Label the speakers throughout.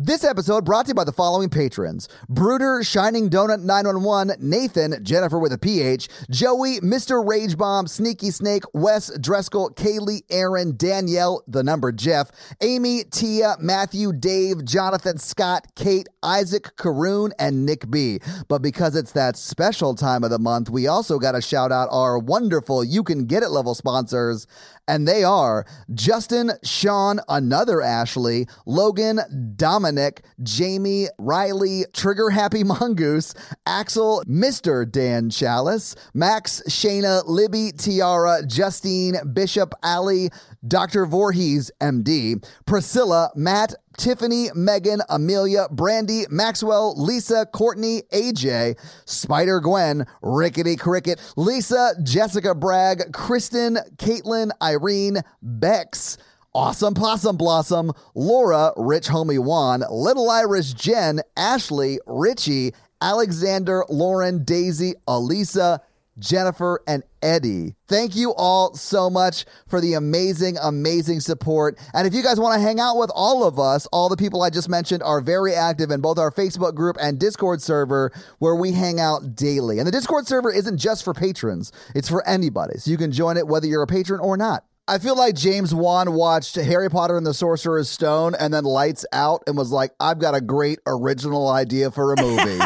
Speaker 1: This episode brought to you by the following patrons Bruder, Shining Donut 911, Nathan, Jennifer with a PH, Joey, Mr. Rage Bomb, Sneaky Snake, Wes Dreskel, Kaylee, Aaron, Danielle, the number Jeff, Amy, Tia, Matthew, Dave, Jonathan, Scott, Kate, Isaac, Karoon, and Nick B. But because it's that special time of the month, we also got to shout out our wonderful You Can Get It level sponsors. And they are Justin, Sean, another Ashley, Logan, Dominic, Jamie, Riley, Trigger Happy Mongoose, Axel, Mr. Dan Chalice, Max, Shayna, Libby, Tiara, Justine, Bishop, Ali, Dr. Voorhees, MD, Priscilla, Matt, Tiffany, Megan, Amelia, Brandy, Maxwell, Lisa, Courtney, AJ, Spider Gwen, Rickety Cricket, Lisa, Jessica Bragg, Kristen, Caitlin, Irene, Bex, Awesome Possum Blossom, Laura, Rich Homie Juan, Little Irish Jen, Ashley, Richie, Alexander, Lauren, Daisy, Elisa, Jennifer, and Eddie. Thank you all so much for the amazing, amazing support. And if you guys want to hang out with all of us, all the people I just mentioned are very active in both our Facebook group and Discord server where we hang out daily. And the Discord server isn't just for patrons, it's for anybody. So you can join it whether you're a patron or not. I feel like James Wan watched Harry Potter and the Sorcerer's Stone and then Lights Out and was like, I've got a great original idea for a movie.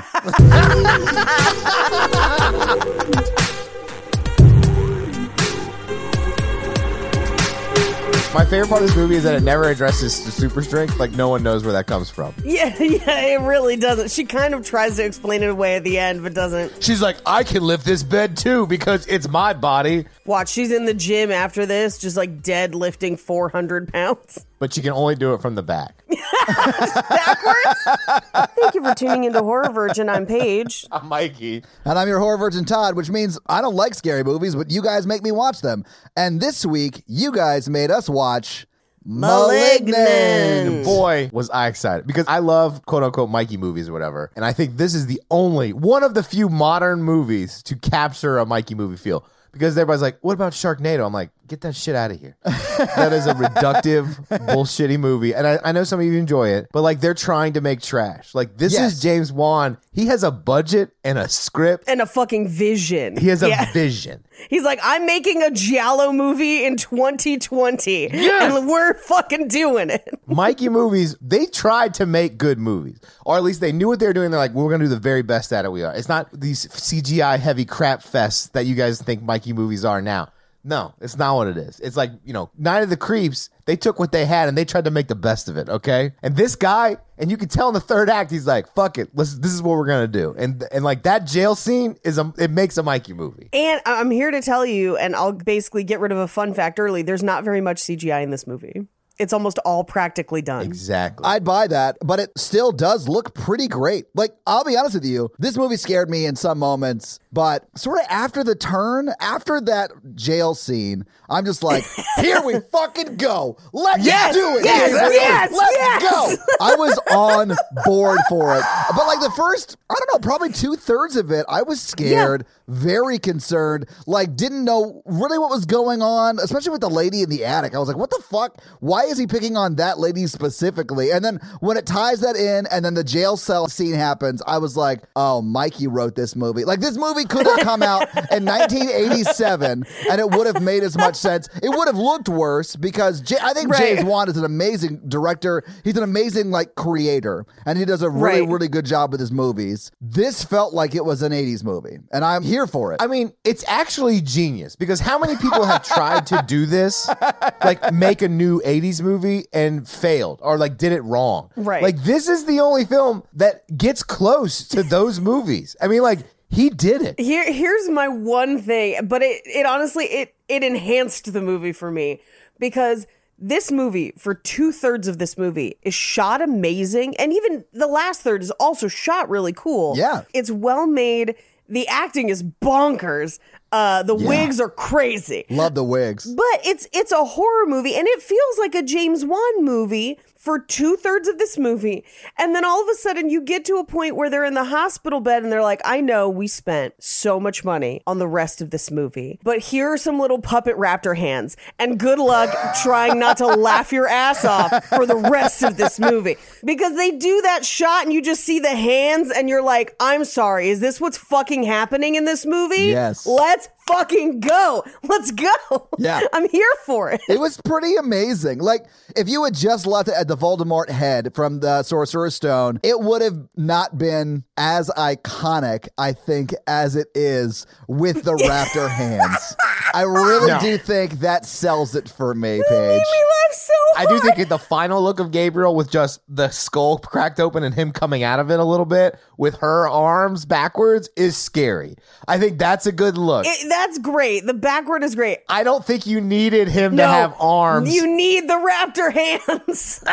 Speaker 2: My favorite part of this movie is that it never addresses the super strength. Like no one knows where that comes from.
Speaker 3: Yeah, yeah, it really doesn't. She kind of tries to explain it away at the end, but doesn't.
Speaker 2: She's like, I can lift this bed too because it's my body,
Speaker 3: Watch, she's in the gym after this, just like dead lifting 400 pounds.
Speaker 2: but she can only do it from the back.
Speaker 3: Thank you for tuning into Horror Virgin. I'm Paige.
Speaker 2: I'm Mikey.
Speaker 1: And I'm your horror virgin Todd, which means I don't like scary movies, but you guys make me watch them. And this week, you guys made us watch
Speaker 3: Malignant.
Speaker 2: Boy, was I excited because I love quote unquote Mikey movies or whatever. And I think this is the only one of the few modern movies to capture a Mikey movie feel. Because everybody's like, what about Sharknado? I'm like, get that shit out of here. that is a reductive, bullshitty movie. And I, I know some of you enjoy it, but like they're trying to make trash. Like this
Speaker 1: Yes.
Speaker 2: is James Wan. He has a budget and a script.
Speaker 3: And a fucking vision.
Speaker 2: He has a
Speaker 3: Yeah.
Speaker 2: vision.
Speaker 3: He's like, I'm making a Giallo movie in 2020. And we're fucking doing it.
Speaker 2: Mikey movies, they tried to make good movies, or at least they knew what they were doing. They're like, we're going to do the very best at it we are. It's not these CGI heavy crap fests that you guys think Mikey movies are now. No, it's not what it is. It's like, you know, Night of the Creeps, they took what they had and they tried to make the best of it, okay? And this guy, and you can tell in the third act, he's like, fuck it, let's, this is what we're going to do. And and like that jail scene is a, it makes a Mikey movie.
Speaker 3: And I- I'm here to tell you, and I'll basically get rid of a fun fact early there's not very much CGI in this movie. It's almost all practically done.
Speaker 2: Exactly.
Speaker 1: I'd buy that, but it still does look pretty great. Like, I'll be honest with you, this movie scared me in some moments, but sort of after the turn, after that jail scene, I'm just like, here we fucking go. Let's
Speaker 2: Yes!
Speaker 1: do it.
Speaker 3: Yes!
Speaker 1: baby.
Speaker 3: Yes!
Speaker 1: Let's
Speaker 3: Yes!
Speaker 1: go. I was on board for it. But like the first, I don't know, probably two thirds of it, I was scared, very concerned, like didn't know really what was going on, especially with the lady in the attic. I was like, what the fuck? Why is he picking on that lady specifically? And then when it ties that in and then the jail cell scene happens, I was like, oh, Mikey wrote this movie. Like this movie could have come out in 1987 and it would have made as much sense. It would have looked worse because J- I think
Speaker 3: Right.
Speaker 1: James Wan is an amazing director. He's an amazing like creator, and he does a really
Speaker 3: Right.
Speaker 1: really good job with his movies. This felt like it was an '80s movie, and I'm here for it.
Speaker 2: I mean, it's actually genius because how many people have tried to do this, like make a new 80s movie and failed or like did it wrong?
Speaker 3: Right.
Speaker 2: Like, this is the only film that gets close to those movies. I mean, like, he did it.
Speaker 3: Here, here's my one thing, but it, it honestly it it enhanced the movie for me because this movie, for two thirds of this movie, is shot amazing, and even the last third is also shot really cool.
Speaker 1: Yeah.
Speaker 3: it's well made. The acting is bonkers. Uh, the
Speaker 1: Yeah.
Speaker 3: wigs are crazy.
Speaker 1: Love the wigs.
Speaker 3: But it's it's a horror movie, and it feels like a James Wan movie for two thirds of this movie, and then all of a sudden you get to a point where they're in the hospital bed, and they're like, "I know we spent so much money on the rest of this movie, but here are some little puppet raptor hands, and good luck trying not to laugh your ass off for the rest of this movie because they do that shot, and you just see the hands, and you're like, "I'm sorry, is this what's fucking happening in this movie?
Speaker 1: Yes.
Speaker 3: Let's fucking go. Let's go.
Speaker 1: Yeah.
Speaker 3: I'm here for it.
Speaker 1: It was pretty amazing. Like, if you had just left it at the Voldemort head from the Sorcerer's Stone, it would have not been as iconic, I think, as it is with the raptor hands. I really
Speaker 2: No.
Speaker 1: do think that sells it for me, Paige.
Speaker 3: We laugh so
Speaker 2: I
Speaker 3: hard.
Speaker 2: do think the final look of Gabriel with just the skull cracked open and him coming out of it a little bit with her arms backwards is scary. I think that's a good look.
Speaker 3: It- that's great. The backward is great.
Speaker 2: I don't think you needed him
Speaker 3: No,
Speaker 2: to have arms.
Speaker 3: You need the raptor hands.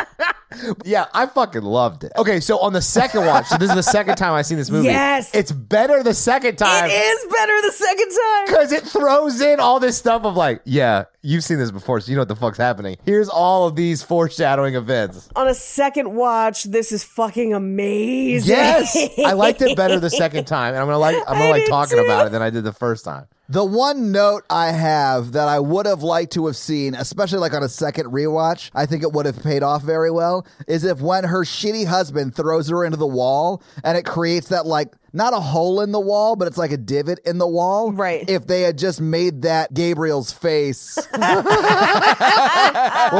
Speaker 2: yeah, I fucking loved it. Okay, so on the second watch, so this is the second time I've seen this movie.
Speaker 3: Yes.
Speaker 2: It's better the second
Speaker 3: it
Speaker 2: time.
Speaker 3: is better the second time.
Speaker 2: Because it throws in all this stuff of like, yeah, you've seen this before, so you know what the fuck's happening. Here's all of these foreshadowing events.
Speaker 3: On a second watch, this is fucking amazing.
Speaker 2: Yes, I liked it better the second time, and I'm gonna like I'm gonna
Speaker 3: I
Speaker 2: like
Speaker 3: did
Speaker 2: talking
Speaker 3: too.
Speaker 2: about it than I did the first time.
Speaker 1: The one note I have that I would have liked to have seen, especially like on a second rewatch, I think it would have paid off very well, is if when her shitty husband throws her into the wall and it creates that like not a hole in the wall, but it's like a divot in the wall.
Speaker 3: Right.
Speaker 1: If they had just made that Gabriel's face.
Speaker 2: Well,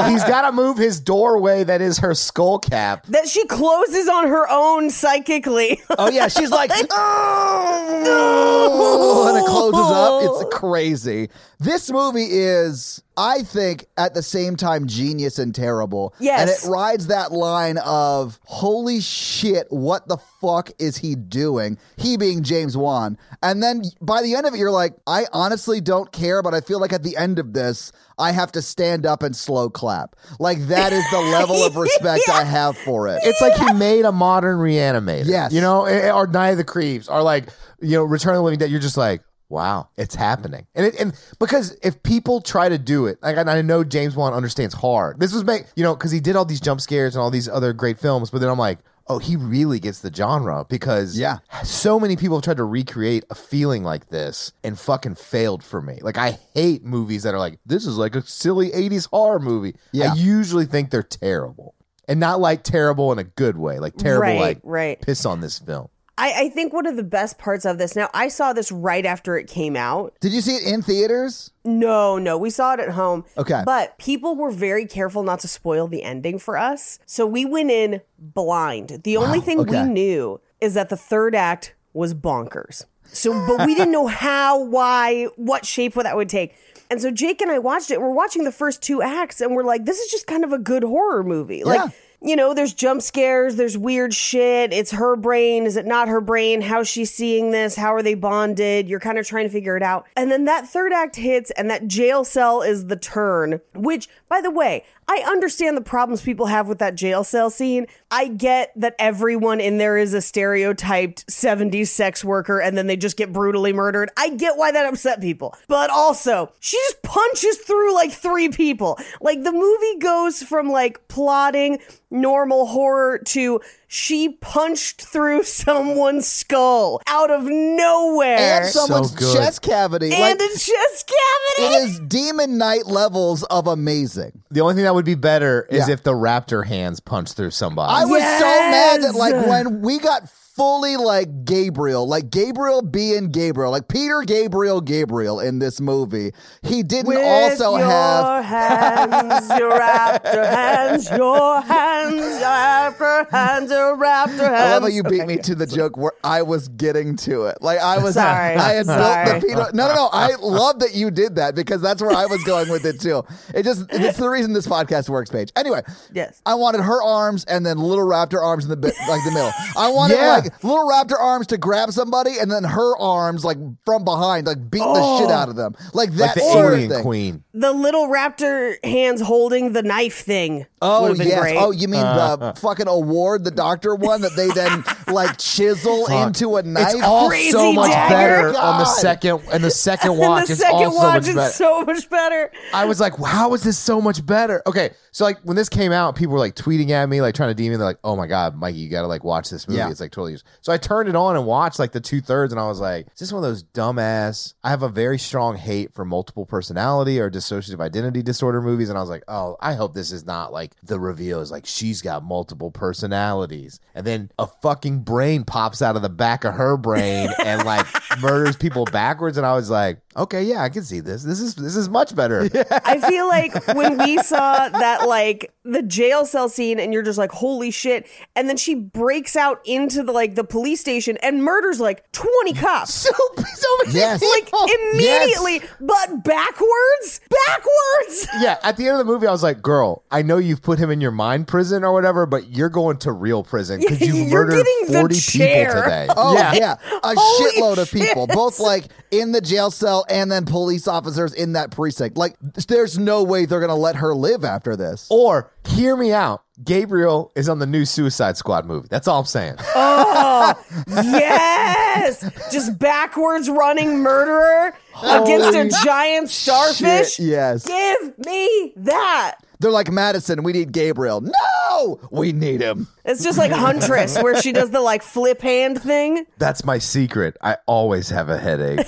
Speaker 2: he's got to move his doorway that is her skull cap.
Speaker 3: That she closes on her own psychically.
Speaker 1: oh yeah, she's like, oh, and it closes up.
Speaker 3: Oh.
Speaker 1: It's crazy. This movie is, I think, at the same time genius and terrible.
Speaker 3: Yes.
Speaker 1: and it rides that line of holy shit, what the fuck is he doing? He being James Wan. And then by the end of it, you're like, I honestly don't care, but I feel like at the end of this, I have to stand up and slow clap. Like that is the level of respect I have for it.
Speaker 2: It's like he made a modern reanimator.
Speaker 1: Yes.
Speaker 2: you know, eh, eh, or Night of the Creeps, or like you know, Return of the Living Dead. You're just like, wow, it's happening, and it, and because if people try to do it, like and I know James Wan understands hard. This was made, you know, because he did all these jump scares and all these other great films, but then I'm like. Oh, he really gets the genre because
Speaker 1: Yeah.
Speaker 2: so many people have tried to recreate a feeling like this and fucking failed for me. Like I hate movies that are like this is like a silly 80s horror movie.
Speaker 1: Yeah.
Speaker 2: I usually think they're terrible. And not like terrible in a good way, like terrible
Speaker 3: Right,
Speaker 2: like
Speaker 3: right.
Speaker 2: piss on this film.
Speaker 3: I, I think one of the best parts of this. Now, I saw this right after it came out.
Speaker 1: Did you see it in theaters?
Speaker 3: No, no, we saw it at home.
Speaker 1: Okay.
Speaker 3: But people were very careful not to spoil the ending for us. So we went in blind. The only thing
Speaker 1: okay.
Speaker 3: we knew is that the third act was bonkers. So, but we didn't know how, why, what shape that would take. And so Jake and I watched it. We're watching the first two acts and we're like, this is just kind of a good horror movie. Like,
Speaker 1: Yeah.
Speaker 3: you know, there's jump scares, there's weird shit. It's her brain. Is it not her brain? How's she seeing this? How are they bonded? You're kind of trying to figure it out. And then that third act hits, and that jail cell is the turn, which, by the way, I understand the problems people have with that jail cell scene. I get that everyone in there is a stereotyped 70s sex worker and then they just get brutally murdered. I get why that upset people. But also, she just punches through like three people. Like the movie goes from like plotting normal horror to she punched through someone's skull out of nowhere
Speaker 1: and someone's
Speaker 2: good.
Speaker 1: chest cavity.
Speaker 3: and
Speaker 1: like,
Speaker 3: a chest cavity.
Speaker 1: it is demon night levels of amazing.
Speaker 2: The only thing that would be better is
Speaker 1: Yeah.
Speaker 2: if the raptor hands punched through somebody.
Speaker 1: I was so mad that
Speaker 3: Yes.
Speaker 1: like when we got fully like Gabriel, like Gabriel being Gabriel, like Peter Gabriel Gabriel in this movie, he didn't
Speaker 3: With
Speaker 1: also
Speaker 3: your
Speaker 1: have
Speaker 3: hands, your raptor hands, your hands, your raptor hands, your raptor hands.
Speaker 1: I love how you beat me to the joke where I was getting to it. Like I was,
Speaker 3: Sorry,
Speaker 1: I had
Speaker 3: sorry.
Speaker 1: built the peanut. No, no, no. I love that you did that because that's where I was going with it too. It just it's the reason this podcast works, Paige. Anyway,
Speaker 3: Yes.
Speaker 1: I wanted her arms and then little raptor arms in the bi- like the middle. I wanted
Speaker 2: Yeah.
Speaker 1: like little raptor arms to grab somebody and then her arms like from behind like beat the
Speaker 3: Oh.
Speaker 1: shit out of them like
Speaker 2: like
Speaker 1: that
Speaker 2: the
Speaker 1: sort of
Speaker 2: alien
Speaker 1: thing.
Speaker 2: queen.
Speaker 3: The little raptor hands holding the knife thing.
Speaker 1: Oh
Speaker 3: would've been
Speaker 1: yes.
Speaker 3: great.
Speaker 1: Oh, you mean the fucking award the doctor won that they then like chisel into a knife?
Speaker 2: It's all
Speaker 3: Crazy
Speaker 2: so much
Speaker 3: dagger.
Speaker 2: better on
Speaker 1: God.
Speaker 2: the second and the second watch.
Speaker 3: and the
Speaker 2: it's
Speaker 3: second
Speaker 2: all
Speaker 3: watch
Speaker 2: so much
Speaker 3: is
Speaker 2: better.
Speaker 3: so much better.
Speaker 2: I was like, how is this so much better? Okay, so like when this came out, people were like tweeting at me, like trying to DM me. They're like, oh my god, Mikey, you gotta like watch this movie.
Speaker 1: Yeah.
Speaker 2: It's like totally. used. So I turned it on and watched like the two thirds, and I was like, is this one of those dumbass? I have a very strong hate for multiple personality or dissociative identity disorder movies, and I was like, oh, I hope this is not like the reveal is like she's got multiple personalities, and then a fucking brain pops out of the back of her brain and like murders people backwards, and I was like, okay, yeah, I can see this. This is this is much better.
Speaker 3: I feel like when we saw that, like the jail cell scene, and you're just like, holy shit. And then she breaks out into the like the police station and murders like 20 cops.
Speaker 2: so, so many
Speaker 1: Yes.
Speaker 2: people.
Speaker 3: Like immediately, but backwards? Backwards!
Speaker 2: Yeah, at the end of the movie, I was like, "Girl, I know you've put him in your mind prison or whatever, but you're going to real prison because
Speaker 3: Yeah,
Speaker 2: you
Speaker 3: you're
Speaker 2: murdered
Speaker 3: getting the
Speaker 2: forty
Speaker 3: chair.
Speaker 2: people today."
Speaker 1: Oh yeah,
Speaker 2: yeah,
Speaker 1: a
Speaker 3: Holy
Speaker 1: shitload of people,
Speaker 3: shit.
Speaker 1: both like in the jail cell and then police officers in that precinct. Like, there's no way they're gonna let her live after this.
Speaker 3: Oh,
Speaker 2: Or hear me out. Gabriel is on the new Suicide Squad movie. That's all I'm saying.
Speaker 1: Oh.
Speaker 3: Yes! Just backwards running murderer against
Speaker 1: Holy
Speaker 3: a giant starfish?
Speaker 1: shit, yes.
Speaker 3: Give me that.
Speaker 1: They're like Madison, we need Gabriel. No, we need him.
Speaker 3: It's just like Huntress, where she does the like flip hand thing.
Speaker 2: That's my secret. I always have a headache.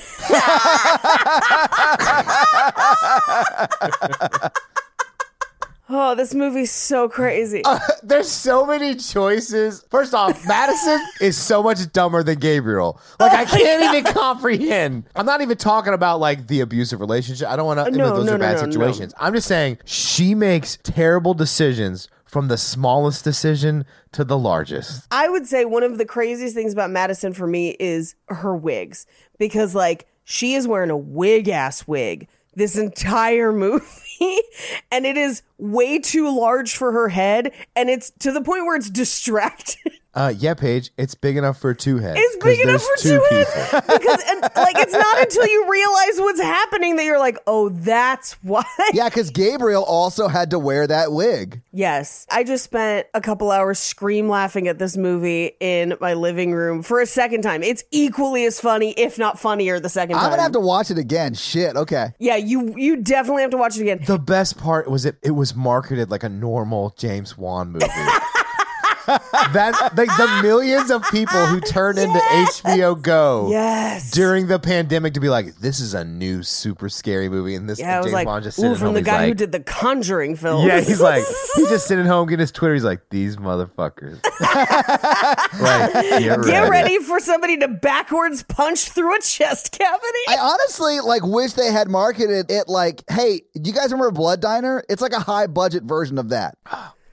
Speaker 3: Oh, this movie's so crazy.
Speaker 2: Uh. There's so many choices. First off, Madison is so much dumber than Gabriel. Like
Speaker 3: Oh
Speaker 2: I can't even comprehend. I'm not even talking about like the abusive relationship. I don't want to.
Speaker 3: No,
Speaker 2: those
Speaker 3: no,
Speaker 2: are
Speaker 3: no,
Speaker 2: bad
Speaker 3: no, no.
Speaker 2: situations. I'm just saying she makes terrible decisions from the smallest decision to the largest.
Speaker 3: I would say one of the craziest things about Madison for me is her wigs because like she is wearing a wig ass wig this entire movie and it is way too large for her head and it's to the point where it's distracting.
Speaker 2: Uh, yeah, Paige, it's big enough for two heads.
Speaker 3: It's
Speaker 2: 'cause
Speaker 3: big enough for
Speaker 2: there's
Speaker 3: two
Speaker 2: people.
Speaker 3: heads because and, like it's not until you realize what's happening that you're like, "Oh, that's why."
Speaker 1: Yeah, because Gabriel also had to wear that wig.
Speaker 3: Yes. I just spent a couple hours scream laughing at this movie in my living room for a second time. It's equally as funny, if not funnier, the second time.
Speaker 1: I'm gonna have to watch it again. Shit. Okay.
Speaker 3: Yeah, you you definitely have to watch it again.
Speaker 2: The best part was it. It was marketed like a normal James Wan movie. that like the millions of people who turned into HBO Go
Speaker 3: Yes.
Speaker 2: during the pandemic to be like, this is a new super scary movie, and this
Speaker 3: yeah, I
Speaker 2: and
Speaker 3: was
Speaker 2: James
Speaker 3: like,
Speaker 2: Wan just
Speaker 3: ooh,
Speaker 2: sitting
Speaker 3: from
Speaker 2: home.
Speaker 3: the
Speaker 2: he's
Speaker 3: guy who
Speaker 2: like-
Speaker 3: did the Conjuring film.
Speaker 2: yeah, he's like, he's just sitting home getting his Twitter. He's like, these motherfuckers. like, get,
Speaker 3: Get ready for somebody to backwards punch through a chest cavity.
Speaker 1: I honestly like wish they had marketed it like, hey, do you guys remember Blood Diner? It's like a high budget version of that.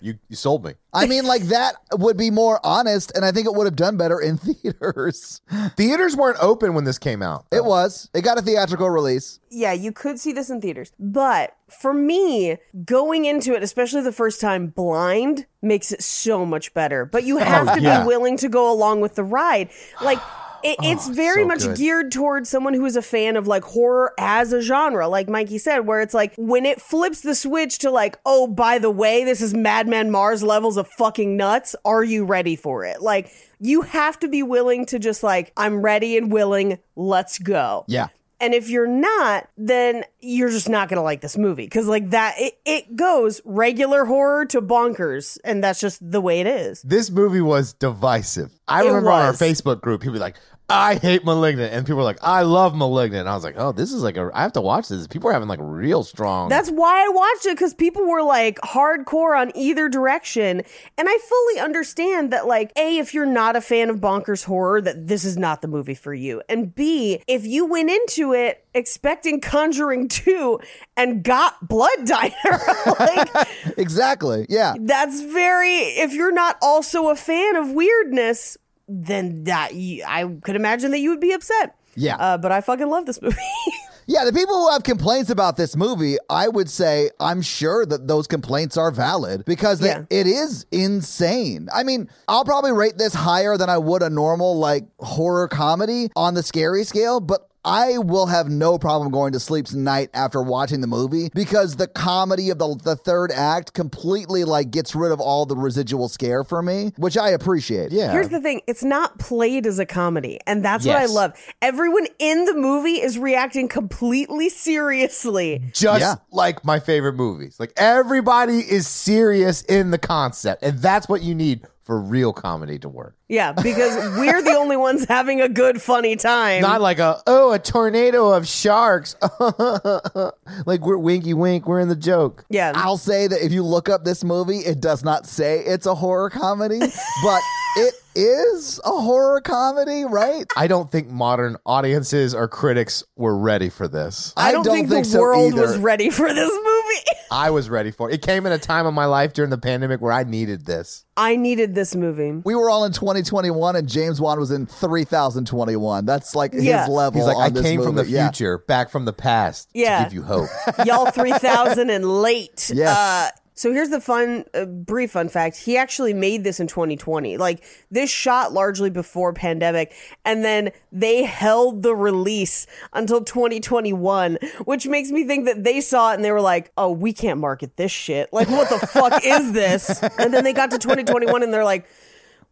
Speaker 2: You you sold me.
Speaker 1: I mean, like that would be more honest, and I think it would have done better in theaters.
Speaker 2: Theaters weren't open when this came out.
Speaker 3: Oh.
Speaker 1: It was. It got a theatrical release.
Speaker 3: yeah, you could see this in theaters. But for me, going into it, especially the first time blind, makes it so much better. But you have to
Speaker 2: Oh, yeah. Oh,
Speaker 3: be willing to go along with the ride. Like, it, it's very
Speaker 2: so
Speaker 3: much
Speaker 2: good.
Speaker 3: geared towards someone who is a fan of like horror as a genre, like Mikey said, where it's like when it flips the switch to like, oh, by the way, this is Madman Mars levels of fucking nuts. Are you ready for it? Like, you have to be willing to just like, I'm ready and willing. Let's go.
Speaker 1: Yeah.
Speaker 3: And if you're not, then you're just not going to like this movie because, like, that it, it goes regular horror to bonkers, and that's just the way it is.
Speaker 2: this movie was divisive. I
Speaker 3: It
Speaker 2: remember on our
Speaker 3: was.
Speaker 2: Facebook group, people were like, I hate Malignant. And people were like, I love Malignant. And I was like, oh, this is like a, I have to watch this. People are having like real strong.
Speaker 3: That's why I watched it because people were like hardcore on either direction. And I fully understand that, like, A, if you're not a fan of bonkers horror, that this is not the movie for you. And B, if you went into it expecting Conjuring 2 and got Blood Diner, like,
Speaker 1: Exactly. Yeah.
Speaker 3: that's very if you're not also a fan of weirdness then that you, i could imagine that you would be upset
Speaker 1: Yeah.
Speaker 3: uh, but i fucking love this movie
Speaker 1: Yeah. The people who have complaints about this movie, I would say I'm sure that those complaints are valid because they-
Speaker 3: Yeah.
Speaker 1: it is insane. I mean, I'll probably rate this higher than I would a normal like horror comedy on the scary scale, but I will have no problem going to sleep tonight after watching the movie because the comedy of the, the third act completely like gets rid of all the residual scare for me, which I appreciate.
Speaker 2: Yeah.
Speaker 3: Here's the thing it's not played as a comedy, and that's what I
Speaker 2: Yes.
Speaker 3: love. Everyone in the movie is reacting completely seriously.
Speaker 2: just
Speaker 1: Yeah.
Speaker 2: like my favorite movies. Like everybody is serious in the concept, and that's what you need for real comedy to work.
Speaker 3: Yeah, because we're the only ones having a good, funny time.
Speaker 2: Not like a oh, a tornado of sharks. like we're winky wink, we're in the joke.
Speaker 3: yeah.
Speaker 1: I'll say that if you look up this movie, it does not say it's a horror comedy, but it is a horror comedy, right?
Speaker 2: I don't think modern audiences or critics were ready for this.
Speaker 3: I don't, think, the
Speaker 1: so
Speaker 3: world was
Speaker 1: either.
Speaker 3: ready for this movie.
Speaker 2: I was ready for it. It came in a time of my life during the pandemic where I needed this.
Speaker 3: I needed this movie.
Speaker 1: we were all in 2021 and James Wan was in 3021. That's like
Speaker 3: Yeah.
Speaker 1: his level.
Speaker 2: He's like,
Speaker 1: on
Speaker 2: I
Speaker 1: this
Speaker 2: came from the
Speaker 1: movie." Yeah.
Speaker 2: future, back from the past
Speaker 3: Yeah.
Speaker 2: to give you hope.
Speaker 3: Y'all 3000 and late.
Speaker 1: Yes.
Speaker 3: Uh, so here's the fun, uh, brief fun fact. He actually made this in 2020. Like this shot largely before pandemic, and then they held the release until 2021, which makes me think that they saw it and they were like, "Oh, we can't market this shit. Like, what the fuck is this?" And then they got to 2021 and they're like,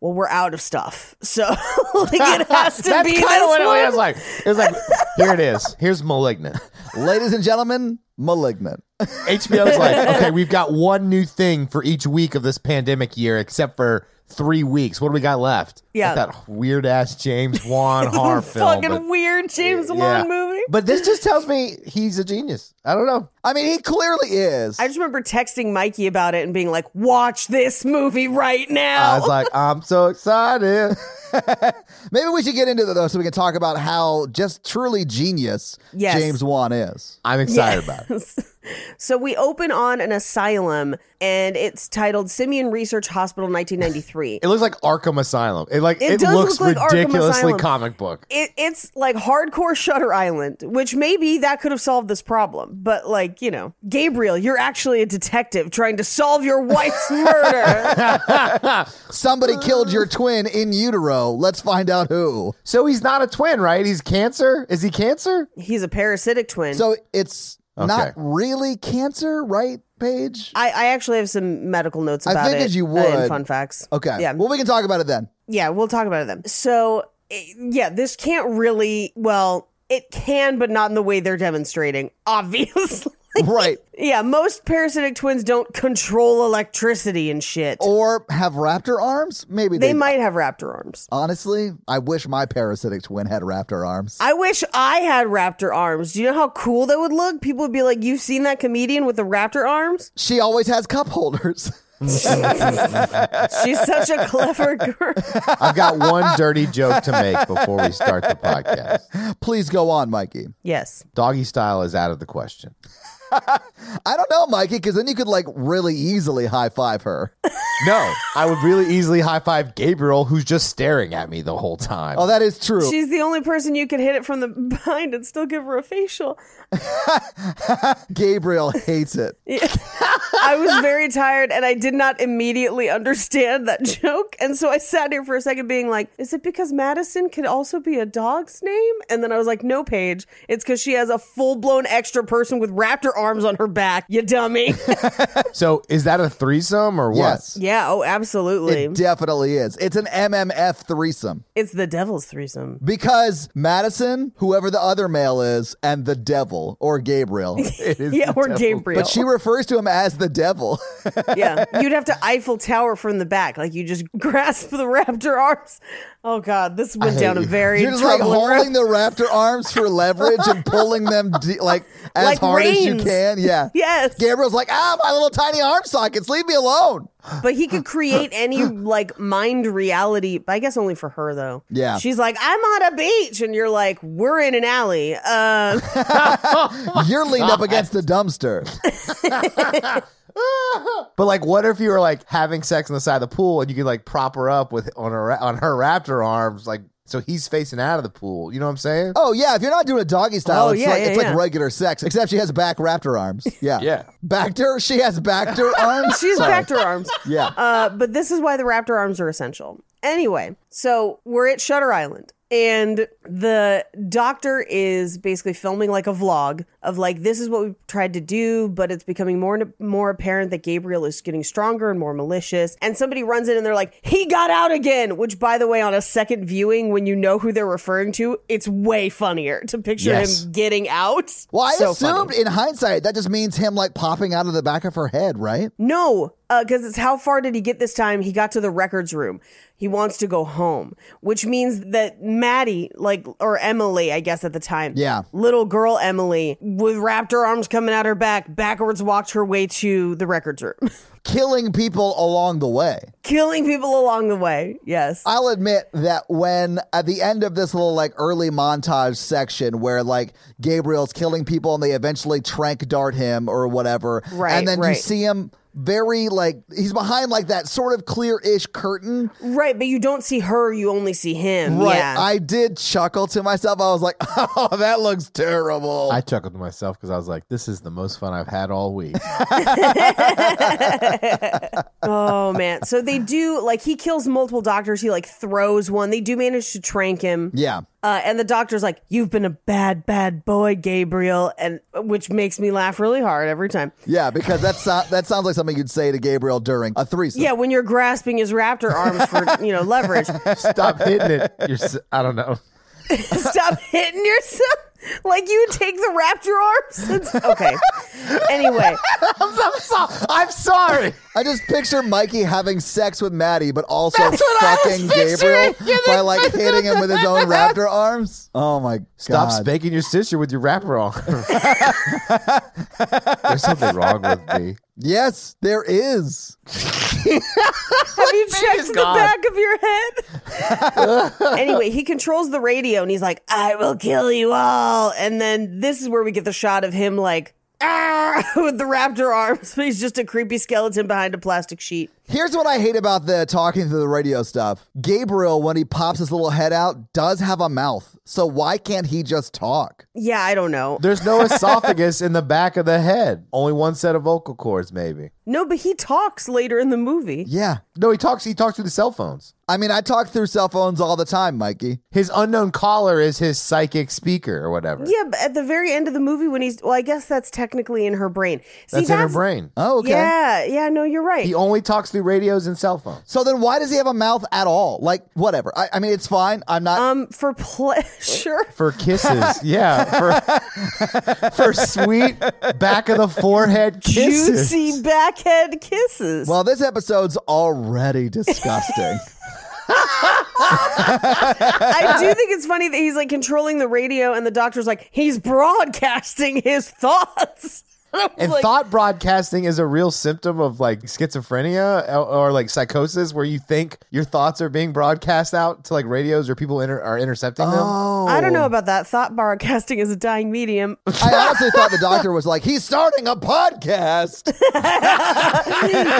Speaker 3: "Well, we're out of stuff, so like it has to
Speaker 2: That's
Speaker 3: be
Speaker 2: kinda
Speaker 3: this
Speaker 2: what
Speaker 3: one."
Speaker 2: it was like. It was like, here it is. Here's Malignant.
Speaker 1: Ladies and gentlemen, Malignant.
Speaker 2: HBO's like, okay, we've got one new thing for each week of this pandemic year, except for three weeks. What do we got left?
Speaker 3: Yeah.
Speaker 2: Like that weird ass James Wan horror film.
Speaker 3: fucking
Speaker 2: but-
Speaker 3: weird James
Speaker 2: yeah.
Speaker 3: Wan movie.
Speaker 2: But this just tells me he's a genius. I don't know.
Speaker 1: I mean, he clearly is.
Speaker 3: I just remember texting Mikey about it and being like, "Watch this movie right
Speaker 2: I
Speaker 3: now."
Speaker 2: was like, I'm so excited.
Speaker 1: Maybe we should get into it though, so we can talk about how just truly genius
Speaker 3: Yes.
Speaker 1: James Wan is.
Speaker 2: I'm excited about it.
Speaker 3: so we open on an asylum and it's titled Simeon Research Hospital 1993.
Speaker 2: It looks like Arkham Asylum. It like
Speaker 3: It
Speaker 2: it,
Speaker 3: does
Speaker 2: looks
Speaker 3: look like Arkham
Speaker 2: ridiculously
Speaker 3: Asylum.
Speaker 2: comic book.
Speaker 3: It, it's like hardcore Shutter Island, which maybe that could have solved this problem. But like, you know, Gabriel, you're actually a detective trying to solve your wife's murder.
Speaker 1: Somebody killed
Speaker 3: Uh.
Speaker 1: your twin in utero. Let's find out who.
Speaker 2: So he's not a twin, right? He's cancer. Is he cancer?
Speaker 3: He's a parasitic twin.
Speaker 1: So it's
Speaker 2: Okay.
Speaker 1: not really cancer, right, Paige?
Speaker 3: I, I actually have some medical notes
Speaker 1: I
Speaker 3: about it.
Speaker 1: figured you
Speaker 3: uh, and
Speaker 1: would.
Speaker 3: fun facts.
Speaker 1: Okay.
Speaker 3: Yeah.
Speaker 1: Well, we can talk about it then.
Speaker 3: Yeah, we'll talk about it then. So, it- yeah, this can't really, well, it can, but not in the way they're demonstrating, obviously.
Speaker 1: right.
Speaker 3: yeah, most parasitic twins don't control electricity and shit.
Speaker 1: Or have raptor arms? Maybe
Speaker 3: they
Speaker 1: Oh, they
Speaker 3: might have raptor arms.
Speaker 1: Honestly, I wish my parasitic twin had raptor arms.
Speaker 3: I wish I had raptor arms. Do you know how cool that would look? People would be like, You've seen that comedian with the raptor arms?
Speaker 1: she always has cup holders.
Speaker 3: She's such a clever girl.
Speaker 2: I've got one dirty joke to make before we start the podcast.
Speaker 1: Please go on, Mikey.
Speaker 3: Yes.
Speaker 2: Doggy style is out of the question.
Speaker 1: I don't know, Mikey, because then you could like really easily high five her.
Speaker 2: No, I would really easily high five Gabriel, who's just staring at me the whole time.
Speaker 1: Oh, that is true.
Speaker 3: She's the only person you could hit it from the behind and still give her a facial.
Speaker 1: Gabriel hates it.
Speaker 3: I was very tired and I did not immediately understand that joke. And so I sat here for a second being like, is it because Madison could also be a dog's name? And then I was like, no, Paige. It's because she has a full blown extra person with raptor arms on her back, you dummy.
Speaker 2: so is that a threesome or what?
Speaker 1: Yes.
Speaker 3: yeah, oh, absolutely.
Speaker 1: It definitely is. It's an MMF threesome
Speaker 3: it's the devil's threesome.
Speaker 1: because Madison, whoever the other male is, and the devil or Gabriel.
Speaker 2: It is
Speaker 3: Yeah,
Speaker 2: the
Speaker 3: or
Speaker 2: devil.
Speaker 3: Gabriel.
Speaker 1: But she refers to him as the devil.
Speaker 3: yeah, you'd have to Eiffel Tower from the back, like you just grasp the raptor arms. Oh God, this went
Speaker 2: hate
Speaker 3: down a
Speaker 2: you.
Speaker 3: very
Speaker 1: You're just like
Speaker 3: troubling road.
Speaker 1: holding the raptor arms for leverage and pulling them de- like as
Speaker 3: Like
Speaker 1: hard as you
Speaker 3: reins.
Speaker 1: can. Yeah.
Speaker 3: Yes.
Speaker 1: Gabriel's like, ah, my little tiny arm sockets, leave me alone.
Speaker 3: But he could create any like mind reality. I guess only for her though.
Speaker 1: Yeah.
Speaker 3: She's like, I'm on a beach, and you're like, we're in an alley. Uh, Oh
Speaker 1: You're leaned up against the dumpster.
Speaker 2: But like, what if you were like having sex on the side of the pool and you could like prop her up with on her on her raptor arms, like so he's facing out of the pool. You know what I'm saying?
Speaker 1: Oh yeah, if you're not doing a doggy style,
Speaker 3: Oh,
Speaker 1: it's
Speaker 3: yeah,
Speaker 1: like
Speaker 3: yeah,
Speaker 1: it's
Speaker 3: yeah.
Speaker 1: like regular sex, except she has back raptor arms. Yeah. Bactor, she has Bactor arms.
Speaker 3: she's
Speaker 1: Sorry.
Speaker 3: raptor arms.
Speaker 1: Yeah.
Speaker 3: Uh, but this is why the raptor arms are essential. Anyway, So we're at Shutter Island. And the doctor is basically filming like a vlog of like this is what we tried to do, but it's becoming more and more apparent that Gabriel is getting stronger and more malicious. And somebody runs in and they're like, "He got out again," which by the way, on a second viewing, when you know who they're referring to, it's way funnier to picture
Speaker 2: Yes.
Speaker 3: him getting out.
Speaker 1: Well, I
Speaker 3: So funny.
Speaker 1: assumed in hindsight that just means him like popping out of the back of her head, right?
Speaker 3: No, because it's how far did he get this time? He got to the records room. He wants to go home, which means that Maddie, like, or Emily, I guess at the time,
Speaker 1: Yeah.
Speaker 3: little girl Emily, with wrapped her arms coming out her back, backwards walked her way to the records room,
Speaker 1: Killing people along the way.
Speaker 3: killing people along the way. Yes.
Speaker 1: I'll admit that when at the end of this little like early montage section where like Gabriel's killing people and they eventually trank dart him or whatever,
Speaker 3: Right,
Speaker 1: and then you
Speaker 3: right.
Speaker 1: see him very like he's behind like that sort of clear-ish curtain.
Speaker 3: right, but you don't see her, you only see him.
Speaker 1: Right.
Speaker 3: Yeah.
Speaker 1: I did chuckle to myself. I was like, "Oh, that looks terrible."
Speaker 2: I chuckled to myself because I was like, "This is the most fun I've had all week."
Speaker 3: oh, man. So they do, like, he kills multiple doctors. He, like, throws one. They do manage to trank him.
Speaker 1: yeah.
Speaker 3: Uh, and the doctor's like, "You've been a bad, bad boy, Gabriel," and which makes me laugh really hard every time.
Speaker 1: Yeah, because that's not, that sounds like something you'd say to Gabriel during a threesome.
Speaker 3: Yeah, when you're grasping his raptor arms for you know leverage,
Speaker 2: Stop hitting it. You're, s- I don't know.
Speaker 3: stop hitting yourself like you take the raptor arms. It's- okay. Anyway,
Speaker 2: I'm, so- I'm sorry.
Speaker 1: I just picture Mikey having sex with Maddie, but also
Speaker 2: That's what I was
Speaker 1: fucking Gabriel
Speaker 2: picturing. You're
Speaker 1: by
Speaker 2: the-
Speaker 1: like hitting him with his own raptor arms. Oh my
Speaker 2: Stop
Speaker 1: god!
Speaker 2: spanking your sister with your wrapper on. There's something wrong with me.
Speaker 1: yes, there is.
Speaker 3: have you checked the
Speaker 2: gone.
Speaker 3: back of your head? anyway, he controls the radio and he's like, "I will kill you all," and then this is where we get the shot of him like. "Ah," With the raptor arms, but he's just a creepy skeleton behind a plastic sheet.
Speaker 1: Here's what I hate about the talking through the radio stuff. Gabriel, when he pops his little head out, does have a mouth. So why can't he just talk?
Speaker 3: Yeah, I don't know.
Speaker 2: There's no esophagus in the back of the head. Only one set of vocal cords, maybe.
Speaker 3: No, but he talks later in the movie.
Speaker 1: Yeah.
Speaker 2: No, he talks. He talks through the cell phones.
Speaker 1: I mean, I talk through cell phones all the time, Mikey.
Speaker 2: His unknown caller is his psychic speaker or whatever.
Speaker 3: Yeah, but at the very end of the movie when he's well, I guess that's technically in her brain. See,
Speaker 2: that's in her brain.
Speaker 1: Oh, okay.
Speaker 3: Yeah, yeah, no, you're right.
Speaker 2: He only talks through radios and cell phones.
Speaker 1: So then why does he have a mouth at all? Like, whatever. I, I mean, it's fine. I'm not
Speaker 2: Uh,
Speaker 3: um, for pleasure.
Speaker 2: For kisses, yeah, for, for sweet back of the forehead kisses.
Speaker 3: Juicy backhead kisses.
Speaker 1: Well, this episode's already disgusting.
Speaker 3: I do think it's funny that he's like controlling the radio and the doctor's like, he's broadcasting his thoughts. I was
Speaker 2: And
Speaker 3: like,
Speaker 2: thought broadcasting is a real symptom of like schizophrenia or, or like psychosis, where you think your thoughts are being broadcast out to like radios or people inter- are intercepting them.
Speaker 3: I don't know about that. Thought broadcasting is a dying medium.
Speaker 1: I honestly thought the doctor was like, he's starting a podcast.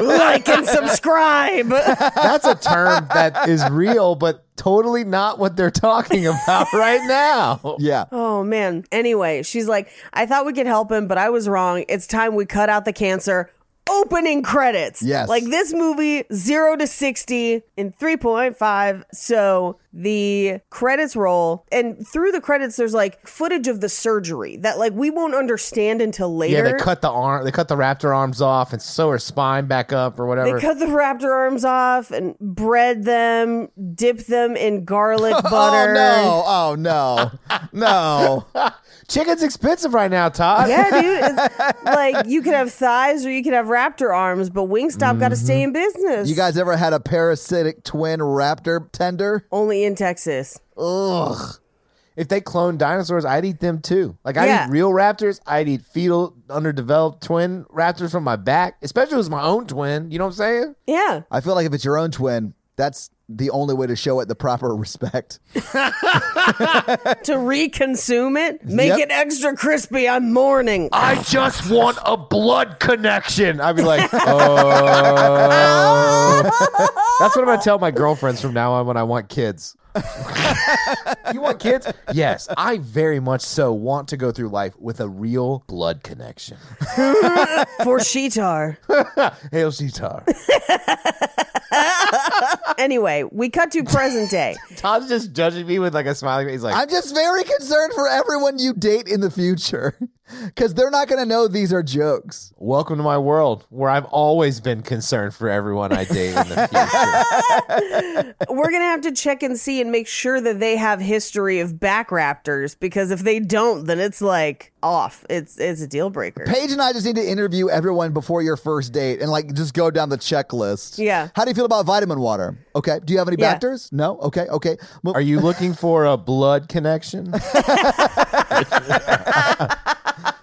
Speaker 3: like and subscribe.
Speaker 2: That's a term that is real, but totally not what they're talking about right now.
Speaker 1: Yeah.
Speaker 3: Oh man. Anyway, she's like, I thought we could help him, but I was wrong. It's time we cut out the cancer. Opening credits.
Speaker 1: Yes.
Speaker 3: Like this movie, zero to 60 in 3.5. So the credits roll. And through the credits, there's like footage of the surgery that like we won't understand until
Speaker 2: Yeah,
Speaker 3: later.
Speaker 2: they cut the arm, they cut the raptor arms off, and sew her spine back up or whatever.
Speaker 3: They cut the raptor arms off and bread them, dip them in garlic
Speaker 2: Oh,
Speaker 3: butter.
Speaker 1: Oh, no. Oh, no. No.
Speaker 2: Chicken's expensive right now, Todd.
Speaker 3: Yeah, dude. It's like you can have thighs or you can have raptor arms, but Wingstop got to stay in business.
Speaker 1: Mm-hmm. You guys ever had a parasitic twin raptor tender?
Speaker 3: only in Texas.
Speaker 2: If they cloned dinosaurs, I'd eat them too. Like I'd
Speaker 3: Yeah.
Speaker 2: eat real raptors, I'd eat fetal, underdeveloped twin raptors from my back, especially if it was my own twin. You know what I'm saying?
Speaker 3: Yeah.
Speaker 1: I feel like if it's your own twin, that's the only way to show it the proper respect.
Speaker 3: To reconsume it, make
Speaker 1: Yep.
Speaker 3: it extra crispy on morning.
Speaker 2: I just want a blood connection. I'd be like, oh. That's what I'm gonna tell my girlfriends from now on when I want kids. you want kids? Yes, I very much so want to go through life with a real blood connection.
Speaker 3: For Sheetar.
Speaker 2: Hail Sheetar.
Speaker 3: Anyway, we cut to present day.
Speaker 2: Todd's just judging me with like a smiley face. He's like,
Speaker 1: I'm just very concerned for everyone you date in the future because they're not going to know these are jokes.
Speaker 2: Welcome to my world where I've always been concerned for everyone I date in the future.
Speaker 3: We're gonna have to check and see and make sure that they have history of back raptors because if they don't, then it's like off. It's it's a deal breaker.
Speaker 1: Paige and I just need to interview everyone before your first date and like just go down the checklist.
Speaker 3: Yeah.
Speaker 1: How do you feel about vitamin water? Okay. Do you have any
Speaker 3: Yeah.
Speaker 1: bactors? No. Okay. Okay. Well,
Speaker 2: Are you looking for a blood connection?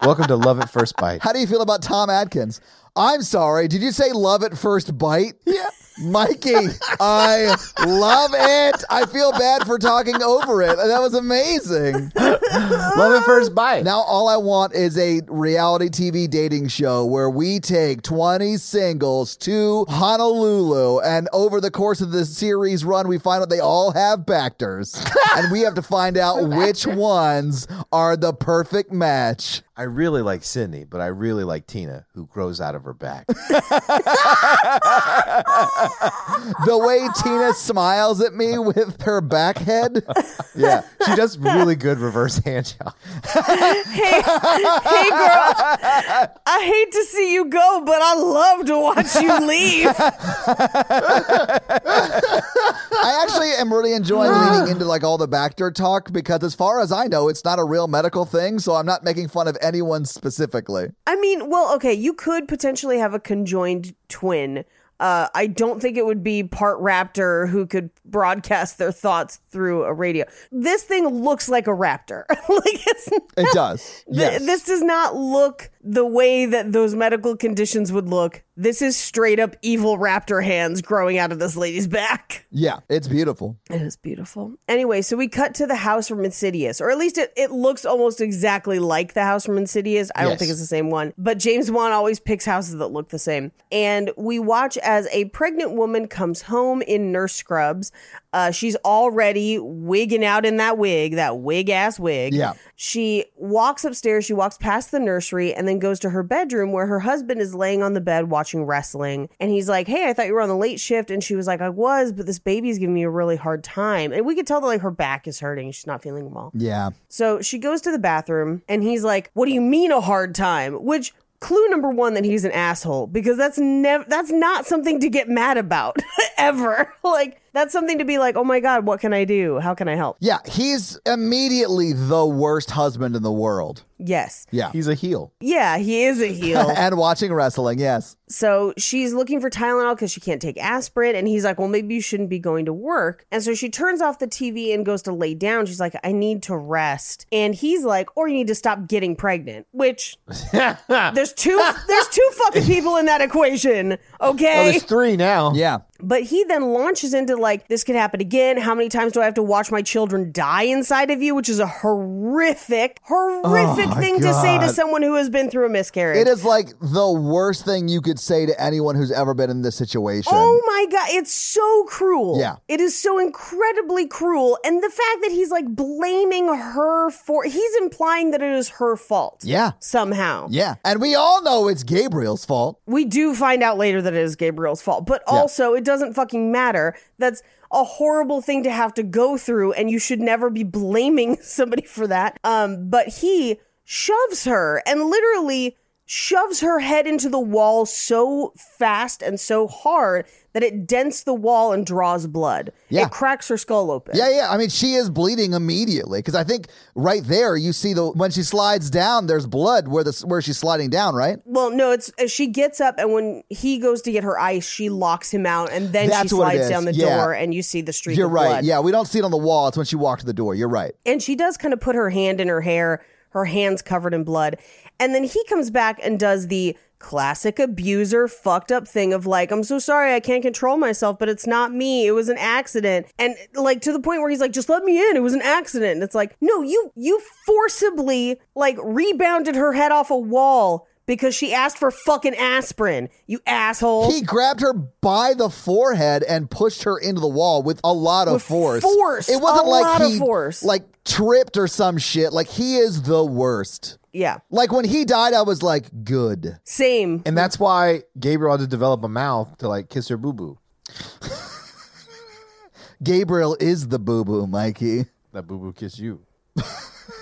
Speaker 2: Welcome to Love at First Bite.
Speaker 1: how do you feel about Tom Atkins? I'm sorry. Did you say love at first bite? Yeah. Mikey, I love it. I feel bad for talking over it. That was amazing.
Speaker 2: Love at First Bite.
Speaker 1: Now all I want is a reality TV dating show where we take 20 singles to Honolulu and over the course of the series run we find out they all have bactors and we have to find out which ones are the perfect match.
Speaker 2: I really like Sydney, but I really like Tina, who grows out of her back.
Speaker 1: The way Tina smiles at me with her back head.
Speaker 2: yeah, she does really good reverse hand job.
Speaker 3: hey, hey, girl, I hate to see you go, but I love to watch you leave.
Speaker 1: I actually am really enjoying leaning into like all the backdoor talk because as far as I know it's not a real medical thing so I'm not making fun of anyone specifically.
Speaker 3: I mean, well, okay, you could potentially have a conjoined twin. Uh, I don't think it would be part raptor who could broadcast their thoughts through a radio. This thing looks like a raptor. like it's
Speaker 1: It does.
Speaker 3: th- this does not look the way that those medical conditions would look. This is straight up evil raptor hands growing out of this lady's back.
Speaker 1: Yeah, it's beautiful.
Speaker 3: It is beautiful. Anyway, so we cut to the house from Insidious, or at least it, it looks almost exactly like the house from Insidious. I don't
Speaker 2: Yes.
Speaker 3: think it's the same one, but James Wan always picks houses that look the same. And we watch as a pregnant woman comes home in nurse scrubs. Uh, she's already wigging out in that wig, that wig ass wig.
Speaker 1: Yeah.
Speaker 3: She walks upstairs, she walks past the nursery, and then goes to her bedroom where her husband is laying on the bed watching wrestling. And he's like, Hey, I thought you were on the late shift. And she was like, I was, but this baby's giving me a really hard time. And we could tell that like her back is hurting. She's not feeling well.
Speaker 1: Yeah.
Speaker 3: So she goes to the bathroom and he's like, What do you mean a hard time? Which clue number one that he's an asshole because that's never that's not something to get mad about ever. Like that's something to be like, Oh my God, what can I do? How can I help?
Speaker 1: Yeah, he's immediately the worst husband in the world.
Speaker 3: Yes.
Speaker 1: Yeah.
Speaker 2: He's a heel.
Speaker 3: Yeah, he is a heel.
Speaker 1: and watching wrestling, yes.
Speaker 3: So she's looking for Tylenol because she can't take aspirin. And he's like, Well, maybe you shouldn't be going to work. And so she turns off the TV and goes to lay down. She's like, I need to rest. And he's like, Or you need to stop getting pregnant, which there's two there's two fucking people in that equation.
Speaker 2: Well,
Speaker 3: Okay.
Speaker 2: there's three now.
Speaker 1: Yeah.
Speaker 3: But he then launches into like, this could happen again. How many times do I have to watch my children die inside of you? Which is a horrific, horrific
Speaker 1: Oh, my
Speaker 3: thing to say to
Speaker 1: God.
Speaker 3: someone who has been through a miscarriage.
Speaker 1: It is like the worst thing you could say to anyone who's ever been in this situation.
Speaker 3: Oh my god, it's so cruel.
Speaker 1: Yeah.
Speaker 3: It is so incredibly cruel. And the fact that he's like blaming her for he's implying that it is her fault.
Speaker 1: Yeah.
Speaker 3: Somehow.
Speaker 1: Yeah. And we all know it's Gabriel's fault.
Speaker 3: We do find out later that it is Gabriel's fault, but also it doesn't fucking matter. That's a horrible thing to have to go through, and you should never be blaming somebody for that. Um, but he shoves her and literally shoves her head into the wall so fast and so hard that it dents the wall and draws blood.
Speaker 1: Yeah.
Speaker 3: It cracks her skull open.
Speaker 1: Yeah, yeah. I mean, she is bleeding immediately because I think right there you see the when she slides down, there's blood where the where she's sliding down, right?
Speaker 3: Well, no, it's uh, she gets up, and when he goes to get her ice, she locks him out, and then she
Speaker 1: That's what it
Speaker 3: slides
Speaker 1: is.
Speaker 3: down the
Speaker 1: Yeah.
Speaker 3: door, and you see the streak.
Speaker 1: You're
Speaker 3: of
Speaker 1: right.
Speaker 3: blood.
Speaker 1: Yeah, we don't see it on the wall. It's when she walked to the door. You're right.
Speaker 3: and she does kind of put her hand in her hair her hands covered in blood and then he comes back and does the classic abuser fucked up thing of like i'm so sorry i can't control myself but it's not me it was an accident and like to the point where he's like just let me in it was an accident and it's like no you you forcibly like rebounded her head off a wall because she asked for fucking aspirin you asshole
Speaker 1: He grabbed her by the forehead and pushed her into the wall with a lot of
Speaker 3: With
Speaker 1: force.
Speaker 3: force.
Speaker 1: It wasn't
Speaker 3: A
Speaker 1: like
Speaker 3: lot of
Speaker 1: he
Speaker 3: force.
Speaker 1: like tripped or some shit. Like he is the worst.
Speaker 3: yeah
Speaker 1: Like when he died, I was like, good.
Speaker 3: same
Speaker 2: And that's why Gabriel had to develop a mouth to like kiss her boo boo.
Speaker 1: Gabriel is the boo boo, Mikey.
Speaker 2: That boo boo kiss you.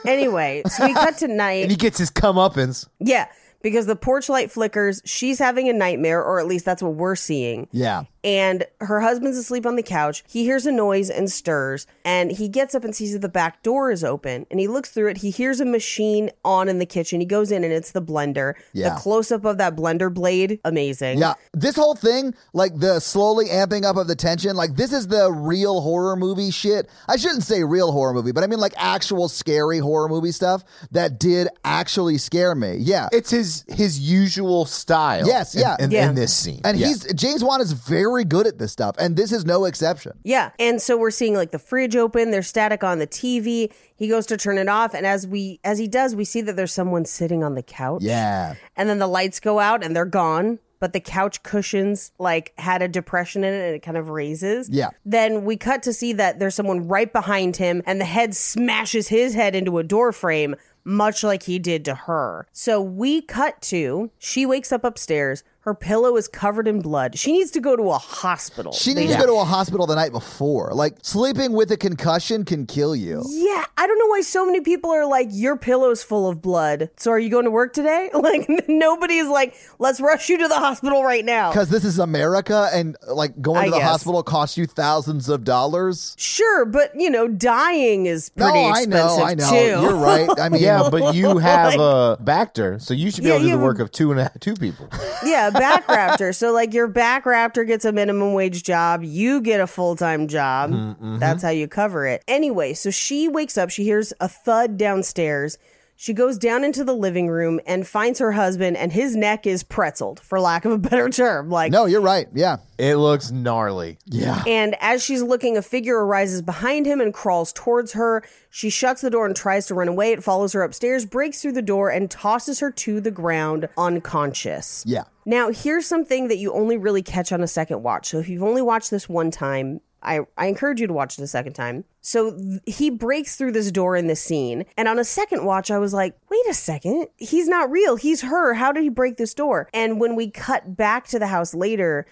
Speaker 3: Anyway, so we cut to night.
Speaker 2: And he gets his comeuppance.
Speaker 3: yeah, because the porch light flickers. She's having a nightmare, or at least that's what we're seeing.
Speaker 1: Yeah.
Speaker 3: And her husband's asleep on the couch. He hears a noise and stirs, and he gets up and sees that the back door is open. And he looks through it. He hears a machine on in the kitchen. He goes in, and it's the blender.
Speaker 1: Yeah.
Speaker 3: The close up of that blender blade, amazing.
Speaker 1: Yeah. This whole thing, like the slowly amping up of the tension, like this is the real horror movie shit. I shouldn't say real horror movie, but I mean like actual scary horror movie stuff that did actually scare me. Yeah.
Speaker 2: It's his his usual style.
Speaker 1: Yes,
Speaker 2: in-
Speaker 1: yeah.
Speaker 2: In,
Speaker 3: Yeah.
Speaker 2: in this scene,
Speaker 1: and
Speaker 2: Yeah.
Speaker 1: he's James Wan is very good at this stuff, and this is no exception.
Speaker 3: Yeah. And so we're seeing like the fridge open, there's static on the TV. He goes to turn it off and as we as he does, we see that there's someone sitting on the couch.
Speaker 1: Yeah.
Speaker 3: And then the lights go out and they're gone, but the couch cushions like had a depression in it and it kind of raises.
Speaker 1: Yeah.
Speaker 3: Then we cut to see that there's someone right behind him and the head smashes his head into a door frame much like he did to her. So we cut to she wakes up upstairs. Her pillow is covered in blood. She needs to go to a hospital.
Speaker 1: She
Speaker 3: They
Speaker 1: needs to go to a hospital the night before. Like sleeping with a concussion can kill you.
Speaker 3: Yeah, I don't know why so many people are like, your pillow's full of blood. So are you going to work today? Like, nobody is like, let's rush you to the hospital right now.
Speaker 1: Because this is America, and like going
Speaker 3: I
Speaker 1: to the
Speaker 3: guess.
Speaker 1: hospital costs you thousands of dollars.
Speaker 3: Sure, but you know, dying is pretty
Speaker 1: no, I
Speaker 3: expensive
Speaker 1: know, I know.
Speaker 3: too.
Speaker 1: You're right. I mean,
Speaker 2: yeah, but you have a Bacter, so you should be
Speaker 3: Yeah,
Speaker 2: able to do
Speaker 3: you
Speaker 2: the
Speaker 3: have a-
Speaker 2: work of two and a, two people.
Speaker 3: yeah, back raptor. So like, your back raptor gets a minimum wage job. You get a full time job.
Speaker 1: Mm-hmm,
Speaker 3: That's how you cover it. Anyway, so she wakes up. She hears a thud downstairs. She goes down into the living room and finds her husband, and his neck is pretzeled, for lack of a better term. Like,
Speaker 1: no, you're right. Yeah,
Speaker 2: It looks gnarly.
Speaker 1: yeah.
Speaker 3: And as she's looking, a figure arises behind him and crawls towards her. She shuts the door and tries to run away. It follows her upstairs, breaks through the door, and tosses her to the ground unconscious.
Speaker 1: Yeah.
Speaker 3: Now, here's something that you only really catch on a second watch. So if you've only watched this one time, I, I encourage you to watch it a second time. So th- he breaks through this door in this scene. And on a second watch, I was like, wait a second. He's not real. He's her. How did he break this door? And when we cut back to the house later,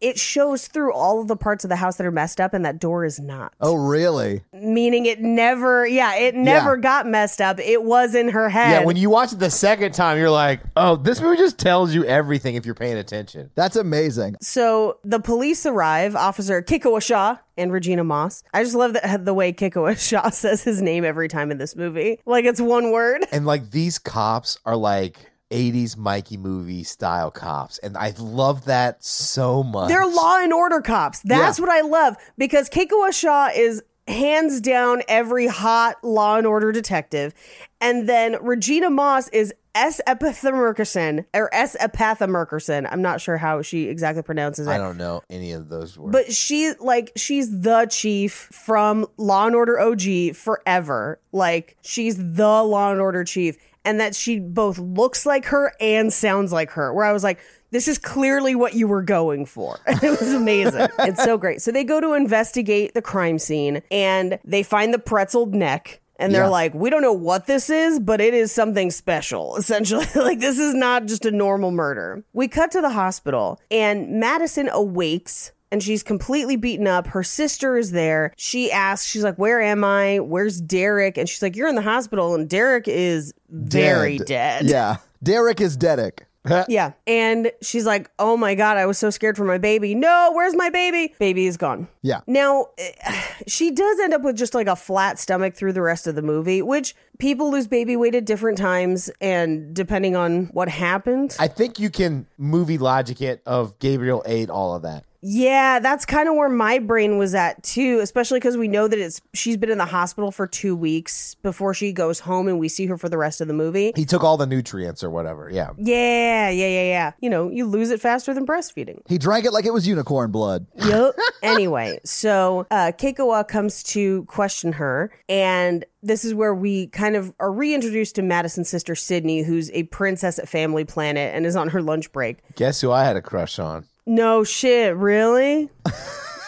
Speaker 3: it shows through all of the parts of the house that are messed up and that door is not.
Speaker 1: Oh, really?
Speaker 3: Meaning it never, yeah, it never got messed up. It was in her head.
Speaker 2: Yeah, when you watch it the second time, you're like, oh, this movie just tells you everything if you're paying attention.
Speaker 1: That's amazing.
Speaker 3: So the police arrive, Officer Kikoa Shaw and Regina Moss. I just love the, the way Kikoa Shaw says his name every time in this movie. Like it's one word.
Speaker 2: And like these cops are like 80s Mikey movie style cops. And I love that so much.
Speaker 3: They're law and order cops. That's what I love because Keiko Shaw is hands down every hot law and order detective. And then Regina Moss is S. Epitha Merkerson or S. Epatha Merkerson. I'm not sure how she exactly pronounces it.
Speaker 2: I don't know any of those words.
Speaker 3: But she like she's the chief from Law and Order OG forever. Like she's the Law and Order chief and that she both looks like her and sounds like her. Where I was like this is clearly what you were going for. it was amazing. it's so great. So they go to investigate the crime scene and they find the pretzeled neck and they're
Speaker 1: Yeah.
Speaker 3: like, we don't know what this is, but it is something special, essentially. like, this is not just a normal murder. We cut to the hospital, and Madison awakes. And she's completely beaten up. Her sister is there. She asks, she's like, Where am I? Where's Derek? And she's like, You're in the hospital. And Derek is very dead.
Speaker 1: Yeah. Derek is Dedic.
Speaker 3: Yeah. And she's like, Oh my God, I was so scared for my baby. No, where's my baby? Baby is gone.
Speaker 1: Yeah.
Speaker 3: Now, eh, she does end up with just like a flat stomach through the rest of the movie, which people lose baby weight at different times and depending on what happened.
Speaker 2: I think you can movie logic it of Gabriel ate all of that.
Speaker 3: yeah, that's kind of where my brain was at too, especially because we know that it's she's been in the hospital for two weeks before she goes home and we see her for the rest of the movie.
Speaker 2: He took all the nutrients or whatever. Yeah.
Speaker 3: Yeah, yeah, yeah, yeah. You know, you lose it faster than breastfeeding.
Speaker 1: He drank it like it was unicorn blood.
Speaker 3: Yep. anyway, so uh, Keikawa comes to question her, and this is where we kind of are reintroduced to Madison's sister Sydney, who's a princess at Family Planet and is on her lunch break.
Speaker 2: Guess who I had a crush on?
Speaker 3: No shit, really?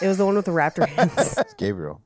Speaker 3: it was the one with the raptor hands.
Speaker 2: It's Gabriel.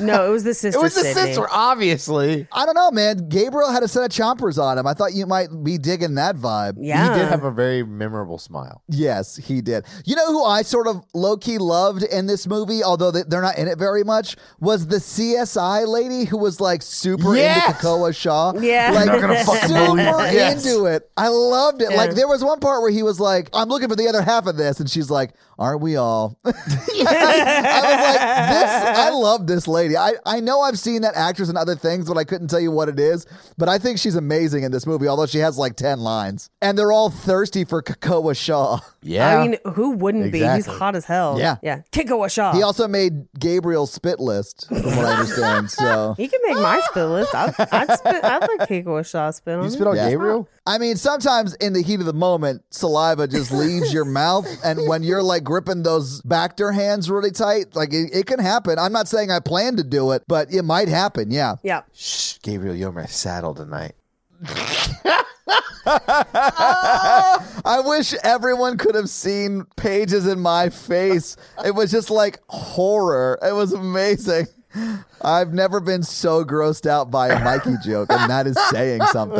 Speaker 3: No, it was the sister.
Speaker 2: It was the
Speaker 3: Sydney.
Speaker 2: sister, obviously.
Speaker 1: I don't know, man. Gabriel had a set of chompers on him. I thought you might be digging that vibe.
Speaker 3: Yeah.
Speaker 2: He did have a very memorable smile.
Speaker 1: Yes, he did. You know who I sort of low key loved in this movie, although they- they're not in it very much, was the CSI lady who was like super
Speaker 2: Yes!
Speaker 1: into Kakoa Shaw.
Speaker 3: Yeah.
Speaker 1: like
Speaker 3: Not gonna
Speaker 2: fucking
Speaker 1: super
Speaker 2: believe it. Yes.
Speaker 1: into it. I loved it.
Speaker 3: Yeah.
Speaker 1: Like there was one part where he was like, "I'm looking for the other half of this," and she's like, "Aren't we all?" I was like, "This." I love this lady. I I know I've seen that actress in other things, but I couldn't tell you what it is. But I think she's amazing in this movie, although she has like ten lines, and they're all thirsty for Kakoa Shaw.
Speaker 2: Yeah.
Speaker 3: I mean, who wouldn't be? He's
Speaker 2: Exactly.
Speaker 3: hot as hell.
Speaker 1: Yeah.
Speaker 3: Yeah. Kiko Shaw.
Speaker 1: He
Speaker 3: He,
Speaker 1: also made Gabriel spit list, from what I understand. So,
Speaker 3: can make my spit list. I'd, I'd, spit, I'd like Kiko Shaw spit on
Speaker 2: you
Speaker 3: me.
Speaker 2: spit on
Speaker 1: Yeah.
Speaker 2: Gabriel?
Speaker 1: I mean, sometimes in the heat of the moment, saliva just leaves your mouth, and when you're like gripping those Bacter hands really tight, like it, it can happen. I'm not saying I plan to do it, but it might happen. Yeah.
Speaker 3: Yeah.
Speaker 2: Shh, Gabriel, you're on my saddle tonight.
Speaker 1: I wish everyone could have seen pages in my face. It was just like horror. It was amazing. I've never been so grossed out by a Mikey joke, and that is saying something.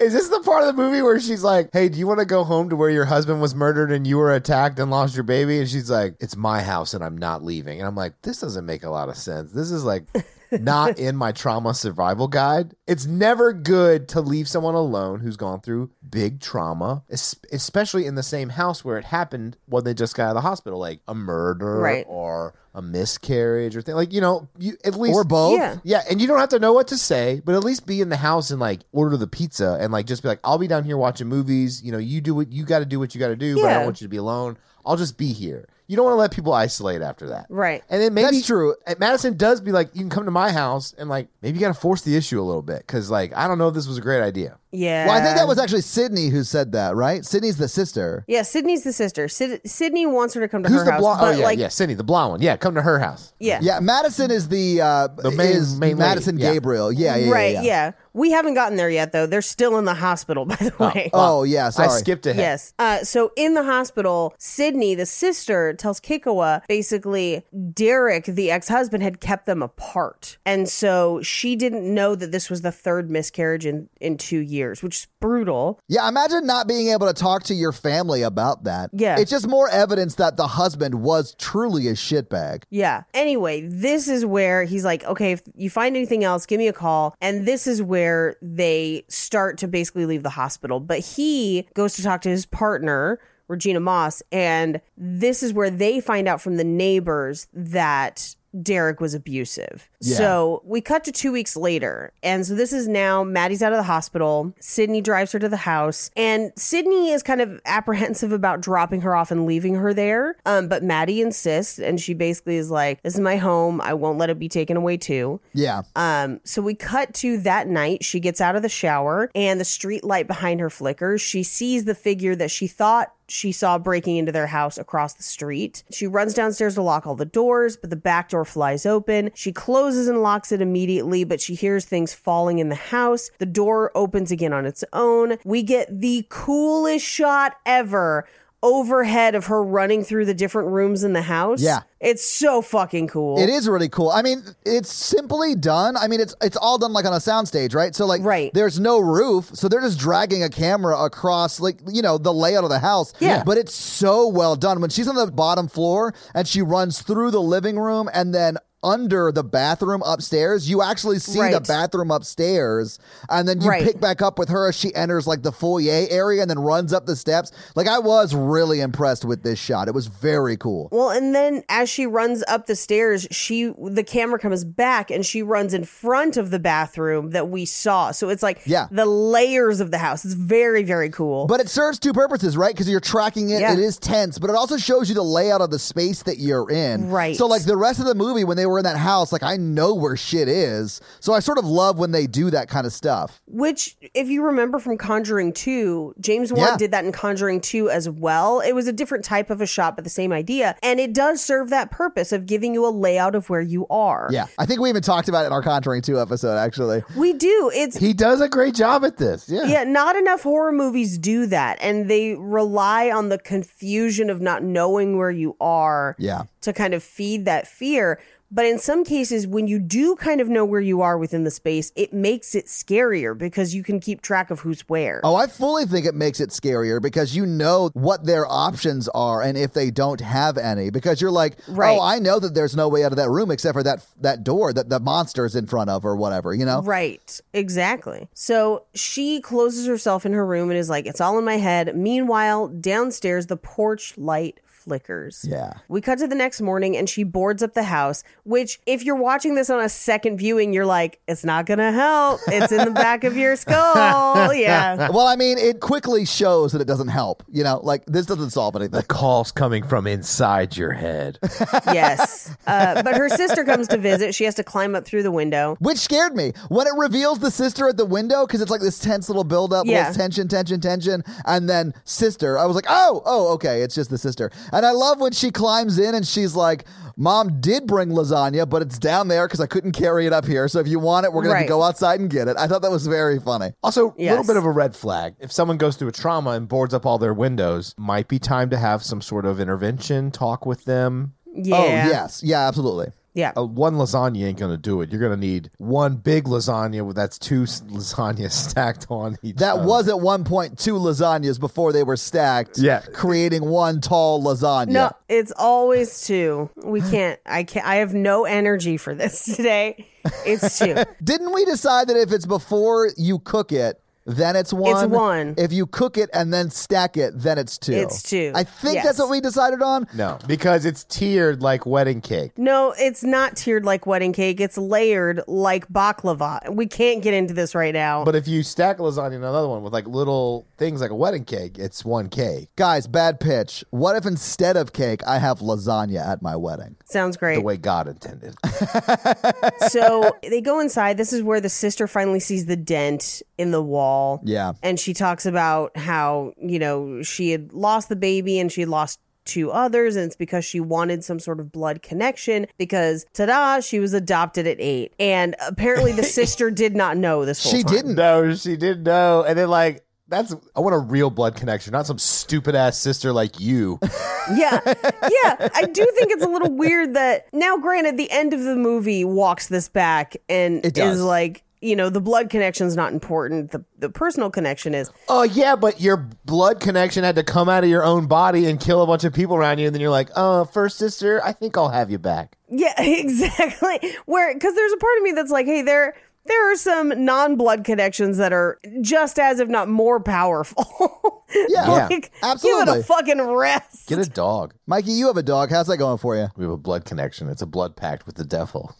Speaker 2: Is this the part of the movie where she's like, "Hey, do you want to go home to where your husband was murdered and you were attacked and lost your baby?" And she's like, "It's my house and I'm not leaving." And I'm like, "This doesn't make a lot of sense. This is like not in my trauma survival guide. It's never good to leave someone alone who's gone through big trauma, es- especially in the same house where it happened when they just got out of the hospital, like a murder
Speaker 3: Right.
Speaker 2: or a miscarriage or thing. Like, you know, you at least
Speaker 1: Or both.
Speaker 3: Yeah.
Speaker 2: yeah, and you don't have to know what to say, but at least be in the house and like order the pizza and like just be like, I'll be down here watching movies. You know, you do what you got to do, what you got to do, but I
Speaker 3: Yeah.
Speaker 2: don't want you to be alone. I'll just be here. You don't want to let people isolate after that,
Speaker 3: Right.
Speaker 2: And then maybe
Speaker 1: That's true.
Speaker 2: and Madison does be like, you can come to my house and like maybe you got to force the issue a little bit because like I don't know if this was a great idea.
Speaker 3: Yeah.
Speaker 1: Well, I think that was actually Sydney who said that, right? Sydney's the sister.
Speaker 3: Yeah, Sydney's the sister. Sid- Sydney wants her to come to
Speaker 2: Who's
Speaker 3: her
Speaker 2: the
Speaker 3: house,
Speaker 2: blonde? Oh
Speaker 3: but
Speaker 2: yeah,
Speaker 3: like,
Speaker 2: yeah, Cindy, the blonde one. Yeah, come to her house.
Speaker 3: yeah,
Speaker 1: Yeah, Madison is the uh, the
Speaker 2: main-
Speaker 1: is
Speaker 2: main lady,
Speaker 1: Madison
Speaker 2: yeah.
Speaker 1: Gabriel. Yeah, yeah,
Speaker 3: right,
Speaker 1: yeah.
Speaker 3: yeah. We haven't gotten there yet, though. They're still in the hospital, by the way.
Speaker 1: Oh yeah, sorry.
Speaker 2: I skipped ahead.
Speaker 3: Yes. Uh, so in the hospital, Sydney, the sister, tells Kikawa basically Derek, the ex husband, had kept them apart. And so she didn't know that this was the third miscarriage in, in two years, which is brutal.
Speaker 1: Yeah, imagine not being able to talk to your family about that.
Speaker 3: Yeah.
Speaker 1: it's just more evidence that the husband was truly a shitbag.
Speaker 3: Yeah. Anyway, this is where he's like, okay, if you find anything else, give me a call. And this is where they start to basically leave the hospital. But he goes to talk to his partner, Regina Moss. And this is where they find out from the neighbors that Derek was abusive. So we cut to two weeks later. And so this is now Maddie's out of the hospital. Sydney drives her to the house. And Sydney is kind of apprehensive about dropping her off and leaving her there. Um, but Maddie insists. And she basically is like, This is my home. I won't let it be taken away, too.
Speaker 1: Yeah,
Speaker 3: Um, so we cut to that night. She gets out of the shower and the street light behind her flickers. She sees the figure that she thought she saw breaking into their house across the street. She runs downstairs to lock all the doors, but the back door flies open. She closes and locks it immediately, but she hears things falling in the house. The door opens again on its own. We get the coolest shot ever overhead of her running through the different rooms in the house.
Speaker 1: Yeah.
Speaker 3: It's so fucking cool.
Speaker 1: it is really cool. I mean, it's simply done. I mean, it's it's all done like on a soundstage, right? So like,
Speaker 3: Right.
Speaker 1: There's no roof, so they're just dragging a camera across like you know the layout of the house.
Speaker 3: Yeah.
Speaker 1: but it's so well done. When she's on the bottom floor and she runs through the living room and then under the bathroom upstairs, you actually see the
Speaker 3: Right.
Speaker 1: bathroom upstairs, and then you
Speaker 3: Right.
Speaker 1: pick back up with her as she enters like the foyer area and then runs up the steps. Like I was really impressed with this shot. It was very cool.
Speaker 3: Well, and then as she runs up the stairs, she the camera comes back and she runs in front of the bathroom that we saw. So it's like
Speaker 1: Yeah.
Speaker 3: the layers of the house. It's very very cool.
Speaker 1: But it serves two purposes, right? Because you're tracking it.
Speaker 3: Yeah.
Speaker 1: It is tense, but it also shows you the layout of the space that you're in.
Speaker 3: Right.
Speaker 1: So, like the rest of the movie, when they were were in that house, like I know where shit is. So I sort of love when they do that kind of stuff.
Speaker 3: Which, if you remember from Conjuring 2, James Wan
Speaker 1: Yeah.
Speaker 3: did that in Conjuring 2 as well. It was a different type of a shot, but the same idea. And it does serve that purpose of giving you a layout of where you are.
Speaker 1: Yeah. I think we even talked about it in our Conjuring 2 episode, actually.
Speaker 3: We do. It's
Speaker 2: He does a great job at this. Yeah.
Speaker 3: Yeah, not enough horror movies do that. And they rely on the confusion of not knowing where you are
Speaker 1: Yeah.
Speaker 3: to kind of feed that fear. But in some cases, when you do kind of know where you are within the space, it makes it scarier because you can keep track of who's where.
Speaker 1: Oh, I fully think it makes it scarier because you know what their options are and if they don't have any because you're like,
Speaker 3: Right.
Speaker 1: "Oh, I know that there's no way out of that room except for that that door that the monster's in front of or whatever, you know?"
Speaker 3: Right, exactly. So she closes herself in her room and is like, it's all in my head. Meanwhile, downstairs, the porch light flickers.
Speaker 1: Yeah.
Speaker 3: We cut to the next morning and she boards up the house, which, if you're watching this on a second viewing, you're like, it's not going to help. It's in the back of your skull. Yeah.
Speaker 1: Well, I mean, it quickly shows that it doesn't help, you know? Like this doesn't solve anything.
Speaker 2: Calls coming from inside your head.
Speaker 3: Yes. Uh, but her sister comes to visit. She has to climb up through the window.
Speaker 1: Which scared me when it reveals the sister at the window because it's like this tense little buildup,
Speaker 3: Yeah.
Speaker 1: little tension, tension, tension, and then sister. I was like, oh, oh, okay, it's just the sister. And I love when she climbs in and she's like, "Mom did bring lasagna, but it's down there because I couldn't carry it up here. So if you want it, we're gonna have
Speaker 3: Right.
Speaker 1: to go outside and get it." I thought that was very funny.
Speaker 2: Also, a little
Speaker 3: Yes.
Speaker 2: bit of a red flag. If someone goes through a trauma and boards up all their windows, might be time to have some sort of intervention, talk with them.
Speaker 3: Yeah.
Speaker 1: Oh yes, yeah, absolutely.
Speaker 3: Yeah.
Speaker 2: Uh, one lasagna ain't going to do it. You're going to need one big lasagna with that's two s- lasagnas stacked on each.
Speaker 1: That
Speaker 2: other.
Speaker 1: was at one point two lasagnas before they were stacked.
Speaker 2: Yeah.
Speaker 1: creating one tall lasagna.
Speaker 3: No, it's always two. We can't. I can't. I have no energy for this today. It's two.
Speaker 1: Didn't we decide that if it's before you cook it, then it's one?
Speaker 3: one.
Speaker 1: If you cook it and then stack it, then it's two.
Speaker 3: It's two.
Speaker 1: I think
Speaker 3: Yes.
Speaker 1: that's what we decided on.
Speaker 2: No, because it's tiered like wedding cake.
Speaker 3: No, it's not tiered like wedding cake. It's layered like baklava. We can't get into this right now.
Speaker 2: But if you stack lasagna and another one with like little things like a wedding cake, it's one cake.
Speaker 1: Guys, bad pitch. What if instead of cake, I have lasagna at my wedding?
Speaker 3: Sounds
Speaker 2: The
Speaker 3: great.
Speaker 2: way God intended.
Speaker 3: so they go inside. This is where the sister finally sees the dent in the wall.
Speaker 1: Yeah.
Speaker 3: And she talks about how, you know, she had lost the baby and she had lost two others. And it's because she wanted some sort of blood connection because, ta da, she was adopted at eight. And apparently the sister did not know this whole
Speaker 1: She
Speaker 3: time.
Speaker 1: didn't.
Speaker 2: No, she didn't know. And then like that's I want a real blood connection, not some stupid ass sister like you.
Speaker 3: Yeah. Yeah. I do think it's a little weird that now, granted, the end of the movie walks this back and
Speaker 1: It does.
Speaker 3: is like, you know, the blood connection's not important. The, the personal connection is.
Speaker 2: oh yeah, but your blood connection had to come out of your own body and kill a bunch of people around you, and then you're like, uh, first sister, I think I'll have you back.
Speaker 3: Yeah, exactly. Where, because there's a part of me that's like, hey, there. There are some non-blood connections that are just as, if not more, powerful.
Speaker 1: Yeah,
Speaker 3: Like, Give it
Speaker 1: absolutely.
Speaker 3: a fucking rest.
Speaker 2: Get a dog.
Speaker 1: Mikey, you have a dog. How's that going for you?
Speaker 2: We have a blood connection. It's a blood pact with the devil.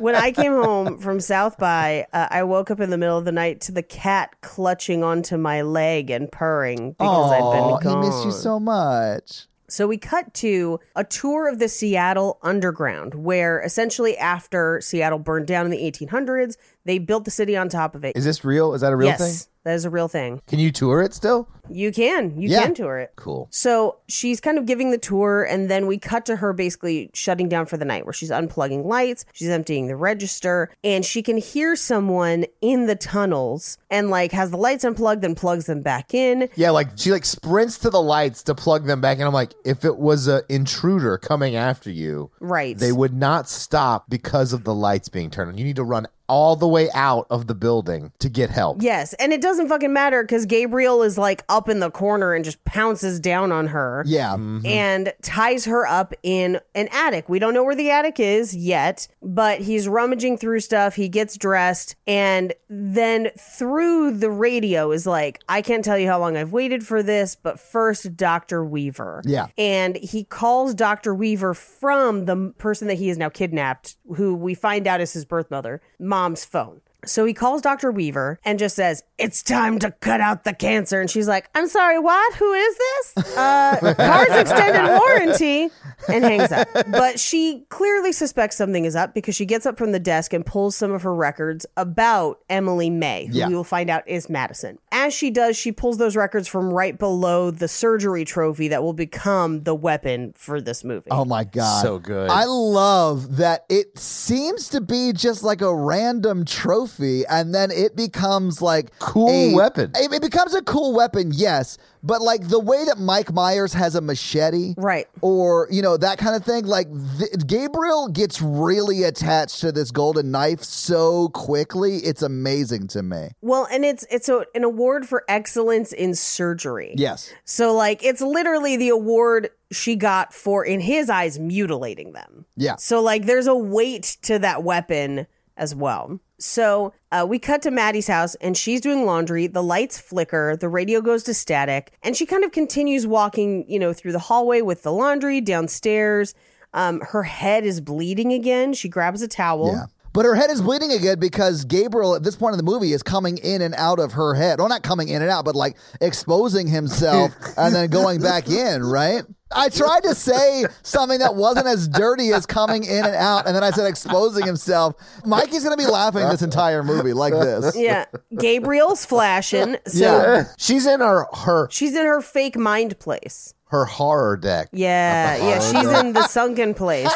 Speaker 3: when I came home from South by, uh, I woke up in the middle of the night to the cat clutching onto my leg and purring because I'd
Speaker 1: Aw,
Speaker 3: been gone.
Speaker 1: he missed you so much.
Speaker 3: So we cut to a tour of the Seattle underground, where essentially after Seattle burned down in the 1800s, they built the city on top of it.
Speaker 2: Is this real? Is that a real
Speaker 3: yes,
Speaker 2: thing?
Speaker 3: that is a real thing.
Speaker 2: Can you tour it still?
Speaker 3: You can, you
Speaker 1: Yeah.
Speaker 3: can tour it.
Speaker 2: Cool.
Speaker 3: So she's kind of giving the tour, and then we cut to her basically shutting down for the night, where she's unplugging lights, she's emptying the register, and she can hear someone in the tunnels and like has the lights unplugged, then plugs them back in.
Speaker 2: Yeah, like she like sprints to the lights to plug them back, and I'm like, if it was an intruder coming after you,
Speaker 3: Right.
Speaker 2: They would not stop because of the lights being turned on. You need to run all the way out of the building to get help.
Speaker 3: Yes, and it doesn't fucking matter because Gabriel is like up in the corner and just pounces down on her
Speaker 1: Yeah.
Speaker 3: and ties her up in an attic. We don't know where the attic is yet, but he's rummaging through stuff. He gets dressed, and then through the radio is like, I can't tell you how long I've waited for this, but first, Dr. Weaver.
Speaker 1: Yeah.
Speaker 3: And he calls Dr. Weaver from the m- person that he has now kidnapped, who we find out is his birth mother, mom's phone. So he calls Dr. Weaver and just says, It's time to cut out the cancer. And she's like, I'm sorry, what? Who is this? Uh, car's extended warranty. And hangs up. But she clearly suspects something is up because she gets up from the desk and pulls some of her records about Emily May, who
Speaker 1: Yeah.
Speaker 3: we will find out is Madison. As she does, she pulls those records from right below the surgery trophy that will become the weapon for this movie.
Speaker 1: Oh my god.
Speaker 2: So good.
Speaker 1: I love that it seems to be just like a random trophy and then it becomes like
Speaker 2: Cool
Speaker 1: a-
Speaker 2: weapon.
Speaker 1: It, it becomes a cool weapon, yes, but like the way that Mike Myers has a machete.
Speaker 3: Right.
Speaker 1: Or, you know, that kind of thing. Like, th- Gabriel gets really attached to this golden knife so quickly. It's amazing to me.
Speaker 3: Well, and it's it's a, an award for excellence in surgery.
Speaker 1: Yes.
Speaker 3: So like it's literally the award she got for in his eyes mutilating them.
Speaker 1: Yeah.
Speaker 3: So like there's a weight to that weapon as well. So uh, we cut to Maddie's house and she's doing laundry. The lights flicker, the radio goes to static, and she kind of continues walking, you know, through the hallway with the laundry downstairs. Um, her head is bleeding again. She grabs a towel.
Speaker 1: Yeah. But her head is bleeding again because Gabriel, at this point in the movie, is coming in and out of her head. Well, not coming in and out, but like exposing himself and then going back in, right? I tried to say something that wasn't as dirty as coming in and out, and then I said exposing himself. Mikey's going to be laughing this entire movie like this.
Speaker 3: Yeah. Gabriel's flashing. So
Speaker 1: Yeah.
Speaker 2: She's in her her
Speaker 3: she's in her fake mind place.
Speaker 2: her horror deck.
Speaker 3: Yeah, yeah, she's in the sunken place.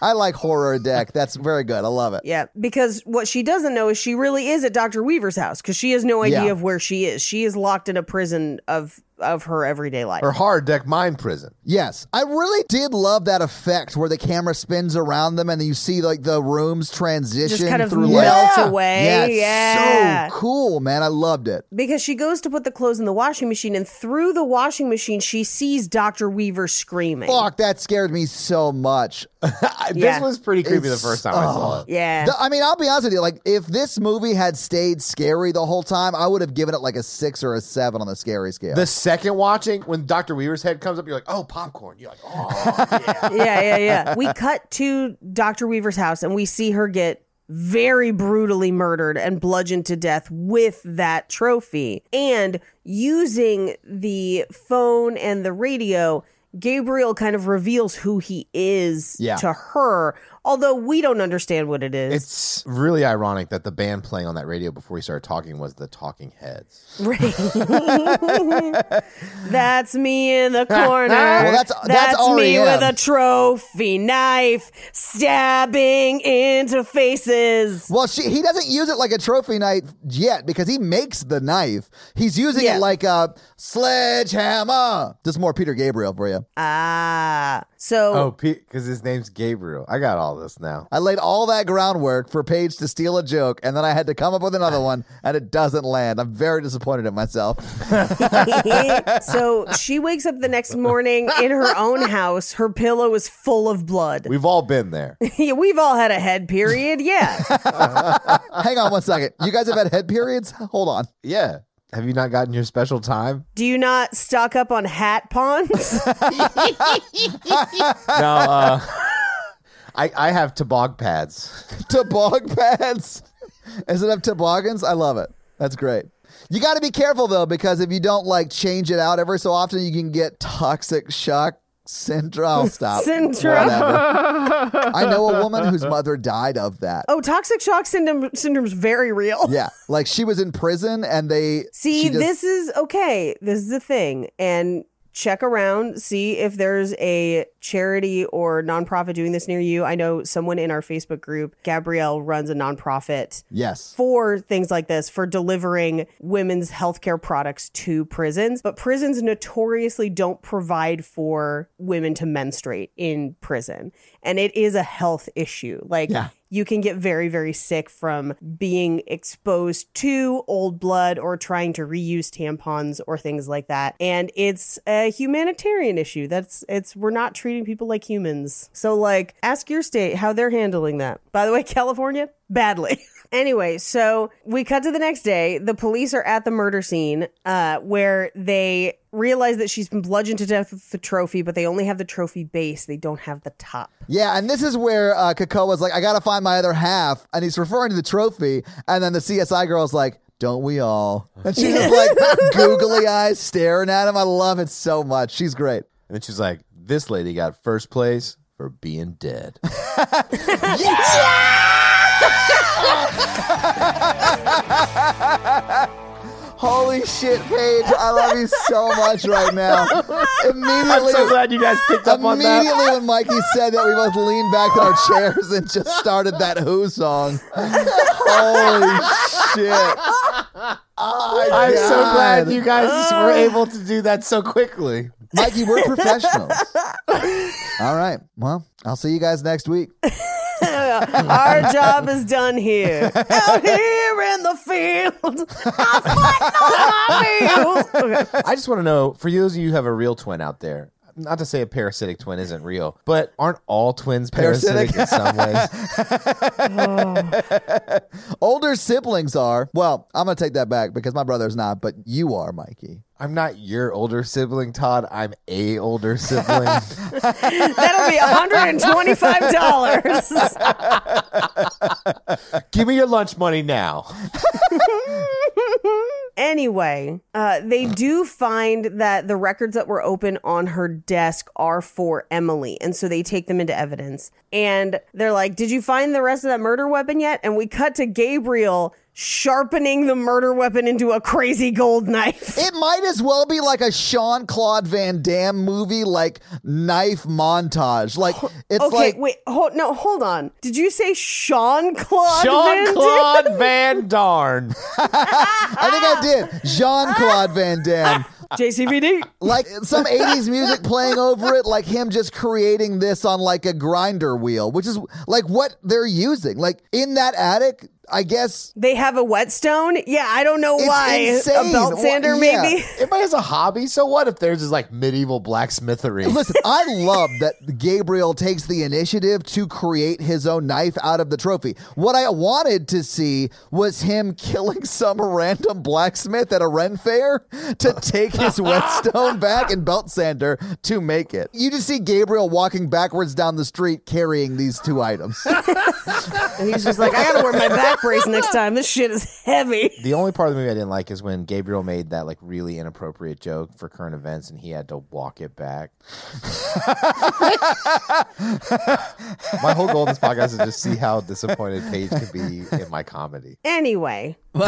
Speaker 1: I like horror deck. That's very good. I love it.
Speaker 3: Yeah, because what she doesn't know is she really is at Dr. Weaver's house because she has no idea
Speaker 1: Yeah.
Speaker 3: of where she is. She is locked in a prison of of her everyday life.
Speaker 2: Her horror deck mind prison.
Speaker 1: Yes, I really did love that effect where the camera spins around them and you see like the rooms transition
Speaker 3: Just kind of
Speaker 1: through
Speaker 3: melt
Speaker 1: like
Speaker 3: away.
Speaker 1: Yeah,
Speaker 3: Yeah.
Speaker 1: it's so cool, man. I loved it.
Speaker 3: Because she goes to put the clothes in the washing machine and through the washing machine she sees Dr. Weaver screaming.
Speaker 1: Fuck, that scared me so much.
Speaker 2: This
Speaker 3: Yeah.
Speaker 2: was pretty creepy
Speaker 1: It's-
Speaker 2: the first time I saw it.
Speaker 3: Yeah.
Speaker 1: The- I mean, I'll be honest with you. Like, if this movie had stayed scary the whole time, I would have given it like a six or a seven on the scary scale.
Speaker 2: The second watching, when Dr. Weaver's head comes up, you're like, oh, popcorn. You're like, oh, yeah.
Speaker 3: yeah, yeah, yeah. We cut to Dr. Weaver's house and we see her get very brutally murdered and bludgeoned to death with that trophy. And using the phone and the radio, Gabriel kind of reveals who he is
Speaker 1: Yeah.
Speaker 3: to her, although we don't understand what it is.
Speaker 2: It's really ironic that the band playing on that radio before we started talking was the Talking Heads.
Speaker 3: Right. that's me in the corner.
Speaker 1: Well, that's-
Speaker 3: that's
Speaker 1: that's E
Speaker 3: me
Speaker 1: R.E.M..
Speaker 3: with a trophy knife stabbing into faces.
Speaker 1: well, she, he doesn't use it like a trophy knife yet because he makes the knife. He's using
Speaker 3: Yeah.
Speaker 1: it like a sledgehammer. Just more Peter Gabriel for you.
Speaker 3: Ah. So
Speaker 2: Oh, because his name's Gabriel. I got all this now.
Speaker 1: I laid all that groundwork for Paige to steal a joke, and then I had to come up with another one, and it doesn't land. I'm very disappointed in myself. Oh.
Speaker 3: so she wakes up the next morning in her own house. Her pillow is full of blood.
Speaker 2: We've all been there.
Speaker 3: Yeah, We've all had a head period. Yeah.
Speaker 1: Hang on one second. You guys have had head periods? Hold on.
Speaker 2: Yeah. Have you not gotten your special time?
Speaker 3: Do you not stock up on hat pawns?
Speaker 2: No, uh, I, I have tobog pads.
Speaker 1: Tobog pads. Is it up toboggans? I love it. That's great. You got to be careful though, because if you don't like change it out every so often, you can get toxic shock syndrome. I'll stop.
Speaker 3: Syndrome.
Speaker 1: Whatever. I know a woman whose mother died of that.
Speaker 3: oh, toxic shock syndrome syndrome's very real.
Speaker 1: Yeah, like she was in prison and they
Speaker 3: See,
Speaker 1: she just-
Speaker 3: this is okay. This is the thing. And check around, see if there's a charity or nonprofit doing this near you. I know someone in our Facebook group, Gabrielle, runs a nonprofit
Speaker 1: yes.
Speaker 3: for things like this for delivering women's healthcare products to prisons. But prisons notoriously don't provide for women to menstruate in prison. And it is a health issue. Like
Speaker 1: Yeah.
Speaker 3: you can get very, very sick from being exposed to old blood or trying to reuse tampons or things like that. And it's a humanitarian issue. That's it's we're not treating people like humans. So like ask your state how they're handling that. By the way, California, badly. Anyway, so we cut to the next day. The police are at the murder scene uh, where they realize that she's been bludgeoned to death with the trophy, but they only have the trophy base. They don't have the top.
Speaker 1: Yeah, and this is where uh, Kakoa's like, I gotta find my other half, and he's referring to the trophy, and then the CSI girl's like, don't we all? And she's just like googly eyes staring at him. I love it so much. She's great.
Speaker 2: And then she's like, "This lady got first place for being dead."
Speaker 1: Holy shit, Paige. I love you so much right now. Immediately,
Speaker 2: you guys picked
Speaker 1: immediately when Mikey said that, we both leaned back in our chairs and just started that Who song. Holy shit.
Speaker 2: I'm so
Speaker 1: God.
Speaker 2: glad you guys were able to do that so quickly.
Speaker 1: Mikey, we're professionals. All right. Well, I'll see you guys next week.
Speaker 3: Our job is done here. Out here in the field. I fight the field. Okay.
Speaker 2: I just want to know for those of you who have a real twin out there, not to say a parasitic twin isn't real, but aren't all twins parasitic, in some ways?
Speaker 1: Older siblings are. Well, I'm going to take that back because my brother's not, but you are, Mikey.
Speaker 2: I'm not your older sibling, Todd. I'm a older sibling.
Speaker 3: That'll be $125.
Speaker 2: Give me your lunch money now.
Speaker 3: anyway, uh, they do find that the records that were open on her desk are for Emily. And so they take them into evidence. And they're like, Did you find the rest of that murder weapon yet? And we cut to Gabriel sharpening the murder weapon into a crazy gold knife.
Speaker 1: It might as well be like a Sean Claude Van Damme movie, like knife montage. Like, it's
Speaker 3: Okay,
Speaker 1: like.
Speaker 3: wait, hold no, hold on. Did you say Sean Claude?
Speaker 2: Sean Claude Van Darn.
Speaker 1: I think I did. Jean Claude Van Damme.
Speaker 3: JCVD.
Speaker 1: Like some 80s music playing over it, like him just creating this on like a grinder wheel, which is like what they're using. Like in that attic, I guess.
Speaker 3: They have a whetstone. Yeah, I don't know why.
Speaker 1: insane.
Speaker 3: A belt
Speaker 1: Wha-
Speaker 3: sander,
Speaker 1: yeah.
Speaker 3: maybe.
Speaker 2: Everybody has a hobby, so what if there's just like medieval blacksmithery?
Speaker 1: Listen, I love that Gabriel takes the initiative to create his own knife out of the trophy. What I wanted to see was him killing some random blacksmith at a Ren fair to take his whetstone back and belt sander to make it. You just see Gabriel walking backwards down the street carrying these two items.
Speaker 3: And he's just like, I gotta wear my back brace next time. This shit is heavy.
Speaker 2: The only part of the movie I didn't like is when Gabriel made that like really inappropriate joke for current events and he had to walk it back. my whole goal in this podcast is to see how disappointed Paige can be in my comedy.
Speaker 3: Anyway, uh,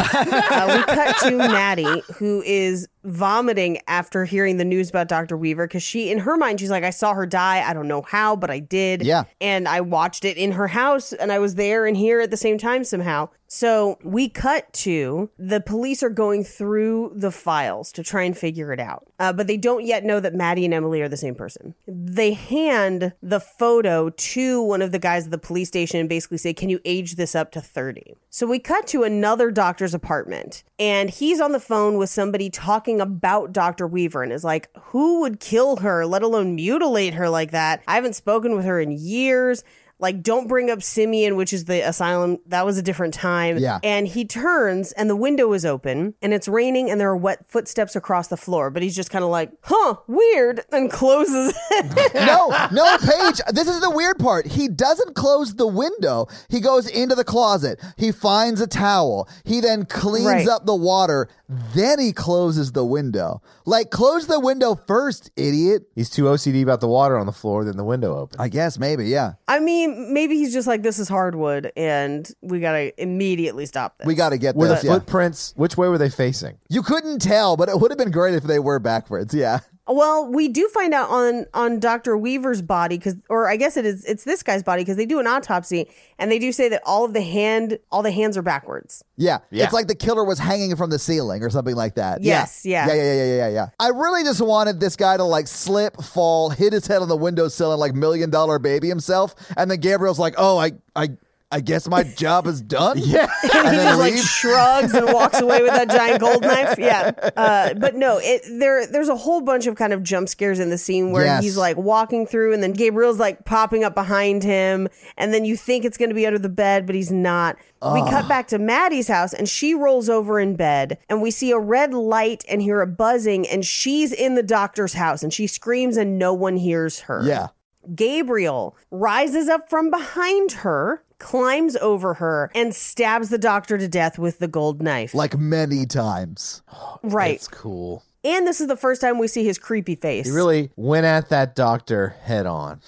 Speaker 3: we cut to Maddie, who is vomiting after hearing the news about Dr. Weaver because she, in her mind, she's like, I saw her die. I don't know how, but I did.
Speaker 1: Yeah.
Speaker 3: And I watched it in her house and I was there and here at the same time somehow. So we cut to the police are going through the files to try and figure it out. Uh, but they don't yet know that Maddie and Emily are the same person. They hand the photo to one of the guys at the police station and basically say, Can you age this up to 30? So we cut to another doctor's apartment and he's on the phone with somebody talking about Dr. Weaver and is like, Who would kill her, let alone mutilate her like that? I haven't spoken with her in years. Like, don't bring up Simeon, which is the asylum. That was a different time.
Speaker 1: Yeah.
Speaker 3: And he turns, and the window is open, and it's raining, and there are wet footsteps across the floor. But he's just kind of like, huh, weird, and closes it.
Speaker 1: no, no, Paige. This is the weird part. He doesn't close the window. He goes into the closet. He finds a towel. He then cleans
Speaker 3: Right.
Speaker 1: up the water. Then he closes the window. Like, close the window first, idiot.
Speaker 2: He's too OCD about the water on the floor than the window open.
Speaker 1: I guess maybe, yeah.
Speaker 3: I mean, maybe he's just like, this is hardwood, and we got to immediately stop this.
Speaker 1: We got to get
Speaker 2: Were the
Speaker 1: this. Yeah.
Speaker 2: footprints, which way were they facing?
Speaker 1: You couldn't tell, but it would have been great if they were backwards. Yeah.
Speaker 3: Well, we do find out on on Dr. Weaver's body cuz or I guess it is it's this guy's body cuz they do an autopsy and they do say that all of the hand all the hands are backwards.
Speaker 1: Yeah.
Speaker 2: Yeah.
Speaker 1: It's like the killer was hanging from the ceiling or something like that.
Speaker 3: Yes, yeah.
Speaker 1: Yeah, yeah, yeah, yeah, yeah, yeah. I really just wanted this guy to like slip, fall, hit his head on the windowsill and like million dollar baby himself. And then Gabriel's like, oh, I, I, I guess my job is done.
Speaker 2: Yeah.
Speaker 1: and
Speaker 3: He
Speaker 1: then
Speaker 3: just like
Speaker 1: leave.
Speaker 3: shrugs and walks away with that giant gold knife. Yeah, uh, but no, it, there there's a whole bunch of kind of jump scares in the scene where
Speaker 1: Yes.
Speaker 3: he's like walking through, and then Gabriel's like popping up behind him, and then you think it's going to be under the bed, but he's not. We cut back to Maddie's house, and she rolls over in bed, and we see a red light and hear a buzzing, and she's in the doctor's house, and she screams, and no one hears her.
Speaker 1: yeah.
Speaker 3: Gabriel rises up from behind her, climbs over her, and stabs the doctor to death with the gold knife.
Speaker 1: Like many times.
Speaker 3: right.
Speaker 2: It's cool.
Speaker 3: And this is the first time we see his creepy face.
Speaker 2: He really went at that doctor head on.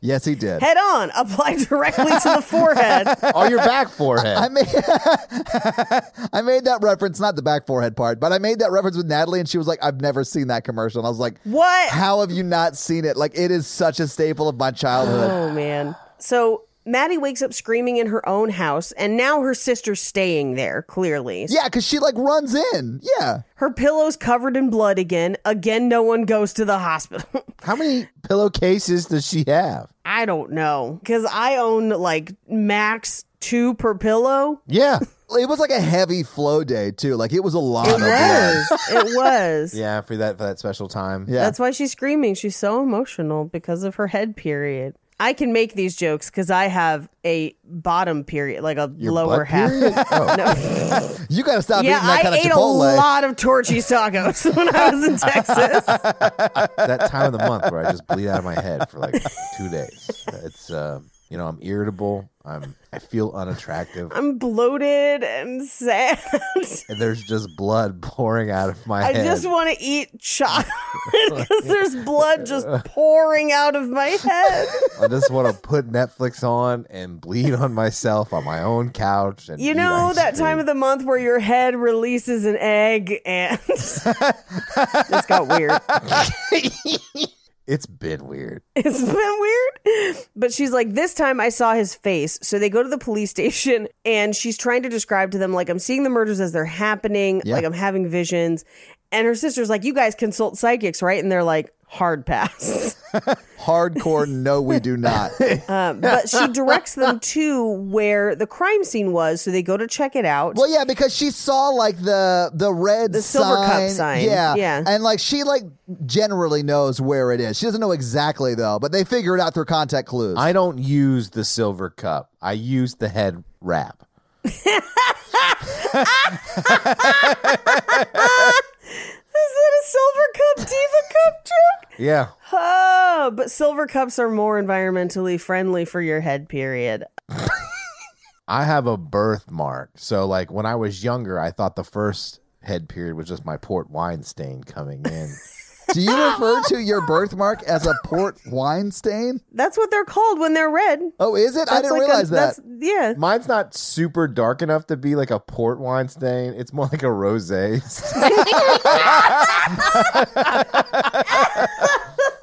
Speaker 1: Yes, he did.
Speaker 3: Head on, applied directly to the forehead.
Speaker 2: On your back forehead.
Speaker 1: I made I made that reference, not the back forehead part, but I made that reference with Natalie, and she was like, "I've never seen that commercial." And I was like,
Speaker 3: What?
Speaker 1: How have you not seen it? Like, it is such a staple of my childhood."
Speaker 3: Oh, man. So Maddie wakes up screaming in her own house, and now her sister's staying there, clearly.
Speaker 1: yeah, because she like runs in. Yeah,
Speaker 3: Her pillow's covered in blood again. Again, no one goes to the hospital.
Speaker 2: How many pillowcases does she have?
Speaker 3: I don't know. Because I own like max two per pillow.
Speaker 2: Yeah.
Speaker 1: it was like a heavy flow day too. Like, it was a lot. of blood.
Speaker 3: was. It was.
Speaker 2: Yeah, for that for that special time.
Speaker 1: Yeah.
Speaker 3: That's why she's screaming. She's so emotional because of her head period. I can make these jokes because I have a bottom period, like a lower
Speaker 2: butt
Speaker 3: half.
Speaker 2: period? Oh.
Speaker 1: You gotta stop
Speaker 3: Yeah,
Speaker 1: eating that kind
Speaker 3: I
Speaker 1: of
Speaker 3: ate a
Speaker 1: Chipotle.
Speaker 3: lot of Torchy tacos when I was in Texas.
Speaker 2: that time of the month where I just bleed out of my head for like two days. It's uh, you know, I'm irritable. I'm I feel unattractive.
Speaker 3: I'm bloated and sad.
Speaker 2: and there's just blood pouring out of my
Speaker 3: I
Speaker 2: head.
Speaker 3: just want to eat chocolate because there's blood just pouring out of my head.
Speaker 2: I just want to put Netflix on and bleed on myself on my own couch. And
Speaker 3: You know that time of the month where your head releases an egg and this got weird.
Speaker 2: it's been weird.
Speaker 3: It's been weird. But she's like, this time I saw his face. So they go to the police station and she's trying to describe to them, like, I'm seeing the murders as they're happening, like, I'm having visions. And her sister's like, you guys consult psychics, right? And they're like, hard pass.
Speaker 1: Hardcore. No, we do not.
Speaker 3: um, but she directs them to where the crime scene was. So they go to check it out.
Speaker 1: Well, yeah, because she saw like the the red
Speaker 3: The silver cup
Speaker 1: sign.
Speaker 3: sign.
Speaker 1: Yeah,
Speaker 3: Yeah.
Speaker 1: and like she like generally knows where it is. She doesn't know exactly though, but they figure it out through contact clues.
Speaker 2: I don't use the silver cup. I use the head wrap.
Speaker 3: Is that a silver cup, diva cup joke?
Speaker 2: Yeah.
Speaker 3: Oh, but silver cups are more environmentally friendly for your head period.
Speaker 2: I have a birthmark. So like when I was younger, I thought the first head period was just my port wine stain coming in.
Speaker 1: do you refer to your birthmark as a port wine stain?
Speaker 3: That's what they're called when they're red.
Speaker 1: Oh, is it? I
Speaker 3: That's
Speaker 1: didn't
Speaker 3: like a-
Speaker 1: realize that.
Speaker 3: That's, yeah.
Speaker 2: Mine's not super dark enough to be like a port wine stain. It's more like a rose.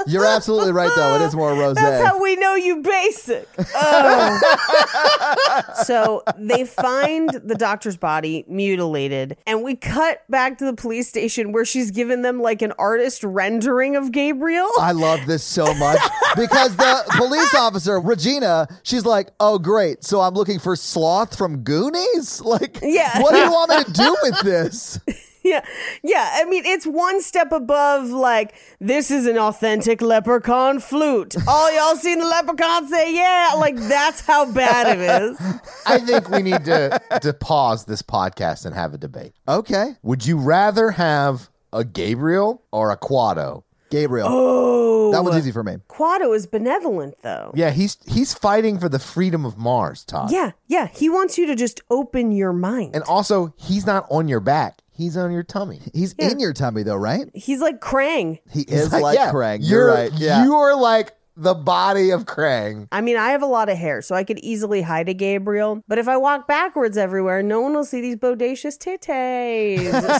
Speaker 1: You're absolutely right though. It is more rosé.
Speaker 3: That's how we know you basic. Oh. so they find the doctor's body mutilated, and we cut back to the police station where she's given them like an artist rendering of Gabriel.
Speaker 1: I love this so much because the police officer Regina, she's like, "Oh, great! So I'm looking for Sloth from Goonies. Like,
Speaker 3: Yeah.
Speaker 1: what do you want me to do with this?
Speaker 3: yeah. Yeah. I mean, it's one step above like, this is an authentic leprechaun flute. All y'all seen the leprechaun say, yeah. Like, that's how bad it is.
Speaker 2: I think we need to, to pause this podcast and have a debate.
Speaker 1: Okay,
Speaker 2: Would you rather have a Gabriel or a Quado?
Speaker 1: Gabriel,
Speaker 3: Oh.
Speaker 1: that one's easy for me.
Speaker 3: Quado is benevolent, though.
Speaker 2: Yeah, he's he's fighting for the freedom of Mars, Todd.
Speaker 3: Yeah, yeah. He wants you to just open your mind.
Speaker 2: And also, he's not on your back. He's on your tummy.
Speaker 1: He's in your tummy though, right?
Speaker 3: He's like Krang.
Speaker 1: He is like,
Speaker 2: yeah,
Speaker 1: Krang. You're, right. Yeah,
Speaker 2: You are like the body of Krang.
Speaker 3: I mean, I have a lot of hair, so I could easily hide a Gabriel. But if I walk backwards everywhere, no one will see these bodacious titties.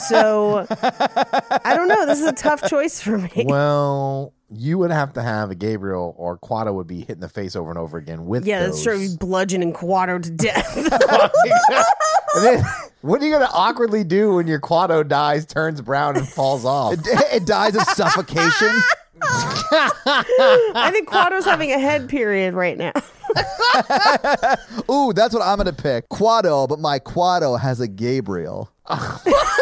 Speaker 3: so I don't know. This is a tough choice for me.
Speaker 2: Well, you would have to have a Gabriel or Quado would be hit in the face over and over again with
Speaker 3: Yeah, that's
Speaker 2: those.
Speaker 3: true. He's bludgeoning Quado to death.
Speaker 2: And then, what are you going to awkwardly do when your Quado dies, turns brown, and falls off?
Speaker 1: it dies of suffocation.
Speaker 3: I think Quado's having a head period right now.
Speaker 1: Ooh, that's what I'm gonna pick. Quado, but my Quado has a Gabriel.
Speaker 3: Three people.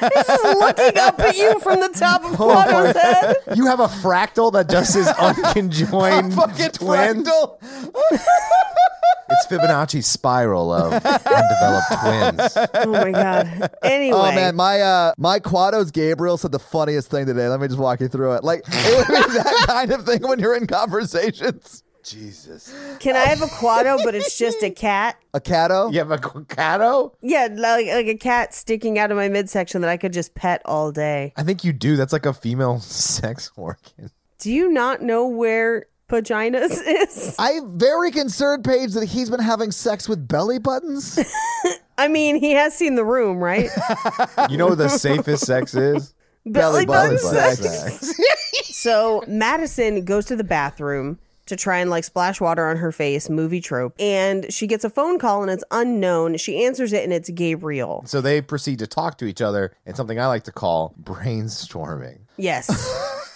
Speaker 3: He's just looking up at you from the top of Quado's head.
Speaker 2: You have a fractal that just is unconjoined twin. It's Fibonacci's spiral of undeveloped twins.
Speaker 3: Oh my god. Anyway,
Speaker 1: Oh man, my uh my Quado's Gabriel said the funniest thing today. Let me just walk you through it. Like it would be that kind of thing when you're in conversations.
Speaker 2: Jesus.
Speaker 3: can I have a Quado, but it's just a cat?
Speaker 1: A Cato?
Speaker 2: You have a Cato?
Speaker 3: Yeah, like like a cat sticking out of my midsection that I could just pet all day.
Speaker 2: I think you do. That's like a female sex organ.
Speaker 3: Do you not know where vaginas is?
Speaker 1: I'm very concerned, Paige, that he's been having sex with belly buttons.
Speaker 3: I mean, he has seen the room, right?
Speaker 2: You know what the safest sex is?
Speaker 3: Belly button
Speaker 1: button
Speaker 3: sex.
Speaker 2: sex.
Speaker 3: So Madison goes to the bathroom to try and like splash water on her face, movie trope. And she gets a phone call and it's unknown. She answers it and it's Gabriel.
Speaker 2: So they proceed to talk to each other in something I like to call brainstorming.
Speaker 3: Yes.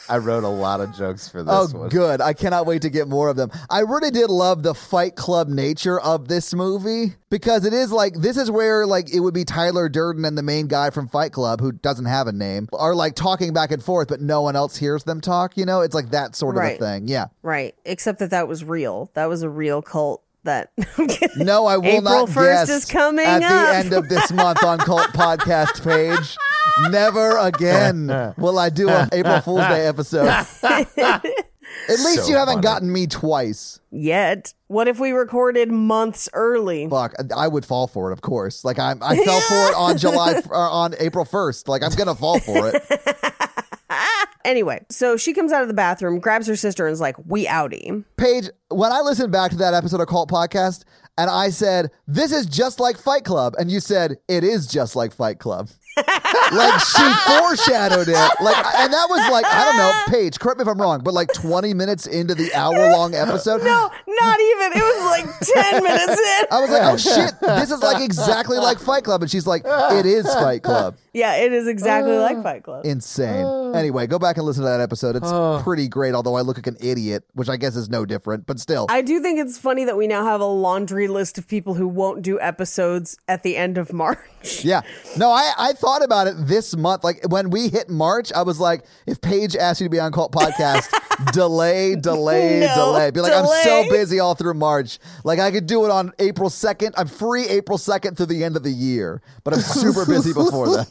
Speaker 2: I wrote a lot of jokes for this
Speaker 1: Oh,
Speaker 2: one.
Speaker 1: good. I cannot wait to get more of them. I really did love the Fight Club nature of this movie because it is like this is where like it would be Tyler Durden and the main guy from Fight Club who doesn't have a name are like talking back and forth, but no one else hears them talk. You know, it's like that sort of
Speaker 3: Right.
Speaker 1: a thing. Yeah.
Speaker 3: right. Except that that was real. That was a real cult that
Speaker 1: No, I will
Speaker 3: April
Speaker 1: not.
Speaker 3: 1st
Speaker 1: guess
Speaker 3: is coming
Speaker 1: at
Speaker 3: up.
Speaker 1: the end of this month on Cult Podcast page. Never again will I do an April Fool's Day episode. At least
Speaker 2: So
Speaker 1: you haven't
Speaker 2: funny.
Speaker 1: gotten me twice.
Speaker 3: yet. What if we recorded months early?
Speaker 1: Fuck, I would fall for it, of course. Like I'm, I fell for it on July or on April first. Like I'm gonna fall for it.
Speaker 3: Anyway, so she comes out of the bathroom, grabs her sister, and is like, We outie.
Speaker 1: Paige, when I listened back to that episode of Cult Podcast, and I said this is just like Fight Club, and you said it is just like Fight Club. like she foreshadowed it. Like, and that was like I don't know, Paige. Correct me if I'm wrong, but like 20 minutes into the hour long episode.
Speaker 3: No, not even. It was like 10 minutes in.
Speaker 1: I was like, oh shit, this is like exactly like Fight Club. And she's like, it is Fight Club.
Speaker 3: Yeah, it is exactly like Fight Club.
Speaker 1: Insane. anyway, go back and listen to that episode. It's pretty great, although I look like an idiot, which I guess is no different, but still.
Speaker 3: I do think it's funny that we now have a laundry list of people who won't do episodes at the end of March.
Speaker 1: yeah. No, I, I thought about it this month. Like when we hit March, I was like, if Paige asked you to be on Cult Podcast, delay, delay,
Speaker 3: No,
Speaker 1: delay. Be like, I'm
Speaker 3: delay.
Speaker 1: so busy all through March. Like I could do it on April 2nd. I'm free April 2nd through the end of the year, but I'm super busy before then.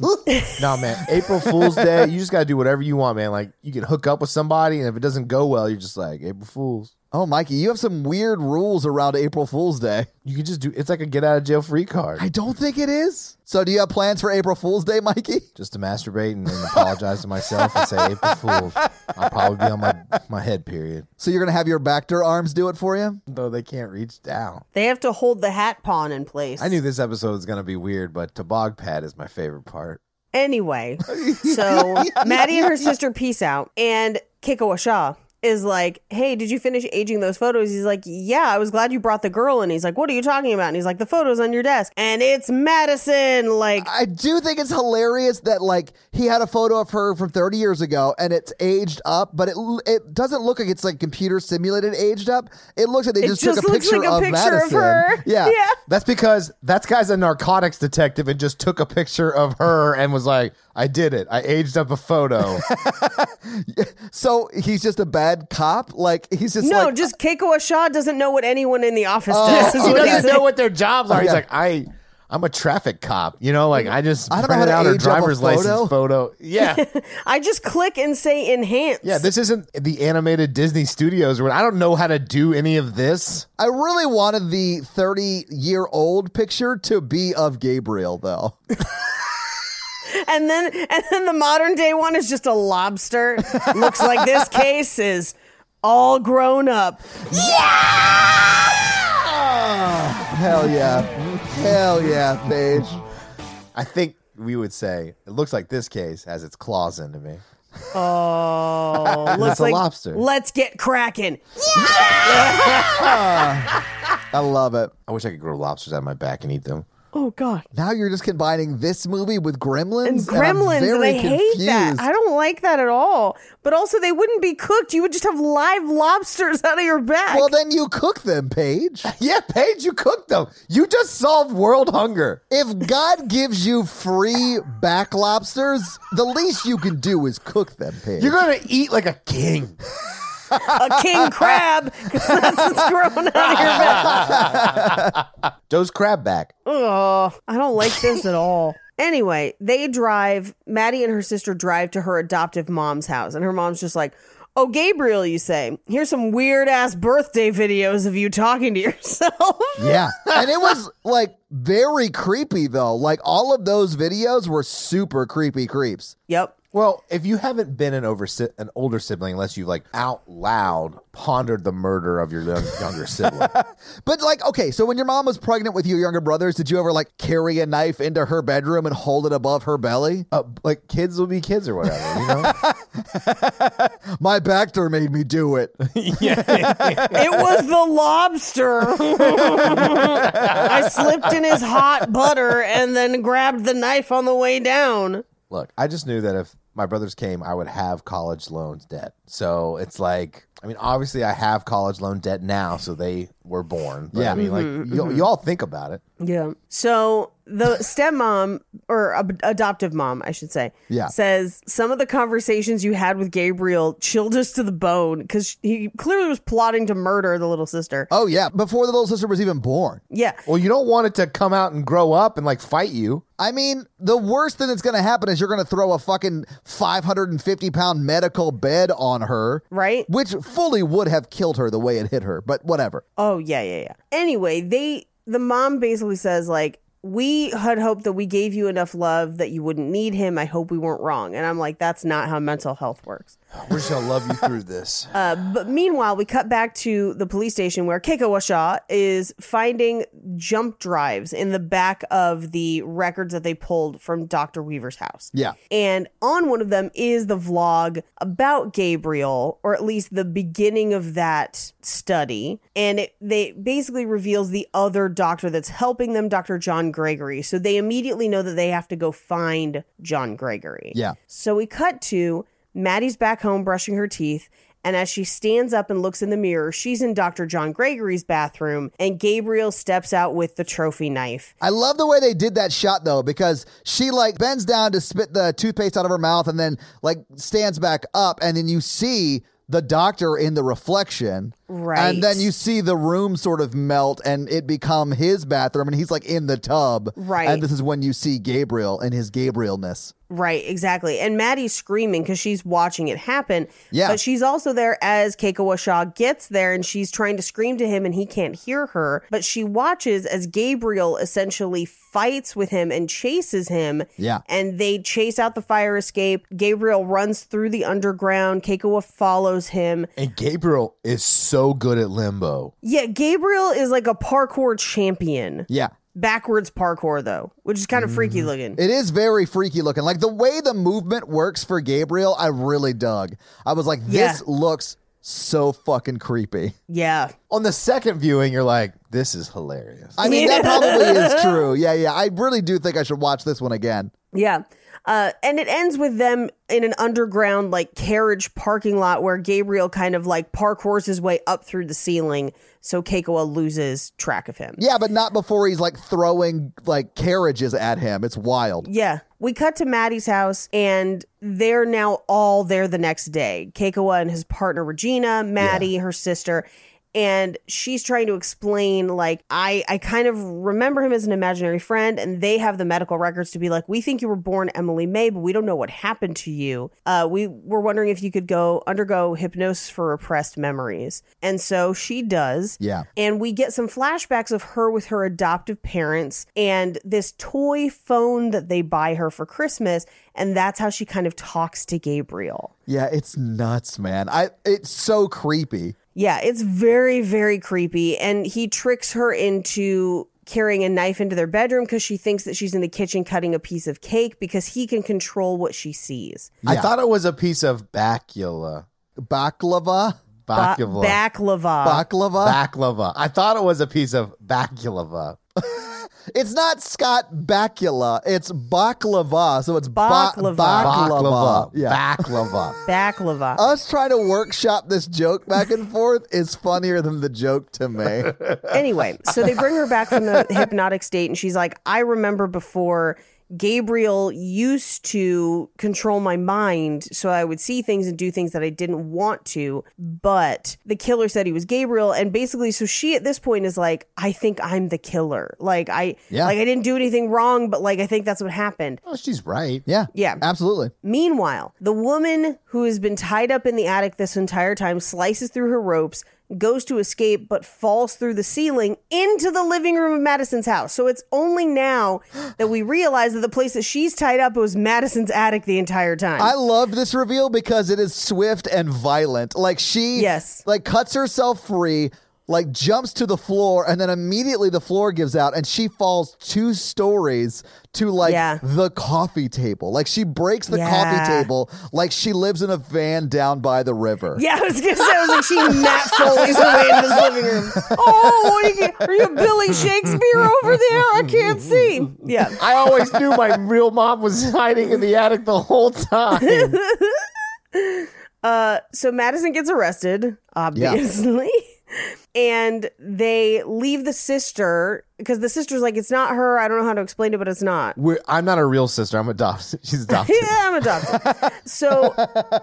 Speaker 2: No, man. April Fool's Day, you just got to do whatever you want, man. Like, you can hook up with somebody, and if it doesn't go well, you're just like, April Fool's.
Speaker 1: Oh, Mikey, you have some weird rules around April Fool's Day.
Speaker 2: You can just do it's like a get out of jail free card.
Speaker 1: I don't think it is. So, do you have plans for April Fool's Day, Mikey?
Speaker 2: just to masturbate and then apologize to myself and say April Fool's. I'll probably be on my, my head period.
Speaker 1: So, you're going to have your backdoor arms do it for you?
Speaker 2: Though they can't reach down.
Speaker 3: They have to hold the hat pawn in place.
Speaker 2: I knew this episode was going to be weird, but Tabog Pad is my favorite part.
Speaker 3: Anyway, so Maddie and her sister peace out, and Kiko Shaw is like, "Hey, did you finish aging those photos?" He's like, "Yeah, I was glad you brought the girl." And he's like, "What are you talking about?" And he's like, "The photos on your desk, and it's Madison." Like,
Speaker 1: I do think it's hilarious that, like, he had a photo of her from 30 years ago and it's aged up, but it, it doesn't look like it's like computer simulated aged up. It looks like they
Speaker 3: It
Speaker 1: just,
Speaker 3: just
Speaker 1: took a
Speaker 3: looks
Speaker 1: picture
Speaker 3: like a
Speaker 1: of
Speaker 3: picture of
Speaker 1: Madison.
Speaker 3: her.
Speaker 1: Yeah.
Speaker 3: Yeah.
Speaker 2: That's because that guy's a narcotics detective and just took a picture of her and was like, I did it. I aged up a photo.
Speaker 1: So, he's just a bad cop? Like, he's just
Speaker 3: no,
Speaker 1: like,
Speaker 3: just Keiko Shaw doesn't know what anyone in the office does. is
Speaker 2: he
Speaker 3: what he's
Speaker 2: Oh. doesn't know
Speaker 3: saying.
Speaker 2: what their jobs are. He's
Speaker 1: Oh, Yeah.
Speaker 2: like, I, I'm a traffic cop. You know, like I just
Speaker 1: I don't know
Speaker 2: printed
Speaker 1: how to
Speaker 2: out her
Speaker 1: age up a
Speaker 2: driver's
Speaker 1: photo.
Speaker 2: license photo. Yeah,
Speaker 3: I just click and say enhance.
Speaker 2: yeah. This isn't the animated Disney Studios. Where I don't know how to do any of this.
Speaker 1: I really wanted the 30 year old picture to be of Gabriel, though.
Speaker 3: And then and then the modern day one is just a lobster. Looks like this case is all grown up.
Speaker 1: Hell yeah. Hell yeah, Paige.
Speaker 2: I think we would say it looks like this case has its claws into me.
Speaker 3: Oh, looks
Speaker 2: a
Speaker 3: like
Speaker 2: lobster.
Speaker 3: Let's get cracking.
Speaker 1: I love it.
Speaker 2: I wish I could grow lobsters out of my back and eat them.
Speaker 3: Oh God.
Speaker 1: Now you're just combining this movie with Gremlins.
Speaker 3: And Gremlins, and,
Speaker 1: I'm
Speaker 3: I
Speaker 1: very
Speaker 3: hate that.
Speaker 1: confused.
Speaker 3: I don't like that at all. But also, they wouldn't be cooked. You would just have live lobsters out of your back.
Speaker 1: Well, then you cook them, Paige.
Speaker 2: Yeah, Paige, you cooked them. You just solved world hunger.
Speaker 1: If God gives you free back lobsters, the least you can do is cook them, Paige.
Speaker 2: You're gonna eat like a king.
Speaker 3: a king crab, because that's what's growing out of your back.
Speaker 2: Joe's crab back.
Speaker 3: Ugh, I don't like this at all. Anyway, they drive, Maddie and her sister drive to her adoptive mom's house, and her mom's just like, Oh, Gabriel, you say, here's some weird ass birthday videos of you talking to yourself.
Speaker 1: yeah. And it was like very creepy though. Like all of those videos were super creepy creeps.
Speaker 3: yep.
Speaker 2: Well, if you haven't been an over an older sibling, unless you've like out loud pondered the murder of your young, younger sibling,
Speaker 1: But like, okay, so when your mom was pregnant with your younger brothers, did you ever like carry a knife into her bedroom and hold it above her belly?
Speaker 2: uh, like kids will be kids or whatever, you know.
Speaker 1: My backdoor made me do it.
Speaker 3: It was the lobster. I slipped in his hot butter and then grabbed the knife on the way down.
Speaker 2: Look, I just knew that if my brothers came, I would have college loans debt. So it's like, I mean, obviously, I have college loan debt now, so they were born. But,
Speaker 1: Yeah.
Speaker 2: I mean, like you, you all think about it.
Speaker 3: Yeah. So the stepmom or ab- adoptive mom, I should say,
Speaker 1: Yeah.
Speaker 3: says some of the conversations you had with Gabriel chilled us to the bone because he clearly was plotting to murder the little sister.
Speaker 1: Oh yeah, before the little sister was even born.
Speaker 3: Yeah.
Speaker 2: Well, you don't want it to come out and grow up and like fight you.
Speaker 1: I mean, the worst thing that's going to happen is you're going to throw a fucking 550 pound medical bed on her.
Speaker 3: Right?
Speaker 1: Which fully would have killed her the way it hit her, but whatever.
Speaker 3: Oh yeah, yeah, yeah. Anyway, they the mom basically says like we had hoped that we gave you enough love that you wouldn't need him. I hope we weren't wrong. And I'm like, that's not how mental health works.
Speaker 2: We're just gonna love you through this.
Speaker 3: Uh, but meanwhile, we cut back to the police station where Keiko Washa is finding jump drives in the back of the records that they pulled from Dr. Weaver's house.
Speaker 1: Yeah.
Speaker 3: And on one of them is the vlog about Gabriel, or at least the beginning of that study. And it they basically reveals the other doctor that's helping them, Dr. John Gregory. So they immediately know that they have to go find John Gregory.
Speaker 1: Yeah.
Speaker 3: So we cut to Maddie's back home brushing her teeth. And as she stands up and looks in the mirror, she's in Dr. John Gregory's bathroom, and Gabriel steps out with the trophy knife.
Speaker 1: I love the way they did that shot though, because she like bends down to spit the toothpaste out of her mouth and then like stands back up, and then you see the doctor in the reflection.
Speaker 3: Right.
Speaker 1: And then you see the room sort of melt and it become his bathroom and he's like in the tub.
Speaker 3: Right.
Speaker 1: And this is when you see Gabriel and his Gabrielness.
Speaker 3: Right, exactly. And Maddie's screaming because she's watching it happen.
Speaker 1: Yeah.
Speaker 3: But she's also there as Keiko Washaw gets there and she's trying to scream to him and he can't hear her. But she watches as Gabriel essentially fights with him and chases him.
Speaker 1: Yeah.
Speaker 3: And they chase out the fire escape. Gabriel runs through the underground. Keiko follows him.
Speaker 2: And Gabriel is so good at limbo.
Speaker 3: Yeah, Gabriel is like a parkour champion.
Speaker 1: Yeah.
Speaker 3: Backwards parkour, though, which is kind of freaky
Speaker 1: Mm-hmm.
Speaker 3: looking.
Speaker 1: It is very freaky looking. Like the way the movement works for Gabriel, I really dug. I was like,
Speaker 3: Yeah.
Speaker 1: this looks so fucking creepy.
Speaker 3: yeah.
Speaker 2: On the second viewing, you're like, this is hilarious.
Speaker 1: I mean, that probably is true. Yeah, yeah. I really do think I should watch this one again.
Speaker 3: Yeah. Uh, and it ends with them in an underground, like, carriage parking lot where Gabriel kind of like parkours his way up through the ceiling. So Keikoa loses track of him.
Speaker 1: Yeah, but not before he's like throwing like carriages at him. It's wild.
Speaker 3: Yeah. We cut to Maddie's house, and they're now all there the next day. Keikoa and his partner Regina, Maddie, her sister, and she's trying to explain like I I kind of remember him as an imaginary friend, and they have the medical records to be like, we think you were born Emily May, but we don't know what happened to you. Uh, we were wondering if you could go undergo hypnosis for repressed memories, and so she does.
Speaker 1: Yeah.
Speaker 3: And we get some flashbacks of her with her adoptive parents and this toy phone that they buy her for Christmas. And that's how she kind of talks to Gabriel.
Speaker 1: Yeah, it's nuts, man. I it's so creepy.
Speaker 3: Yeah, it's very, very creepy. And he tricks her into carrying a knife into their bedroom because she thinks that she's in the kitchen cutting a piece of cake because he can control what she sees.
Speaker 2: I thought it was a piece of bacula.
Speaker 1: Baklava?
Speaker 3: Ba-
Speaker 2: Bacula.
Speaker 3: baklava.
Speaker 1: Baklava?
Speaker 2: Baklava. I thought it was a piece of baklava.
Speaker 1: It's not Scott Bakula. It's baklava. So it's ba-
Speaker 3: Baklava.
Speaker 1: baklava.
Speaker 2: Baklava.
Speaker 1: Yeah.
Speaker 2: Baklava.
Speaker 3: Baklava.
Speaker 1: Us trying to workshop this joke back and forth is funnier than the joke to me.
Speaker 3: anyway, so they bring her back from the hypnotic state, and she's like, I remember before Gabriel used to control my mind so I would see things and do things that I didn't want to, but the killer said he was Gabriel. And basically, so she at this point is like, I think I'm the killer. Like, I,
Speaker 1: Yeah.
Speaker 3: like, I didn't do anything wrong, but like, I think that's what happened.
Speaker 2: Oh, she's right.
Speaker 1: Yeah.
Speaker 3: Yeah.
Speaker 1: Absolutely.
Speaker 3: Meanwhile, the woman who has been tied up in the attic this entire time slices through her ropes, goes to escape, but falls through the ceiling into the living room of Madison's house. So it's only now that we realize that the place that she's tied up was Madison's attic the entire time.
Speaker 1: I love this reveal because it is swift and violent. Like she
Speaker 3: Yes.
Speaker 1: like cuts herself free, like jumps to the floor, and then immediately the floor gives out and she falls two stories to like
Speaker 3: Yeah.
Speaker 1: the coffee table. Like she breaks the coffee
Speaker 3: Yeah.
Speaker 1: table like she lives in a van down by the river.
Speaker 3: yeah, I was gonna say, I was like, she Matt Foley's away in this living room. Oh, what are you, are you Billy Shakespeare over there? I can't see. Yeah.
Speaker 2: I always knew my real mom was hiding in the attic the whole time.
Speaker 3: Uh, so Madison gets arrested, obviously. And they leave the sister because the sister's like, it's not her. I don't know how to explain it, but it's not.
Speaker 2: We're, I'm not a real sister. I'm adopted. She's adopted.
Speaker 3: Yeah, I'm adopted. so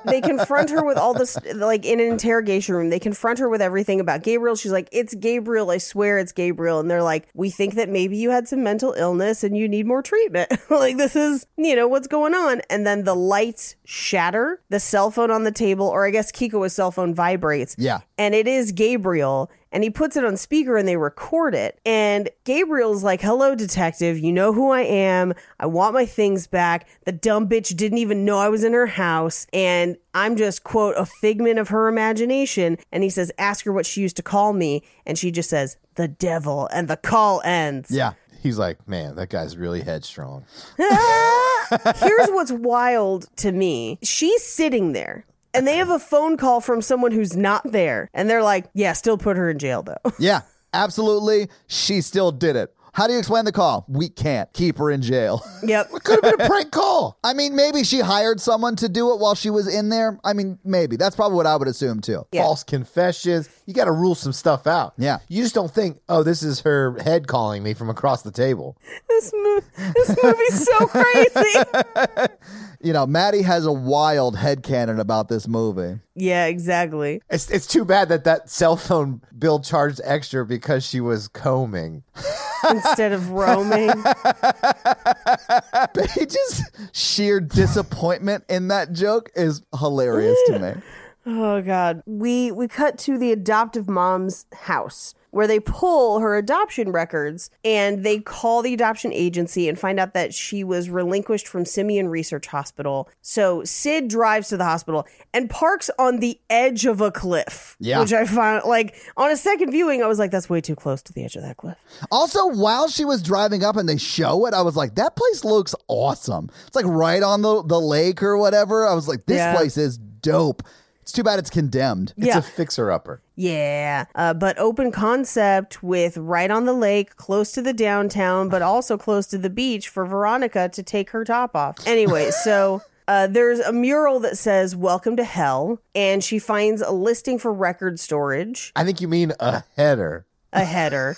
Speaker 3: they confront her with all this, like in an interrogation room. They confront her with everything about Gabriel. She's like, it's Gabriel. I swear it's Gabriel. And they're like, we think that maybe you had some mental illness and you need more treatment. like, this is, you know, what's going on. And then the lights shatter, the cell phone on the table, or I guess Kiko's cell phone vibrates
Speaker 1: Yeah.
Speaker 3: and it is Gabriel. And he puts it on speaker and they record it. And Gabriel's like, Hello, detective. You know who I am. I want my things back. The dumb bitch didn't even know I was in her house. And I'm just, quote, a figment of her imagination. And he says, Ask her what she used to call me. And she just says, The devil. And the call ends.
Speaker 1: Yeah.
Speaker 2: He's like, man, that guy's really headstrong.
Speaker 3: Here's what's wild to me. She's sitting there and they have a phone call from someone who's not there. And they're like, Yeah, still put her in jail, though.
Speaker 1: Yeah. Absolutely. She still did it. How do you explain the call? We can't keep her in jail.
Speaker 3: yep.
Speaker 2: Could have been a prank call.
Speaker 1: I mean, maybe she hired someone to do it while she was in there. I mean, maybe. That's probably what I would assume too.
Speaker 3: Yeah.
Speaker 2: False confessions. You got to rule some stuff out.
Speaker 1: Yeah.
Speaker 2: You just don't think, oh, this is her head calling me from across the table.
Speaker 3: this movie this movie's so crazy
Speaker 1: You know, Maddie has a wild headcanon about this movie.
Speaker 3: yeah exactly
Speaker 2: It's, it's too bad that that cell phone bill charged extra because she was combing.
Speaker 3: instead of roaming
Speaker 1: Paige's sheer disappointment in that joke is hilarious to me.
Speaker 3: oh god we we cut to the adoptive mom's house where they pull her adoption records and they call the adoption agency and find out that she was relinquished from Simeon Research Hospital. So Sid drives to the hospital and parks on the edge of a cliff.
Speaker 1: Yeah.
Speaker 3: Which I found like on a second viewing, I was like, that's way too close to the edge of that cliff.
Speaker 1: Also, while she was driving up and they show it, I was like, that place looks awesome. It's like right on the, the lake or whatever. I was like, this
Speaker 3: Yeah.
Speaker 1: place is dope. It's too bad it's condemned.
Speaker 2: It's
Speaker 3: yeah.
Speaker 2: a fixer upper.
Speaker 3: Yeah, uh, but open concept with right on the lake, close to the downtown, but also close to the beach for Veronica to take her top off. Anyway, so uh, there's a mural that says "Welcome to Hell," and she finds a listing for record storage,
Speaker 2: I think you mean a header.
Speaker 3: a header.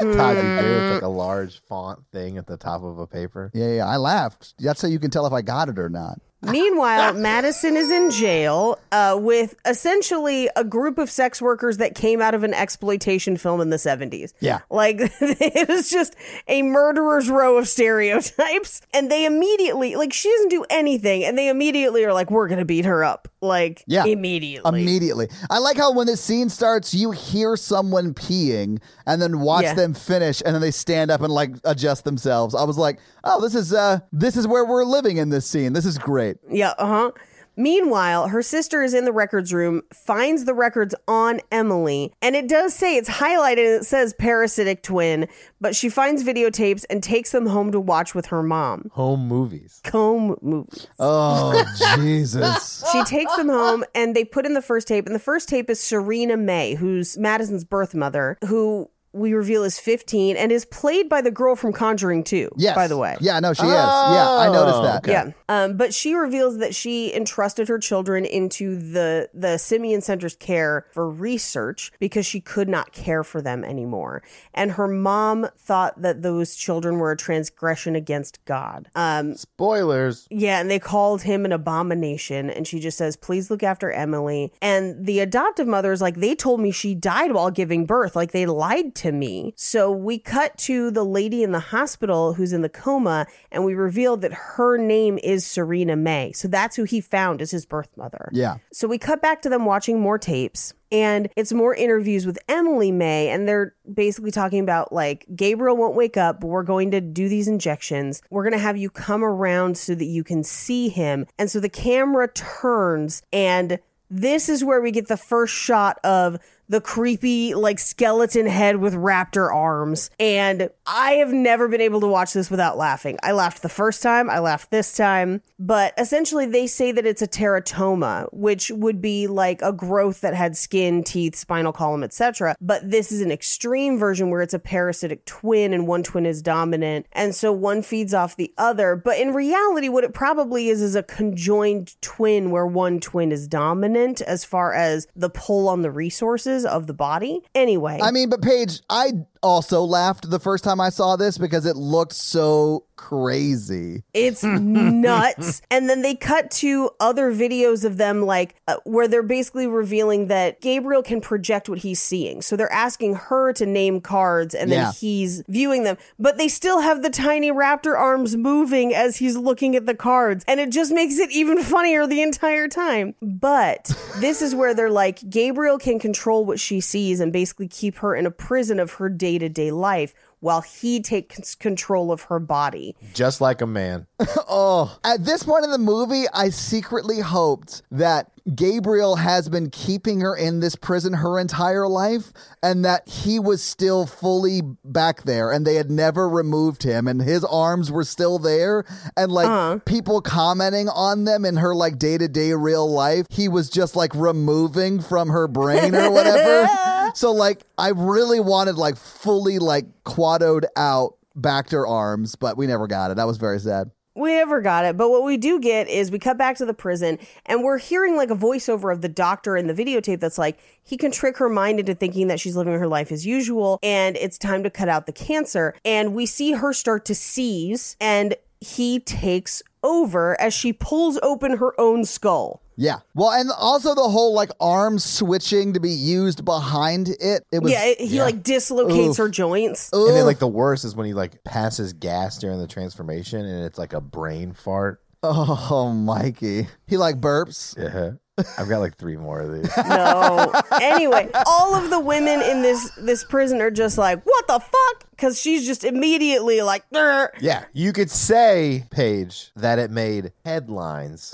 Speaker 2: Todd, you do. It's like a large font thing at the top of a paper.
Speaker 1: Yeah, yeah, I laughed. That's how you can tell if I got it or not.
Speaker 3: Meanwhile, Madison is in jail uh, with essentially a group of sex workers that came out of an exploitation film in the 70s.
Speaker 1: Yeah.
Speaker 3: Like, it was just a murderer's row of stereotypes. And they immediately, like, she doesn't do anything. And they immediately are like, we're going to beat her up. Like,
Speaker 1: Yeah.
Speaker 3: immediately.
Speaker 1: Immediately. I like how when the scene starts, you hear someone peeing and then watch
Speaker 3: Yeah.
Speaker 1: them finish and then they stand up and like adjust themselves. I was like, oh, this is uh this is where we're living in this scene. This is great.
Speaker 3: Yeah, uh huh. Meanwhile, her sister is in the records room, finds the records on Emily, and it does say it's highlighted and it says parasitic twin, but she finds videotapes and takes them home to watch with her mom.
Speaker 2: Home movies.
Speaker 3: Comb movies.
Speaker 1: Oh Jesus.
Speaker 3: She takes them home and they put in the first tape, and the first tape is Serena May, who's Madison's birth mother, who we reveal is 15 and is played by the girl from Conjuring 2,
Speaker 1: Yes.
Speaker 3: by the way. Oh,
Speaker 1: Yeah, no, she is. Yeah, I noticed that.
Speaker 2: okay.
Speaker 3: Yeah. Um, but she reveals that she entrusted her children into the the Simeon Center's care for research because she could not care for them anymore. And her mom thought that those children were a transgression against God. Um,
Speaker 2: Spoilers.
Speaker 3: yeah, and they called him an abomination. And she just says, please look after Emily. And the adoptive mother is like, they told me she died while giving birth. Like they lied to me. So we cut to the lady in the hospital who's in the coma, and we reveal that her name is Serena May. So that's who he found as his birth mother.
Speaker 1: Yeah.
Speaker 3: So we cut back to them watching more tapes. And it's more interviews with Emily May. And they're basically talking about like, Gabriel won't wake up, but we're going to do these injections. We're going to have you come around so that you can see him. And so the camera turns, and this is where we get the first shot of the creepy, like, skeleton head with raptor arms. And I have never been able to watch this without laughing. I laughed the first time, I laughed this time. But essentially, they say that it's a teratoma, which would be like a growth that had skin, teeth, spinal column, etc. But this is an extreme version where it's a parasitic twin and one twin is dominant. And so one feeds off the other. But in reality, what it probably is is a conjoined twin where one twin is dominant as far as the pull on the resources of the body. Anyway.
Speaker 1: I mean, but Paige, I also laughed the first time I saw this because it looked so crazy.
Speaker 3: It's nuts. And then they cut to other videos of them, like uh, where they're basically revealing that Gabriel can project what he's seeing. So they're asking her to name cards and then
Speaker 1: Yeah.
Speaker 3: he's viewing them, but they still have the tiny raptor arms moving as he's looking at the cards. And it just makes it even funnier the entire time. But this is where they're like, Gabriel can control what she sees and basically keep her in a prison of her day to day life while he takes control of her body.
Speaker 2: Just like a man.
Speaker 1: Oh, at this point in the movie, I secretly hoped that Gabriel has been keeping her in this prison her entire life and that he was still fully back there and they had never removed him and his arms were still there and like people commenting on them in her like day-to-day real life, he was just like removing from her brain or whatever. so like I really wanted like fully like quadoed out Bacter arms, but we never got it. That was very sad.
Speaker 3: we never got it but what we do get is we cut back to the prison and we're hearing like a voiceover of the doctor in the videotape that's like he can trick her mind into thinking that she's living her life as usual and it's time to cut out the cancer and we see her start to seize and he takes over as she pulls open her own skull
Speaker 1: Yeah. Well, and also the whole like arm switching to be used behind it. It was.
Speaker 3: yeah it- he like dislocates her joints
Speaker 2: And then like the worst is when he like passes gas during the transformation and it's like a brain fart.
Speaker 1: oh, Mikey. He like burps.
Speaker 2: Yeah.
Speaker 3: Uh-huh.
Speaker 2: I've got like three more of these.
Speaker 3: no. Anyway, all of the women in this this prison are just like, "What the fuck?" Because she's just immediately like, "Grr."
Speaker 2: Yeah, you could say, Paige, that it made headlines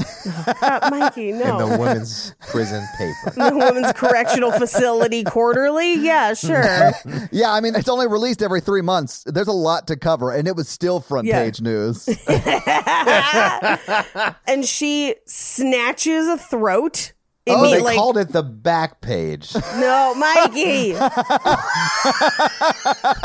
Speaker 3: Uh, "Mikey, no."
Speaker 2: in the women's prison paper.
Speaker 3: the women's correctional facility quarterly. Yeah, sure.
Speaker 1: Yeah, I mean it's only released every three months. There's a lot to cover, and it was still front
Speaker 3: Yeah.
Speaker 1: page news.
Speaker 3: and she snatches a throat. It
Speaker 2: Oh,
Speaker 3: mean,
Speaker 2: they
Speaker 3: like,
Speaker 2: called it the back page.
Speaker 3: no, Mikey.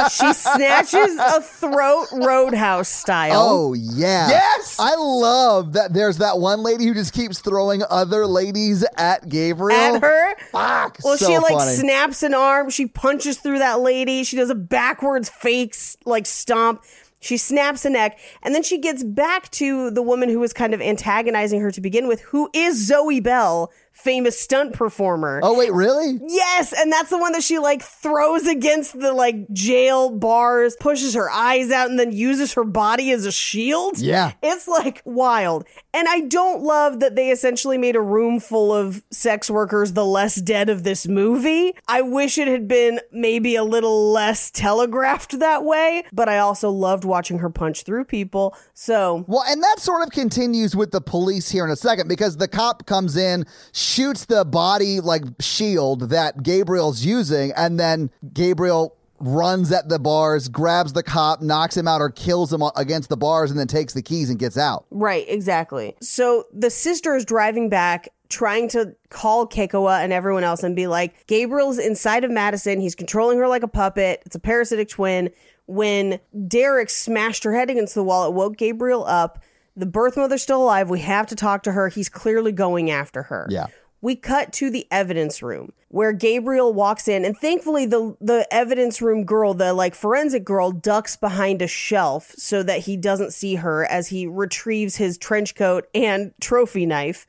Speaker 3: she snatches a throat roadhouse style.
Speaker 1: oh yeah.
Speaker 2: Yes!
Speaker 1: I love that. There's that one lady who just keeps throwing other ladies at
Speaker 2: Oh,
Speaker 1: Gabriel.
Speaker 3: At her,
Speaker 1: Fuck.
Speaker 3: well,
Speaker 1: so
Speaker 3: she like
Speaker 1: funny.
Speaker 3: snaps an arm. She punches through that lady. She does a backwards fake s- like stomp. She snaps a neck, and then she gets back to the woman who was kind of antagonizing her to begin with, who is Zoe Bell, famous stunt performer.
Speaker 1: oh wait, really?
Speaker 3: Yes, and that's the one that she like throws against the like jail bars, pushes her eyes out, and then uses her body as a shield.
Speaker 1: Yeah.
Speaker 3: It's like wild. And I don't love that they essentially made a room full of sex workers the less dead of this movie. I wish it had been maybe a little less telegraphed that way, but I also loved watching her punch through people. So
Speaker 1: Well, and that sort of continues with the police here in a second because the cop comes in, shoots the body like shield that Gabriel's using, and then Gabriel runs at the bars, grabs the cop, knocks him out or kills him against the bars, and then takes the keys and gets out.
Speaker 3: Right, exactly. So the sister is driving back trying to call Kekoa and everyone else and be like, Gabriel's inside of Madison. He's controlling her like a puppet. It's a parasitic twin. When Derek smashed her head against the wall, it woke Gabriel up. The birth mother's still alive. We have to talk to her. He's clearly going after her.
Speaker 1: Yeah.
Speaker 3: We cut to the evidence room where Gabriel walks in, and thankfully the the evidence room girl, the like forensic girl, ducks behind a shelf so that he doesn't see her as he retrieves his trench coat and trophy knife.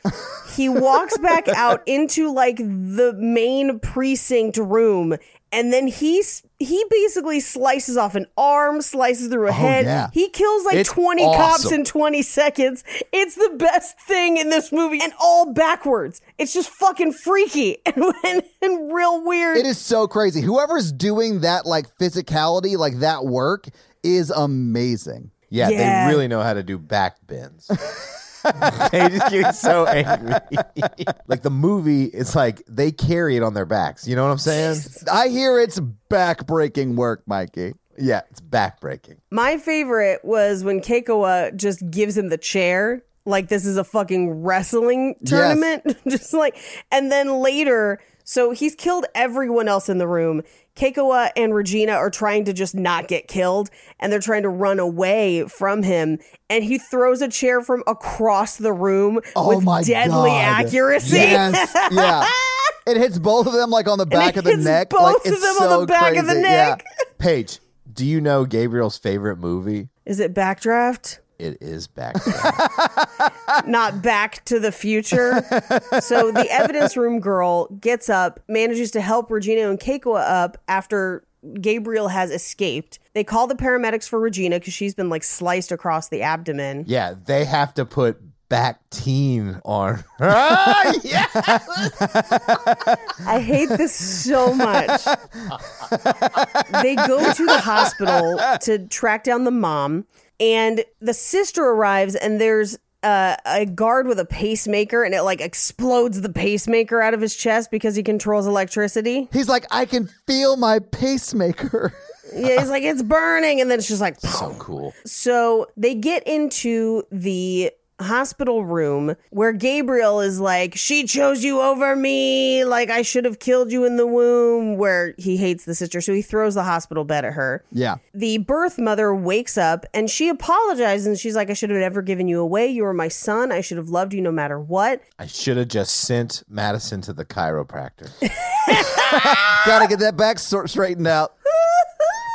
Speaker 3: he walks back out into like the main precinct room, and then he's he basically slices off an arm, slices through a head.
Speaker 1: yeah.
Speaker 3: He kills like
Speaker 2: Oh, It's
Speaker 3: 20 cops
Speaker 2: awesome.
Speaker 3: in 20 seconds. It's the best thing in this movie and all backwards. It's just fucking freaky and, and, and real weird.
Speaker 1: It is so crazy. Whoever's doing that like physicality, like that work, is amazing.
Speaker 2: Yeah,
Speaker 3: Yeah.
Speaker 2: they really know how to do back bends. they just get so angry. like the movie, it's like they carry it on their backs. You know what I'm saying?
Speaker 1: I hear it's backbreaking work, Mikey.
Speaker 2: Yeah, it's backbreaking.
Speaker 3: My favorite was when Keikoa just gives him the chair. Like this is a fucking wrestling tournament. just like and then later, so he's killed everyone else in the room. Keikoa and Regina are trying to just not get killed and they're trying to run away from him. And he throws a chair from across the room
Speaker 1: Oh
Speaker 3: with
Speaker 1: my
Speaker 3: deadly
Speaker 1: God.
Speaker 3: accuracy.
Speaker 1: Yes. yeah. It hits both of them like on the back
Speaker 3: it
Speaker 1: of the
Speaker 3: hits
Speaker 1: neck.
Speaker 3: both
Speaker 1: like,
Speaker 3: of
Speaker 1: it's
Speaker 3: them on the
Speaker 1: so
Speaker 3: back of the
Speaker 1: crazy.
Speaker 3: neck.
Speaker 1: Yeah.
Speaker 2: Paige, do you know Gabriel's favorite movie?
Speaker 3: Is it backdraft?
Speaker 2: It is backbreaking.
Speaker 3: not back to the future. so the evidence room girl gets up, manages to help Regina and Keiko up after Gabriel has escaped. They call the paramedics for Regina because she's been like sliced across the abdomen.
Speaker 2: yeah, they have to put back teen on. Ah, yeah.
Speaker 3: I hate this so much. they go to the hospital to track down the mom, and the sister arrives, and there's uh, a guard with a pacemaker, and it like explodes the pacemaker out of his chest because he controls electricity.
Speaker 1: He's like, I can feel my pacemaker.
Speaker 3: Yeah, he's like, it's burning. And then it's just like,
Speaker 2: So cool.
Speaker 3: so they get into the hospital room where Gabriel is like, she chose you over me. Like, I should have killed you in the womb, where he hates the sister. So he throws the hospital bed at her.
Speaker 1: yeah.
Speaker 3: The birth mother wakes up and she apologizes and she's like, I should have never given you away. You were my son. I should have loved you no matter what.
Speaker 2: I should have just sent Madison to the chiropractor.
Speaker 1: Gotta get that back sor- straightened out.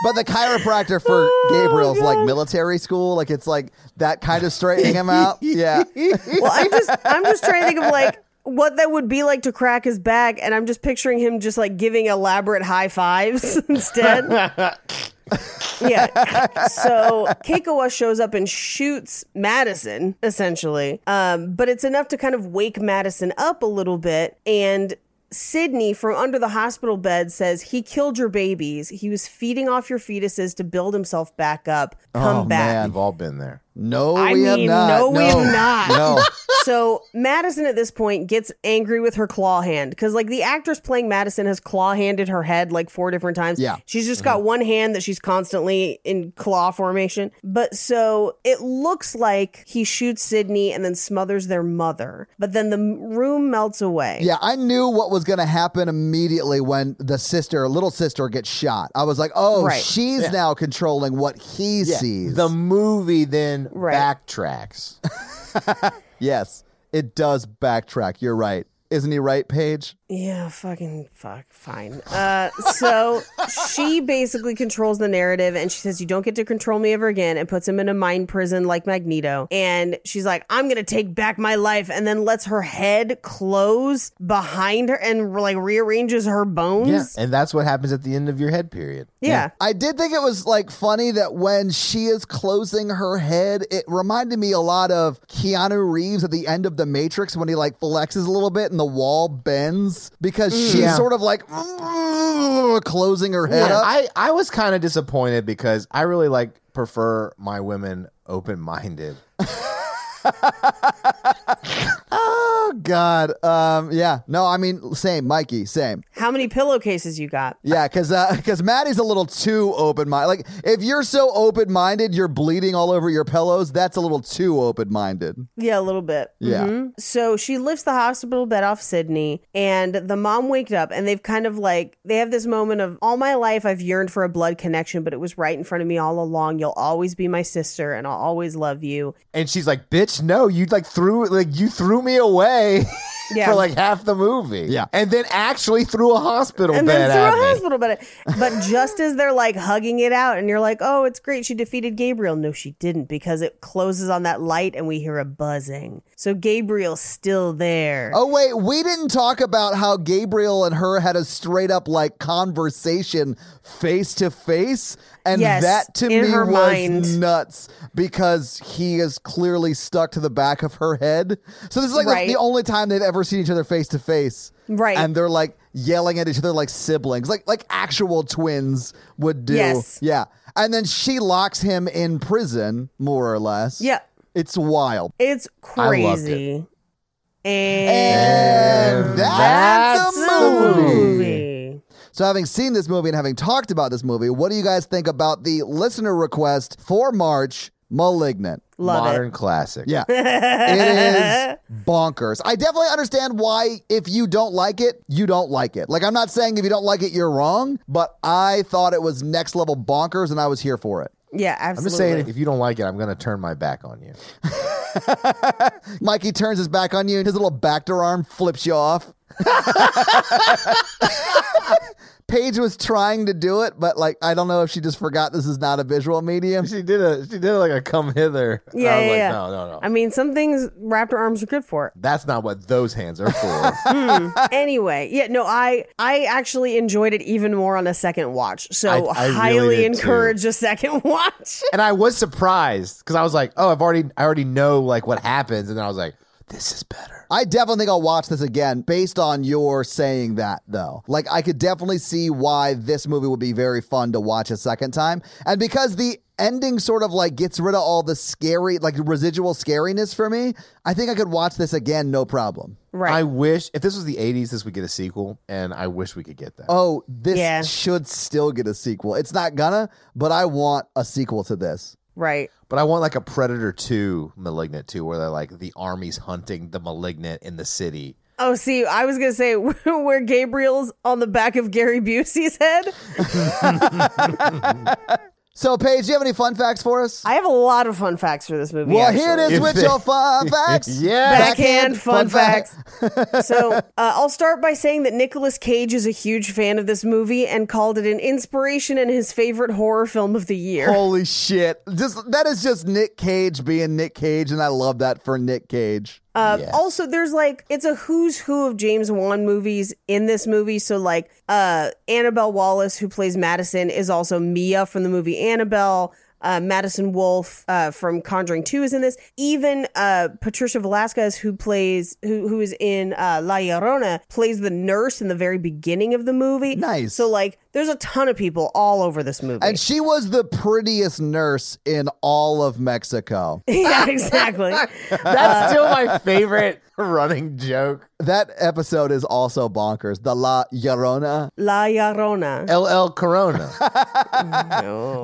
Speaker 1: But the chiropractor for
Speaker 3: Oh,
Speaker 1: Gabriel's like military school, like it's like that kind of straightening him out. Yeah.
Speaker 3: Well, I'm just I'm just trying to think of like what that would be like to crack his back, and I'm just picturing him just like giving elaborate high fives instead. yeah. So Keikoa shows up and shoots Madison, essentially. Um, but it's enough to kind of wake Madison up a little bit and Sydney from under the hospital bed says he killed your babies. He was feeding off your fetuses to build himself back up. Come
Speaker 2: Oh,
Speaker 3: back.
Speaker 2: We've all been there.
Speaker 1: No,
Speaker 3: I
Speaker 1: we have
Speaker 3: mean,
Speaker 1: not.
Speaker 3: no, we have not.
Speaker 1: No.
Speaker 3: so Madison at this point gets angry with her claw hand because like the actress playing Madison has claw handed her head like four different times.
Speaker 1: Yeah. Mm-hmm.
Speaker 3: She's just got one hand that she's constantly in claw formation. But so it looks like he shoots Sydney and then smothers their mother. But then the m- room melts away.
Speaker 1: Yeah, I knew what was going to happen immediately when the sister, little sister, gets shot. I was like, oh,
Speaker 3: Right.
Speaker 1: she's now controlling what he sees.
Speaker 2: The movie then
Speaker 3: Right.
Speaker 2: backtracks.
Speaker 1: yes, it does backtrack. You're right. Isn't he right, Paige?
Speaker 3: Yeah, fucking fuck. Fine. Uh, so she basically controls the narrative and she says, You don't get to control me ever again, and puts him in a mind prison like Magneto. And she's like, I'm going to take back my life, and then lets her head close behind her and like rearranges her bones.
Speaker 2: And that's what happens at the end of your head period.
Speaker 3: yeah.
Speaker 1: I did think it was like funny that when she is closing her head, it reminded me a lot of Keanu Reeves at the end of The Matrix when he like flexes a little bit and the wall bends because she's
Speaker 2: Mm. Yeah.
Speaker 1: sort of like closing her head
Speaker 2: Yeah,
Speaker 1: up.
Speaker 2: I, I was kind of disappointed because I really like prefer my women open minded.
Speaker 1: Oh God. Um. Yeah. No. I mean, same, Mikey. Same.
Speaker 3: How many pillowcases you got?
Speaker 1: Yeah. Because because Maddie's a little too open minded. Like if you're so open minded, you're bleeding all over your pillows. That's a little too open minded.
Speaker 3: Yeah, a little bit.
Speaker 1: Yeah.
Speaker 3: Mhm. So she lifts the hospital bed off Sydney, and the mom waked up, and they've kind of like, they have this moment of, all my life I've yearned for a blood connection, but it was right in front of me all along. You'll always be my sister, and I'll always love you.
Speaker 2: And she's like, "Bitch, no! You like threw like you threw me away
Speaker 3: Yeah.
Speaker 2: for like half the movie."
Speaker 1: Yeah.
Speaker 2: and then actually threw a hospital
Speaker 3: and
Speaker 2: bed
Speaker 3: then through
Speaker 2: at
Speaker 3: a
Speaker 2: me.
Speaker 3: hospital bed. But just as they're like hugging it out, and you're like, oh, it's great. She defeated Gabriel. No, she didn't because it closes on that light and we hear a buzzing. So Gabriel's still there.
Speaker 1: Oh wait, we didn't talk about how Gabriel and her had a straight up like conversation face to face, and
Speaker 3: Yes,
Speaker 1: that to
Speaker 3: in
Speaker 1: me
Speaker 3: her
Speaker 1: was
Speaker 3: mind.
Speaker 1: nuts because he is clearly stuck to the back of her head. So this is like the-
Speaker 3: Right.
Speaker 1: the only time they've ever seen each other face to face,
Speaker 3: Right.
Speaker 1: And they're like yelling at each other like siblings, like like actual twins would do.
Speaker 3: Yes.
Speaker 1: Yeah, and then she locks him in prison, more or less.
Speaker 3: Yeah.
Speaker 1: it's wild.
Speaker 3: It's
Speaker 2: I loved
Speaker 3: crazy. And,
Speaker 1: And that's,
Speaker 3: that's
Speaker 1: the
Speaker 3: the
Speaker 1: movie.
Speaker 3: movie.
Speaker 1: So, having seen this movie and having talked about this movie, what do you guys think about the listener request for March, Malignant?
Speaker 3: Love
Speaker 2: Modern
Speaker 3: it.
Speaker 2: classic.
Speaker 1: Yeah. it is bonkers. I definitely understand why, if you don't like it, you don't like it. Like, I'm not saying if you don't like it, you're wrong, but I thought it was next level bonkers and I was here for it.
Speaker 3: Yeah,
Speaker 2: I'm
Speaker 3: absolutely.
Speaker 2: just saying, if you don't like it, I'm gonna turn my back on you.
Speaker 1: Mikey turns his back on you and his little back door arm flips you off. Paige was trying to do it, but like, I don't know if she just forgot this is not a visual medium.
Speaker 2: She did a she did like a come hither.
Speaker 3: yeah,
Speaker 2: I was
Speaker 3: yeah,
Speaker 2: like,
Speaker 3: yeah.
Speaker 2: No, no, no.
Speaker 3: I mean, some things raptor arms are good for.
Speaker 2: That's not what those hands are for. Ah.
Speaker 3: anyway, yeah, no, I I actually enjoyed it even more on a second watch. So
Speaker 2: I- I really
Speaker 3: highly
Speaker 2: did, too.
Speaker 3: encourage a second watch.
Speaker 2: and I was surprised because I was like, "Oh, I've already, I already know like what happens," and then I was like, "This is better."
Speaker 1: I definitely think I'll watch this again based on your saying that, though. Like, I could definitely see why this movie would be very fun to watch a second time. And because the ending sort of like gets rid of all the scary, like residual scariness for me, I think I could watch this again, no problem.
Speaker 2: I
Speaker 3: Right.
Speaker 2: wish if this was the '80s, this would get a sequel, and I wish we could get that.
Speaker 1: Oh, this
Speaker 3: Yeah.
Speaker 1: should still get a sequel. It's not gonna, but I want a sequel to this.
Speaker 3: right.
Speaker 2: But I want like a Predator 2, Malignant 2, where they're like the army's hunting the malignant in the city.
Speaker 3: Oh, see, I was gonna say where Gabriel's on the back of Gary Busey's head.
Speaker 1: So, Paige, do you have any fun facts for us?
Speaker 3: I have a lot of fun facts for this movie.
Speaker 1: well,
Speaker 3: actually.
Speaker 1: here it is
Speaker 2: If
Speaker 1: with
Speaker 2: they-
Speaker 1: your fun facts.
Speaker 2: Yeah.
Speaker 3: Backhand fun,
Speaker 1: fact.
Speaker 3: facts. so uh, I'll start by saying that Nicolas Cage is a huge fan of this movie and called it an inspiration and his favorite horror film of the year.
Speaker 1: Holy shit. Just that is just Nick Cage being Nick Cage and I love that for Nick Cage.
Speaker 3: Uh,
Speaker 2: Yes.
Speaker 3: Also, there's like it's a who's who of James Wan movies in this movie. So like uh, Annabelle Wallace, who plays Madison, is also Mia from the movie Annabelle. Uh, Madison Wolf uh, from Conjuring Two is in this. Even uh, Patricia Velasquez, who plays who who is in uh, La Llorona, plays the nurse in the very beginning of the movie.
Speaker 1: Nice.
Speaker 3: So like, there's a ton of people all over this movie.
Speaker 1: And she was the prettiest nurse in all of Mexico.
Speaker 3: yeah, exactly.
Speaker 2: That's still my favorite running joke.
Speaker 1: That episode is also bonkers. The La Llorona.
Speaker 3: La Llorona.
Speaker 2: LL Corona.
Speaker 3: No.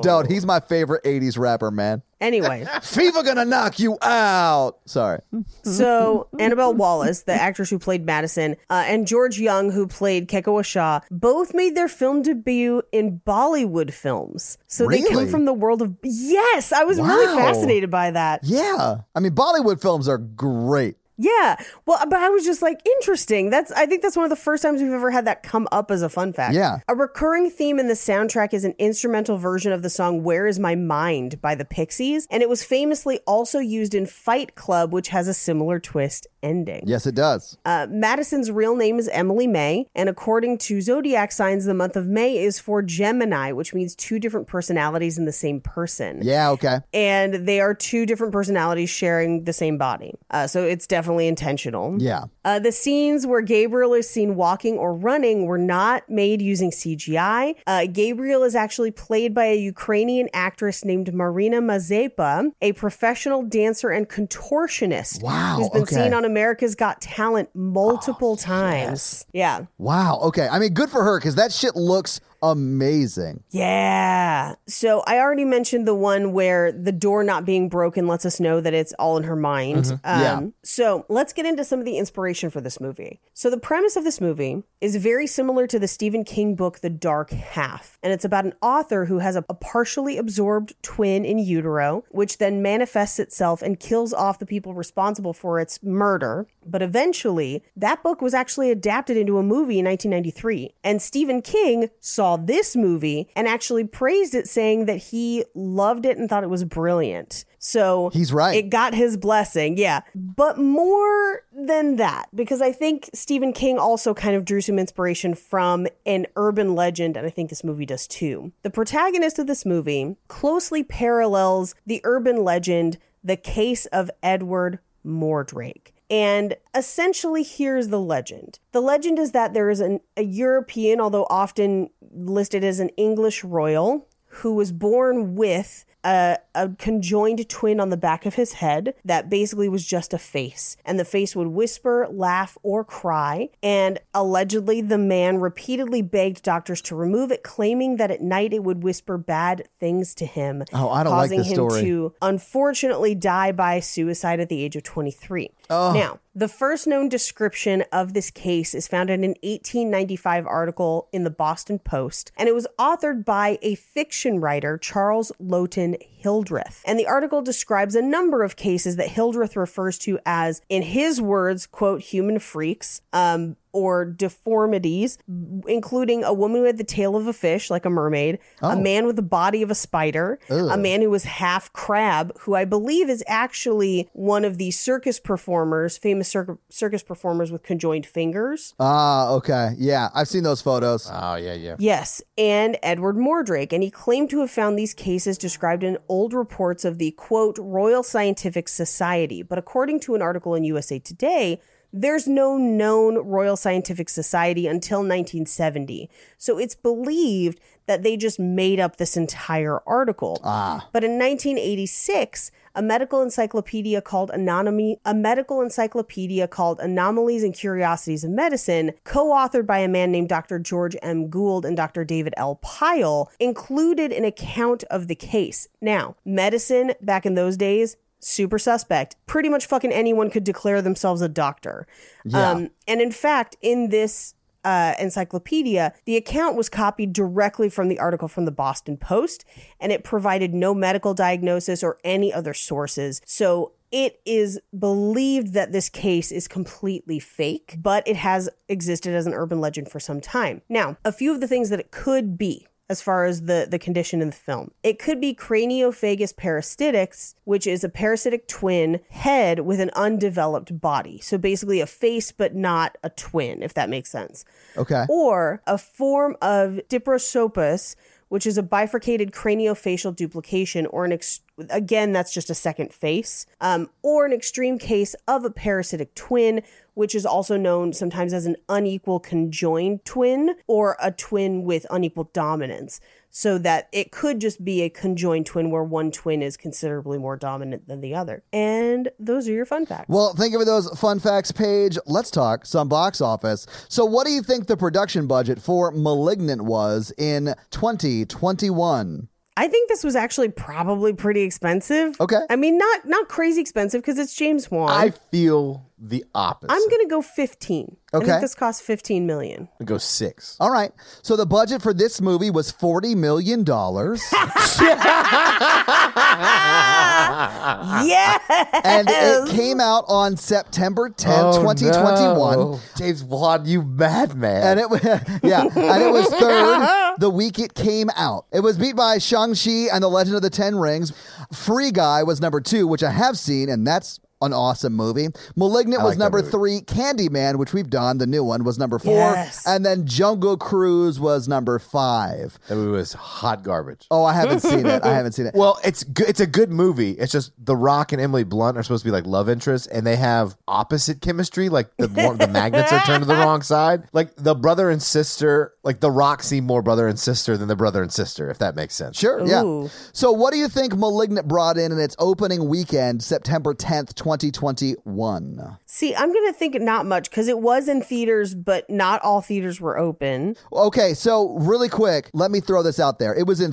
Speaker 2: Oh.
Speaker 1: Dude, he's my favorite 80s rapper, man.
Speaker 3: Anyway.
Speaker 1: Fever gonna knock you out. Sorry.
Speaker 3: So Annabelle Wallace, the actress who played Madison, uh, and George Young, who played Kekoa Shaw, both made their film debut in Bollywood films. So they
Speaker 1: Really?
Speaker 3: come from the world of yes. I was really
Speaker 1: Wow.
Speaker 3: fascinated by that.
Speaker 1: Yeah. I mean, Bollywood films are great.
Speaker 3: Yeah. Well, uh, but I was just like, interesting. That's I think that's one of the first times we've ever had that come up as a fun fact.
Speaker 1: Yeah.
Speaker 3: A recurring theme in the soundtrack is an instrumental version of the song Where Is My Mind by the Pixies, and it was famously also used in Fight Club, which has a similar twist ending.
Speaker 1: Yes, it does.
Speaker 3: Uh, Madison's real name is Emily May, and according to zodiac signs, the month of May is for Gemini, which means two different personalities in the same person.
Speaker 1: Yeah, okay.
Speaker 3: And they are two different personalities sharing the same body. Uh, so it's definitely intentional.
Speaker 1: Yeah.
Speaker 3: Uh, the scenes where Gabriel is seen walking or running were not made using CGI. Uh, Gabriel is actually played by a Ukrainian actress named Marina Mazepa, a professional dancer and contortionist
Speaker 1: Wow,
Speaker 3: who's been
Speaker 1: okay. Oh,
Speaker 3: seen on a America's Got Talent multiple times. Yeah.
Speaker 1: Wow. Okay. I mean, good for her because that shit looks amazing.
Speaker 3: Yeah. So I already mentioned the one where the door not being broken lets us know that it's all in her mind. Um,
Speaker 1: Mm-hmm. Yeah.
Speaker 3: So let's get into some of the inspiration for this movie. So the premise of this movie is very similar to the Stephen King book, The Dark Half. And it's about an author who has a, a partially absorbed twin in utero, which then manifests itself and kills off the people responsible for its murder. But eventually, that book was actually adapted into a movie in 1993. And Stephen King saw this movie and actually praised it, saying that he loved it and thought it was brilliant. So
Speaker 1: He's right.
Speaker 3: It got his blessing, yeah. But more than that, because I think Stephen King also kind of drew some inspiration from an urban legend, and I think this movie does too. The protagonist of this movie closely parallels the urban legend, the case of Edward Mordrake. And essentially, here's the legend. The legend is that there is an, a European, although often listed as an English royal, who was born with a, a conjoined twin on the back of his head that basically was just a face. And the face would whisper, laugh, or cry. And allegedly, the man repeatedly begged doctors to remove it, claiming that at night it would whisper bad things to him,
Speaker 1: Oh, I don't like
Speaker 3: causing
Speaker 1: this
Speaker 3: him
Speaker 1: story.
Speaker 3: to unfortunately die by suicide at the age of 23. Now, the first known description of this case is found in an 1895 article in the Boston Post, and it was authored by a fiction writer, Charles Lowton Hildreth. And the article describes a number of cases that Hildreth refers to as, in his words, quote, human freaks. Um, or deformities, including a woman who had the tail of a fish, like a mermaid, a man with the body of a spider, a man who was half crab, who I believe is actually one of the circus performers, famous cir- circus performers with conjoined fingers.
Speaker 1: Ah, okay. Yeah. I've seen those photos.
Speaker 2: Oh yeah, yeah.
Speaker 3: Yes, and Edward Mordrake. And he claimed to have found these cases described in old reports of the quote Royal Scientific Society. But according to an article in USA Today, there's no known Royal Scientific Society until 1970. So it's believed that they just made up this entire article. But in 1986, a medical encyclopedia called Anonymy, a medical encyclopedia called Anomalies and Curiosities of Medicine, co-authored by a man named Dr. George M. Gould and Dr. David L. Pyle, included an account of the case. Now, medicine back in those days super suspect. Pretty much fucking anyone could declare themselves a doctor. Um, and in fact, in this uh, encyclopedia, the account was copied directly from the article from the Boston Post, and it provided no medical diagnosis or any other sources. So it is believed that this case is completely fake, but it has existed as an urban legend for some time. Now, a few of the things that it could be as far as the the condition in the film. It could be craniophagus parasitics, which is a parasitic twin head with an undeveloped body. So basically a face but not a twin, if that makes sense.
Speaker 1: Okay.
Speaker 3: Or a form of diprosopus, which is a bifurcated craniofacial duplication, or an ex- again, that's just a second face, um, or an extreme case of a parasitic twin, which is also known sometimes as an unequal conjoined twin or a twin with unequal dominance. So that it could just be a conjoined twin where one twin is considerably more dominant than the other. And those are your fun facts.
Speaker 1: Well, thank you for those fun facts page. Let's talk some box office. So, what do you think the production budget for Malignant was in 2021?
Speaker 3: I think this was actually probably pretty expensive.
Speaker 1: Okay.
Speaker 3: I mean, not not crazy expensive because it's James Wan.
Speaker 2: I
Speaker 3: I,
Speaker 2: feel the opposite.
Speaker 3: am gonna go 15. I
Speaker 1: Okay.
Speaker 3: think this cost 15 million.
Speaker 2: gonna go six.
Speaker 1: All right. So, the budget for this movie was $40 million.
Speaker 3: yeah.
Speaker 1: and it came out on September 10,
Speaker 2: Oh,
Speaker 1: 2021.
Speaker 2: no. James Wan, you madman!
Speaker 1: And it was yeah, and it was third the week it came out. It was beat by Shang-Chi and The Legend of the Ten Rings. Free Guy was number 2, which I have seen and that's an awesome movie. Malignant was
Speaker 2: like that
Speaker 1: number
Speaker 2: movie.
Speaker 1: three. Candyman, which we've done, the new one, was number four.
Speaker 3: Yes.
Speaker 1: And then Jungle Cruise was number five.
Speaker 2: That movie was hot garbage.
Speaker 1: Oh, I haven't seen it. I haven't seen it.
Speaker 2: Well, it's good. It's a good movie. It's just The Rock and Emily Blunt are supposed to be like love interests, and they have opposite chemistry. Like the one- the magnets are turned to the wrong side. Like the brother and sister. Like The Rock seem more brother and sister than the brother and sister, if that makes sense.
Speaker 1: Sure, yeah.
Speaker 3: Ooh.
Speaker 1: So, what do you think Malignant brought in in its opening weekend, September 10th, 2021.
Speaker 3: See, I'm going to think not much because it was in theaters, but not all theaters were open.
Speaker 1: Okay, so really quick, let me throw this out there. It was in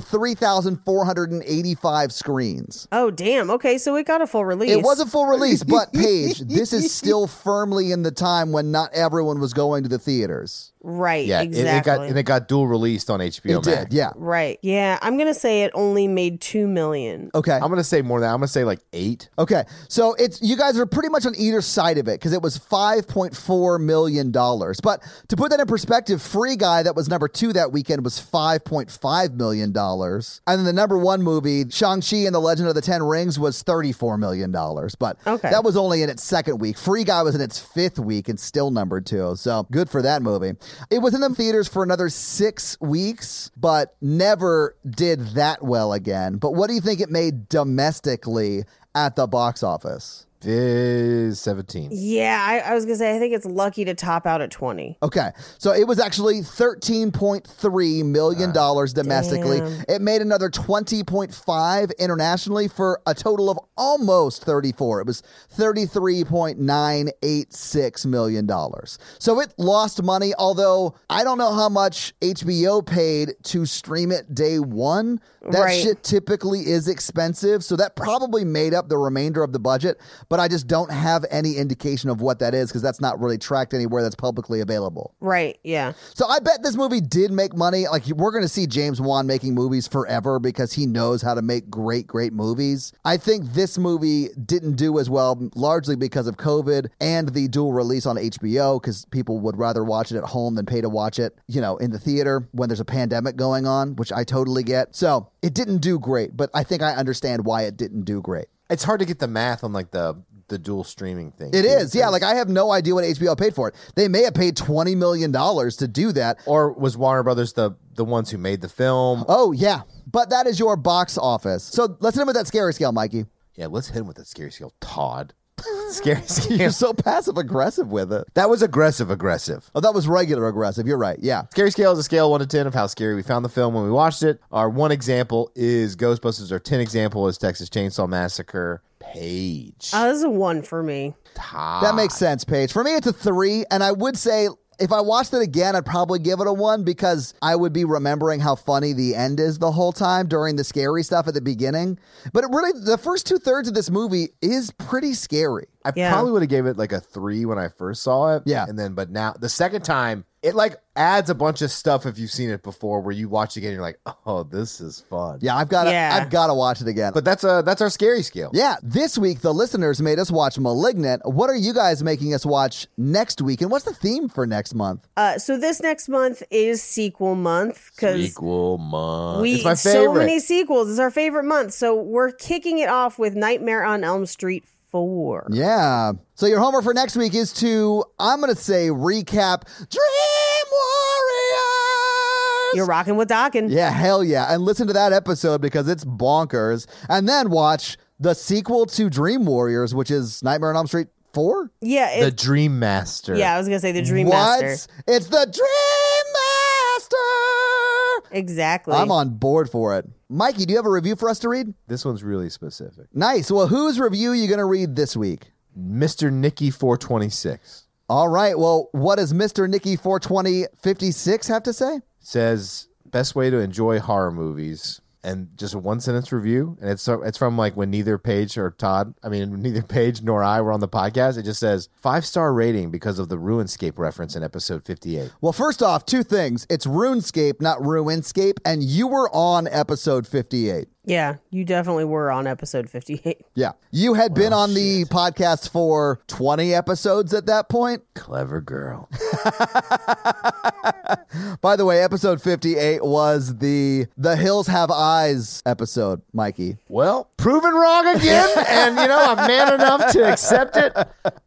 Speaker 1: 3,485 screens.
Speaker 3: Oh, damn. Okay, so it got a full release.
Speaker 1: It was a full release, but Paige, this is still firmly in the time when not everyone was going to the theaters.
Speaker 3: Right,
Speaker 2: Yeah, it-
Speaker 3: exactly.
Speaker 2: it, got and it got dual released on HBO
Speaker 1: It
Speaker 2: Max.
Speaker 1: did, yeah.
Speaker 3: right. Yeah, I'm going to say it only made 2 million.
Speaker 1: Okay.
Speaker 2: I'm gonna say more than I'm gonna say like eight.
Speaker 1: Okay, so it's you guys are pretty much on either side of it because it was five point four million dollars. But to put that in perspective, Free Guy that was number two that weekend was five point five million dollars, and then the number one movie Shang Chi and the Legend of the Ten Rings was thirty four million dollars. But
Speaker 3: Okay.
Speaker 1: that was only in its second week. Free Guy was in its fifth week and still number two. So good for that movie. It was in the theaters for another six weeks, but never did that well again. But what do you think it made domestically at the box office?
Speaker 2: Is seventeen.
Speaker 3: Yeah, I, I was going to say, I think it's lucky to top out at 20.
Speaker 1: Okay, so it was actually thirteen point three million dollars domestically.
Speaker 3: damn.
Speaker 1: It made another twenty point five internationally for a total of almost thirty four. It was thirty three point nine eight six million dollars. So it lost money. Although I don't know how much HBO paid to stream it day one. That
Speaker 3: Right.
Speaker 1: shit typically is expensive, so that probably made up the remainder of the budget. But I just don't have any indication of what that is because that's not really tracked anywhere that's publicly available.
Speaker 3: Right, yeah.
Speaker 1: So I bet this movie did make money. Like we're going to see James Wan making movies forever because he knows how to make great, great movies. I think this movie didn't do as well, largely because of COVID and the dual release on HBO, because people would rather watch it at home than pay to watch it, you know, in the theater when there's a pandemic going on, which I totally get. So it didn't do great, but I think I understand why it didn't do great.
Speaker 2: It's hard to get the math on like the the dual streaming thing.
Speaker 1: It is, yeah. Like I have no idea what HBO paid for it. They may have paid twenty million dollars to do that,
Speaker 2: Or was Warner Brothers the the ones who made the film?
Speaker 1: Oh, yeah. But that is your box office. So let's hit him with that scary scale, Mikey.
Speaker 2: Yeah, let's hit him with that scary scale, Todd. scary scale.
Speaker 1: You're so passive aggressive with it.
Speaker 2: That was aggressive aggressive.
Speaker 1: Oh, that was regular aggressive. You're right. Yeah.
Speaker 2: Scary scale is a scale of one to ten of how scary we found the film when we watched it. Our one example is Ghostbusters. Our ten example is Texas Chainsaw Massacre. Page.
Speaker 3: Oh, this is a 1 for me.
Speaker 2: Todd.
Speaker 1: That makes sense, Paige. For me, it's a three. And I would say if I watched it again, I'd probably give it a one because I would be remembering how funny the end is the whole time during the scary stuff at the beginning. But it really, the first two thirds of this movie is pretty scary.
Speaker 2: I
Speaker 3: Yeah.
Speaker 2: probably would have gave it like a three when I first saw it.
Speaker 1: Yeah.
Speaker 2: And then, but now the second time, it like adds a bunch of stuff if you've seen it before, where you watch it again, you're like, oh, this is fun.
Speaker 1: Yeah, I've got to,
Speaker 3: Yeah.
Speaker 1: I've got to watch it again.
Speaker 2: But that's a that's our scary scale.
Speaker 1: Yeah, this week the listeners made us watch Malignant. What are you guys making us watch next week? And what's the theme for next month?
Speaker 3: Uh, so this next month is sequel month because
Speaker 2: Sequel month.
Speaker 3: we
Speaker 2: it's my favorite.
Speaker 3: so many sequels. It's our favorite month. So we're kicking it off with Nightmare on Elm Street 4.
Speaker 1: Yeah. So your homework for next week is to, I'm going to say, recap Dream Warriors.
Speaker 3: You're rocking with Dockin.
Speaker 1: yeah, hell yeah. And listen to that episode because it's bonkers. And then watch the sequel to Dream Warriors, which is Nightmare on Elm Street 4.
Speaker 3: Yeah,
Speaker 2: the
Speaker 3: it,
Speaker 2: Dream Master.
Speaker 3: yeah. I was gonna say the Dream
Speaker 1: what?
Speaker 3: Master.
Speaker 1: It's the Dream Master.
Speaker 3: Exactly.
Speaker 1: I'm on board for it. Mikey, do you have a review for us to read?
Speaker 2: This one's really specific.
Speaker 1: Nice. Well, whose review are you going to read this week?
Speaker 2: Mr. Nikki 426
Speaker 1: All right. Well, what does Mr. Nikki 42056 have to say?
Speaker 2: says best way to enjoy horror movies and just a one sentence review and it's it's from like when neither Paige or Todd I mean neither Paige nor I were on the podcast it just says five star rating because of the RuneScape reference in episode 58
Speaker 1: Well, first off, two things. It's RuneScape, not Ruinscape, and you were on episode 58.
Speaker 3: yeah, you definitely were on episode 58.
Speaker 1: Yeah. You had been on the podcast for 20 episodes at that point.
Speaker 2: clever girl
Speaker 1: By the way, episode 58 was the The Hills Have Eyes episode, Mikey.
Speaker 2: well proven wrong again and you know I'm man enough to accept it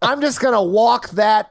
Speaker 2: I'm just going to walk that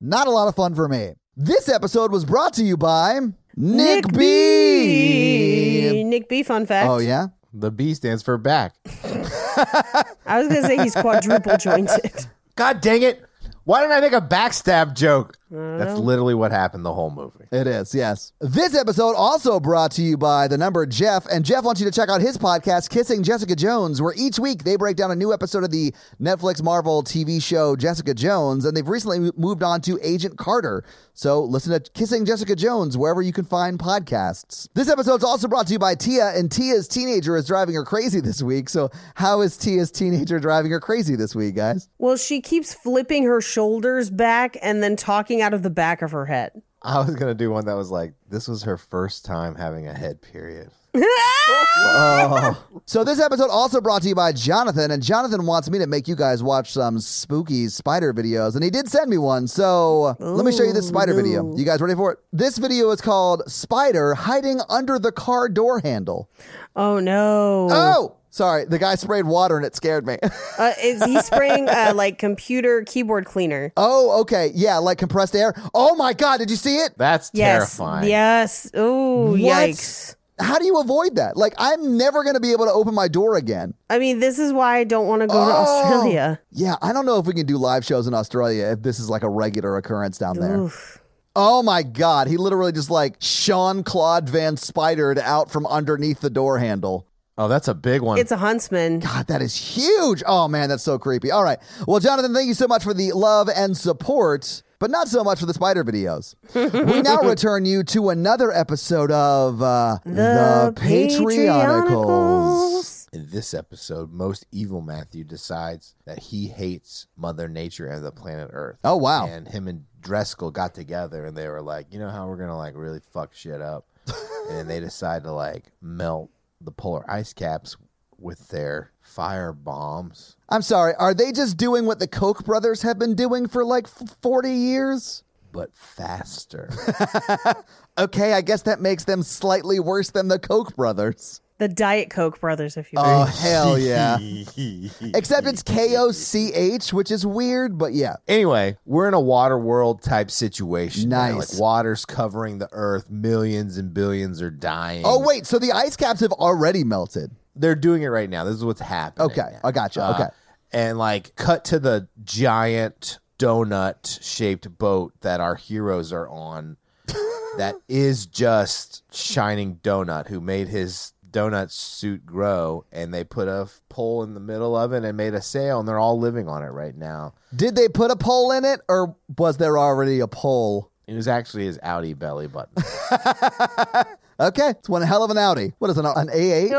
Speaker 1: Not a lot of fun for me. This episode was brought to you by Nick, B.
Speaker 3: Nick B. Fun fact.
Speaker 1: Oh, yeah?
Speaker 2: The B stands for back.
Speaker 3: I was gonna say he's quadruple jointed.
Speaker 2: God dang it. Why didn't I make a backstab joke? That's literally what happened the whole movie.
Speaker 1: It is, yes. This episode also brought to you by the number Jeff, and Jeff wants you to check out his podcast, Kissing Jessica Jones, where each week they break down a new episode of the Netflix Marvel TV show Jessica Jones, and they've recently moved on to Agent Carter. So listen to Kissing Jessica Jones wherever you can find podcasts. This episode's also brought to you by Tia, and Tia's teenager is driving her crazy this week. So how is Tia's teenager driving her crazy this week, guys?
Speaker 3: Well, she keeps flipping her shoulders back and then talking out of the back of her head.
Speaker 2: I was gonna do one that was like, this was her first time having a head period.
Speaker 1: So this episode also brought to you by Jonathan, and Jonathan wants me to make you guys watch some spooky spider videos, and he did send me one. So let me show you this spider video. You guys ready for it? This video is called "Spider Hiding Under the Car Door Handle."
Speaker 3: Oh no!
Speaker 1: Oh, sorry, the guy sprayed water and it scared me.
Speaker 3: Uh, is he spraying uh, like computer keyboard cleaner?
Speaker 1: oh, okay, yeah, like compressed air. Oh my god, did you see it?
Speaker 2: That's
Speaker 3: Yes. e-
Speaker 2: terrifying.
Speaker 3: Yes. Oh,
Speaker 1: What?
Speaker 3: yikes.
Speaker 1: How do you avoid that? Like, I'm never gonna be able to open my door again.
Speaker 3: I mean, this is why I don't want to go
Speaker 1: Oh.
Speaker 3: to Australia.
Speaker 1: Yeah, I don't know if we can do live shows in Australia if this is like a regular occurrence down there. Oh my God. He literally just like Sean Claude Van Spidered out from underneath the door handle.
Speaker 2: Oh, that's a big one.
Speaker 3: It's a huntsman.
Speaker 1: God, that is huge. Oh man, that's so creepy. All right. Well, Jonathan, thank you so much for the love and support, but not so much for the spider videos. we now return you to another episode of uh, The, Patrioticals.
Speaker 3: Patrioticals.
Speaker 2: In this episode, most evil Matthew decides that he hates Mother Nature and the planet Earth.
Speaker 1: Oh, wow.
Speaker 2: And him and Dreskel got together and they were like, you know how we're gonna like really fuck shit up, and they decide to like melt the polar ice caps with their fire bombs.
Speaker 1: I'm sorry. Are they just doing what the Koch brothers have been doing for like f- 40 years?
Speaker 2: But faster.
Speaker 1: Okay, I guess that makes them slightly worse than the Koch brothers.
Speaker 3: The Diet Coke brothers, if you will.
Speaker 1: Oh, hell yeah. Except it's K O C H, which is weird, but yeah.
Speaker 2: Anyway, we're in a water world type situation. now.
Speaker 1: Nice.
Speaker 2: Like water's covering the earth, millions and billions are dying.
Speaker 1: Oh, wait. So the ice caps have already melted.
Speaker 2: they're doing it right now. This is what's happening.
Speaker 1: Okay,
Speaker 2: now.
Speaker 1: I gotcha.
Speaker 2: Uh.
Speaker 1: Okay.
Speaker 2: And like cut to the giant donut shaped boat that our heroes are on that is just shining donut who made his donut suit grow and they put a f- pole in the middle of it and made a sail and they're all living on it right now.
Speaker 1: Did they put a pole in it, or was there already a pole?
Speaker 2: It was actually his Audi belly button.
Speaker 1: Okay, it's one hell of an Audi. What is it, an A8?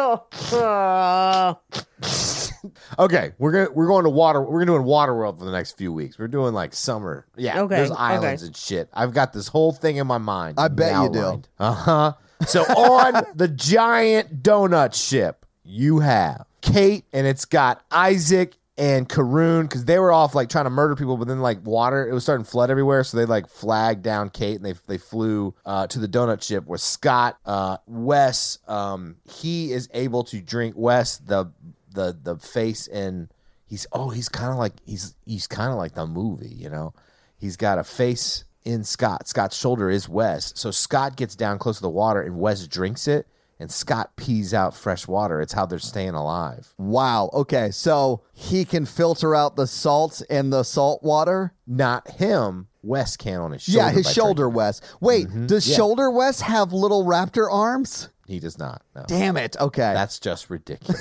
Speaker 3: Oh, uh,
Speaker 2: okay, we're gonna we're going to water. We're doing Waterworld for the next few weeks. We're doing like summer. Yeah,
Speaker 3: Okay,
Speaker 2: there's
Speaker 3: okay.
Speaker 2: islands and shit. I've got this whole thing in my mind.
Speaker 1: I bet you do.
Speaker 2: Uh huh. So on the giant donut ship, you have Kate, and it's got Isaac and Karun because they were off like trying to murder people, but then like water, it was starting to flood everywhere, so they like flagged down Kate and they they flew uh, to the donut ship where Scott, uh, Wes, um, he is able to drink Wes the the the face and he's oh he's kind of like he's he's kind of like the movie you know he's got a face in scott scott's shoulder is wes so scott gets down close to the water and wes drinks it and scott pees out fresh water it's how they're staying alive
Speaker 1: Wow. Okay, so he can filter out the salt and the salt water.
Speaker 2: not him wes can on his shoulder
Speaker 1: yeah, his
Speaker 2: by Mm-hmm.
Speaker 1: shoulder, Wes. Wait, does
Speaker 2: Yeah.
Speaker 1: shoulder Wes have little raptor arms?
Speaker 2: drinking. he does not no.
Speaker 1: Damn it. Okay.
Speaker 2: that's just ridiculous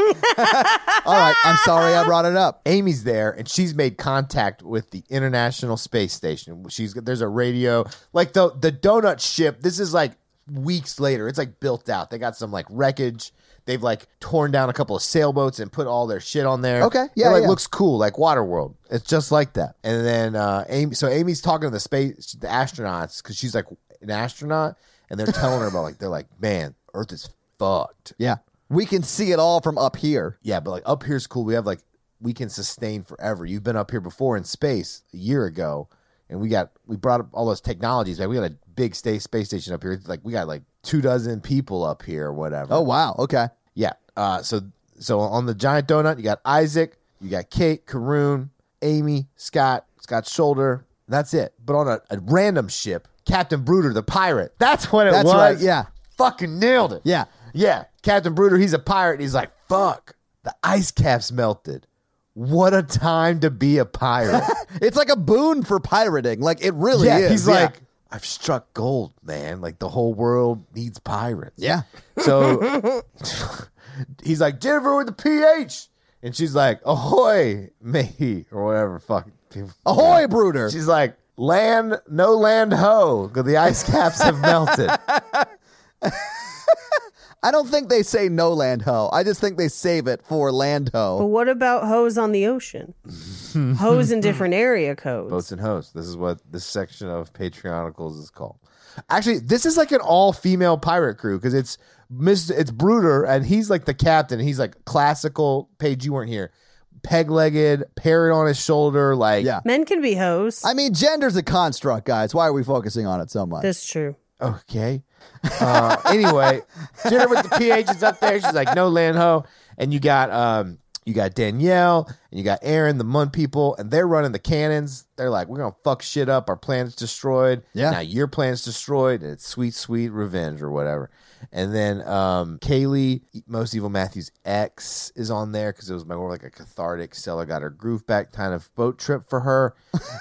Speaker 1: All right. I'm sorry I brought it up.
Speaker 2: Amy's there, and she's made contact with the International Space Station. She's there's a radio, like the the donut ship. This is like weeks later. It's like built out. They got some like wreckage. They've like torn down a couple of sailboats and put all their shit on there.
Speaker 1: Okay,
Speaker 2: It,
Speaker 1: yeah,
Speaker 2: like
Speaker 1: yeah.
Speaker 2: looks cool, like Waterworld. It's just like that. And then uh, Amy, so Amy's talking to the space the astronauts because she's like an astronaut, and they're telling her about like they're like, man, Earth is fucked.
Speaker 1: Yeah. We can see it all from up here.
Speaker 2: Yeah, but like up here's cool. We have like we can sustain forever. You've been up here before in space a year ago, and we got we brought up all those technologies. Man, we got a big space space station up here. It's Like we got like two dozen people up here or whatever.
Speaker 1: Oh, wow. Okay.
Speaker 2: yeah. Uh, so so on the giant donut, you got Isaac, you got Kate, Karun, Amy, Scott, Scott's shoulder. That's it. But on a, a random ship, Captain Bruder, the pirate. That's what it
Speaker 1: That's
Speaker 2: was.
Speaker 1: right, yeah.
Speaker 2: Fucking nailed it.
Speaker 1: Yeah.
Speaker 2: Yeah, Captain Bruder, he's a pirate. And he's like, fuck, the ice caps melted. What a time to be a pirate.
Speaker 1: It's like a boon for pirating. Like, it really
Speaker 2: yeah,
Speaker 1: is.
Speaker 2: he's
Speaker 1: Yeah.
Speaker 2: like, I've struck gold, man. Like the whole world needs pirates.
Speaker 1: yeah.
Speaker 2: So he's like, Jennifer with the PH. And she's like, ahoy, me, or whatever. Fuck. people-
Speaker 1: Ahoy, brooder.
Speaker 2: She's like, land, no land ho, 'cause the ice caps have melted.
Speaker 1: I don't think they say no land ho. I just think they save it for land
Speaker 3: but
Speaker 1: ho.
Speaker 3: what about hoes on the ocean? hoes in different area codes.
Speaker 2: Boats and hosts. This is what this section of Patreonicals is called. Actually, this is like an all-female pirate crew because it's Mr. It's Bruder, and he's like the captain. He's like classical. Paige, you weren't here. Peg-legged, parrot on his shoulder, like
Speaker 1: Yeah.
Speaker 3: Men can be hoes.
Speaker 1: I mean, gender's a construct, guys. Why are we focusing on it so much?
Speaker 3: That's true.
Speaker 2: okay. Uh, anyway, Jennifer with the PH is up there. She's like, no land ho. And you got um you got Danielle and you got Aaron, the Mun people, and they're running the cannons. They're like, we're gonna fuck shit up. Our planet's destroyed.
Speaker 1: Yeah.
Speaker 2: Now your planet's destroyed, and it's sweet, sweet revenge or whatever. And then um Kaylee, most evil Matthews X is on there because it was more like a cathartic Stella got her groove back kind of boat trip for her.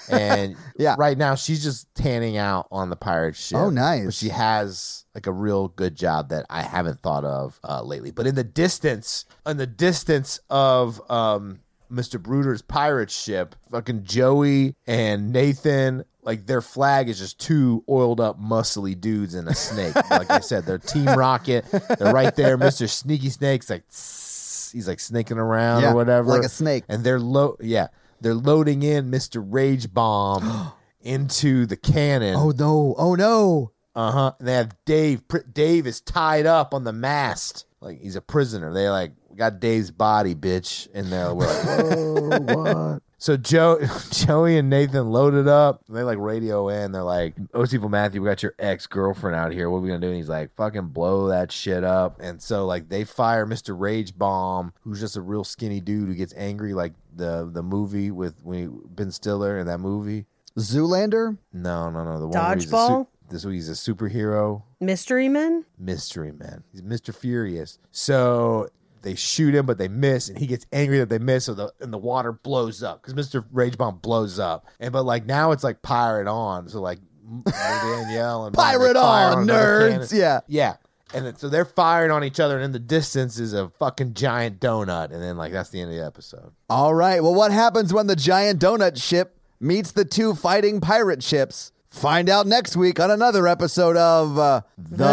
Speaker 2: And
Speaker 1: Yeah.
Speaker 2: right now she's just tanning out on the pirate ship.
Speaker 1: Oh, nice.
Speaker 2: But she has like a real good job that I haven't thought of uh, lately. But in the distance, in the distance of um, Mr. Bruder's pirate ship, fucking Joey and Nathan, like their flag is just two oiled up, muscly dudes and a snake. like I said, they're Team Rocket. They're right there. Mr. Sneaky Snake's like, "Tss," he's like sneaking around
Speaker 1: Yeah,
Speaker 2: or whatever,
Speaker 1: like a snake.
Speaker 2: and they're low yeah they're loading in mr rage bomb into the cannon
Speaker 1: oh, no. Oh, no.
Speaker 2: uh-huh and they have dave Pr- dave is tied up on the mast like he's a prisoner they like "We got dave's body bitch and they're we're like whoa Oh, what so joe joey and nathan loaded up and they like radio in they're like oh it's evil matthew we got your ex-girlfriend out here what are we gonna do and he's like fucking blow that shit up and so like they fire mr rage bomb who's just a real skinny dude who gets angry like the the movie with when he- ben stiller in that movie
Speaker 1: Zoolander?
Speaker 2: no, no, no. The one where he's a su-
Speaker 3: Dodgeball?
Speaker 2: this week he's a superhero
Speaker 3: Mystery men?
Speaker 2: mystery man. He's Mr. Furious. So they shoot him, but they miss, and he gets angry that they miss, so the and the water blows up because Mr. Rage Bomb blows up. And but like now it's like pirate on, so like m- Danielle and Bob, they
Speaker 1: Pirate
Speaker 2: fire
Speaker 1: on,
Speaker 2: another
Speaker 1: nerds.
Speaker 2: cannon.
Speaker 1: Yeah.
Speaker 2: Yeah. And then, so they're firing on each other, and in the distance is a fucking giant donut. And then, like, that's the end of the episode.
Speaker 1: All right. Well, what happens when the giant donut ship meets the two fighting pirate ships? Find out next week on another episode of uh, The,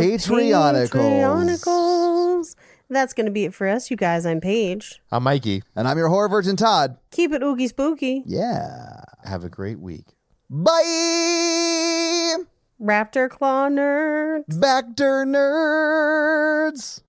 Speaker 1: Patreonicals.
Speaker 3: Patreonicals. That's going to be it for us, you guys. I'm Paige.
Speaker 2: I'm Uh, Mikey.
Speaker 1: And I'm your horror virgin, Todd.
Speaker 3: Keep it oogie spooky.
Speaker 1: Yeah.
Speaker 2: Have a great week.
Speaker 1: Bye.
Speaker 3: Raptor claw nerd.
Speaker 1: Backdoor nerds.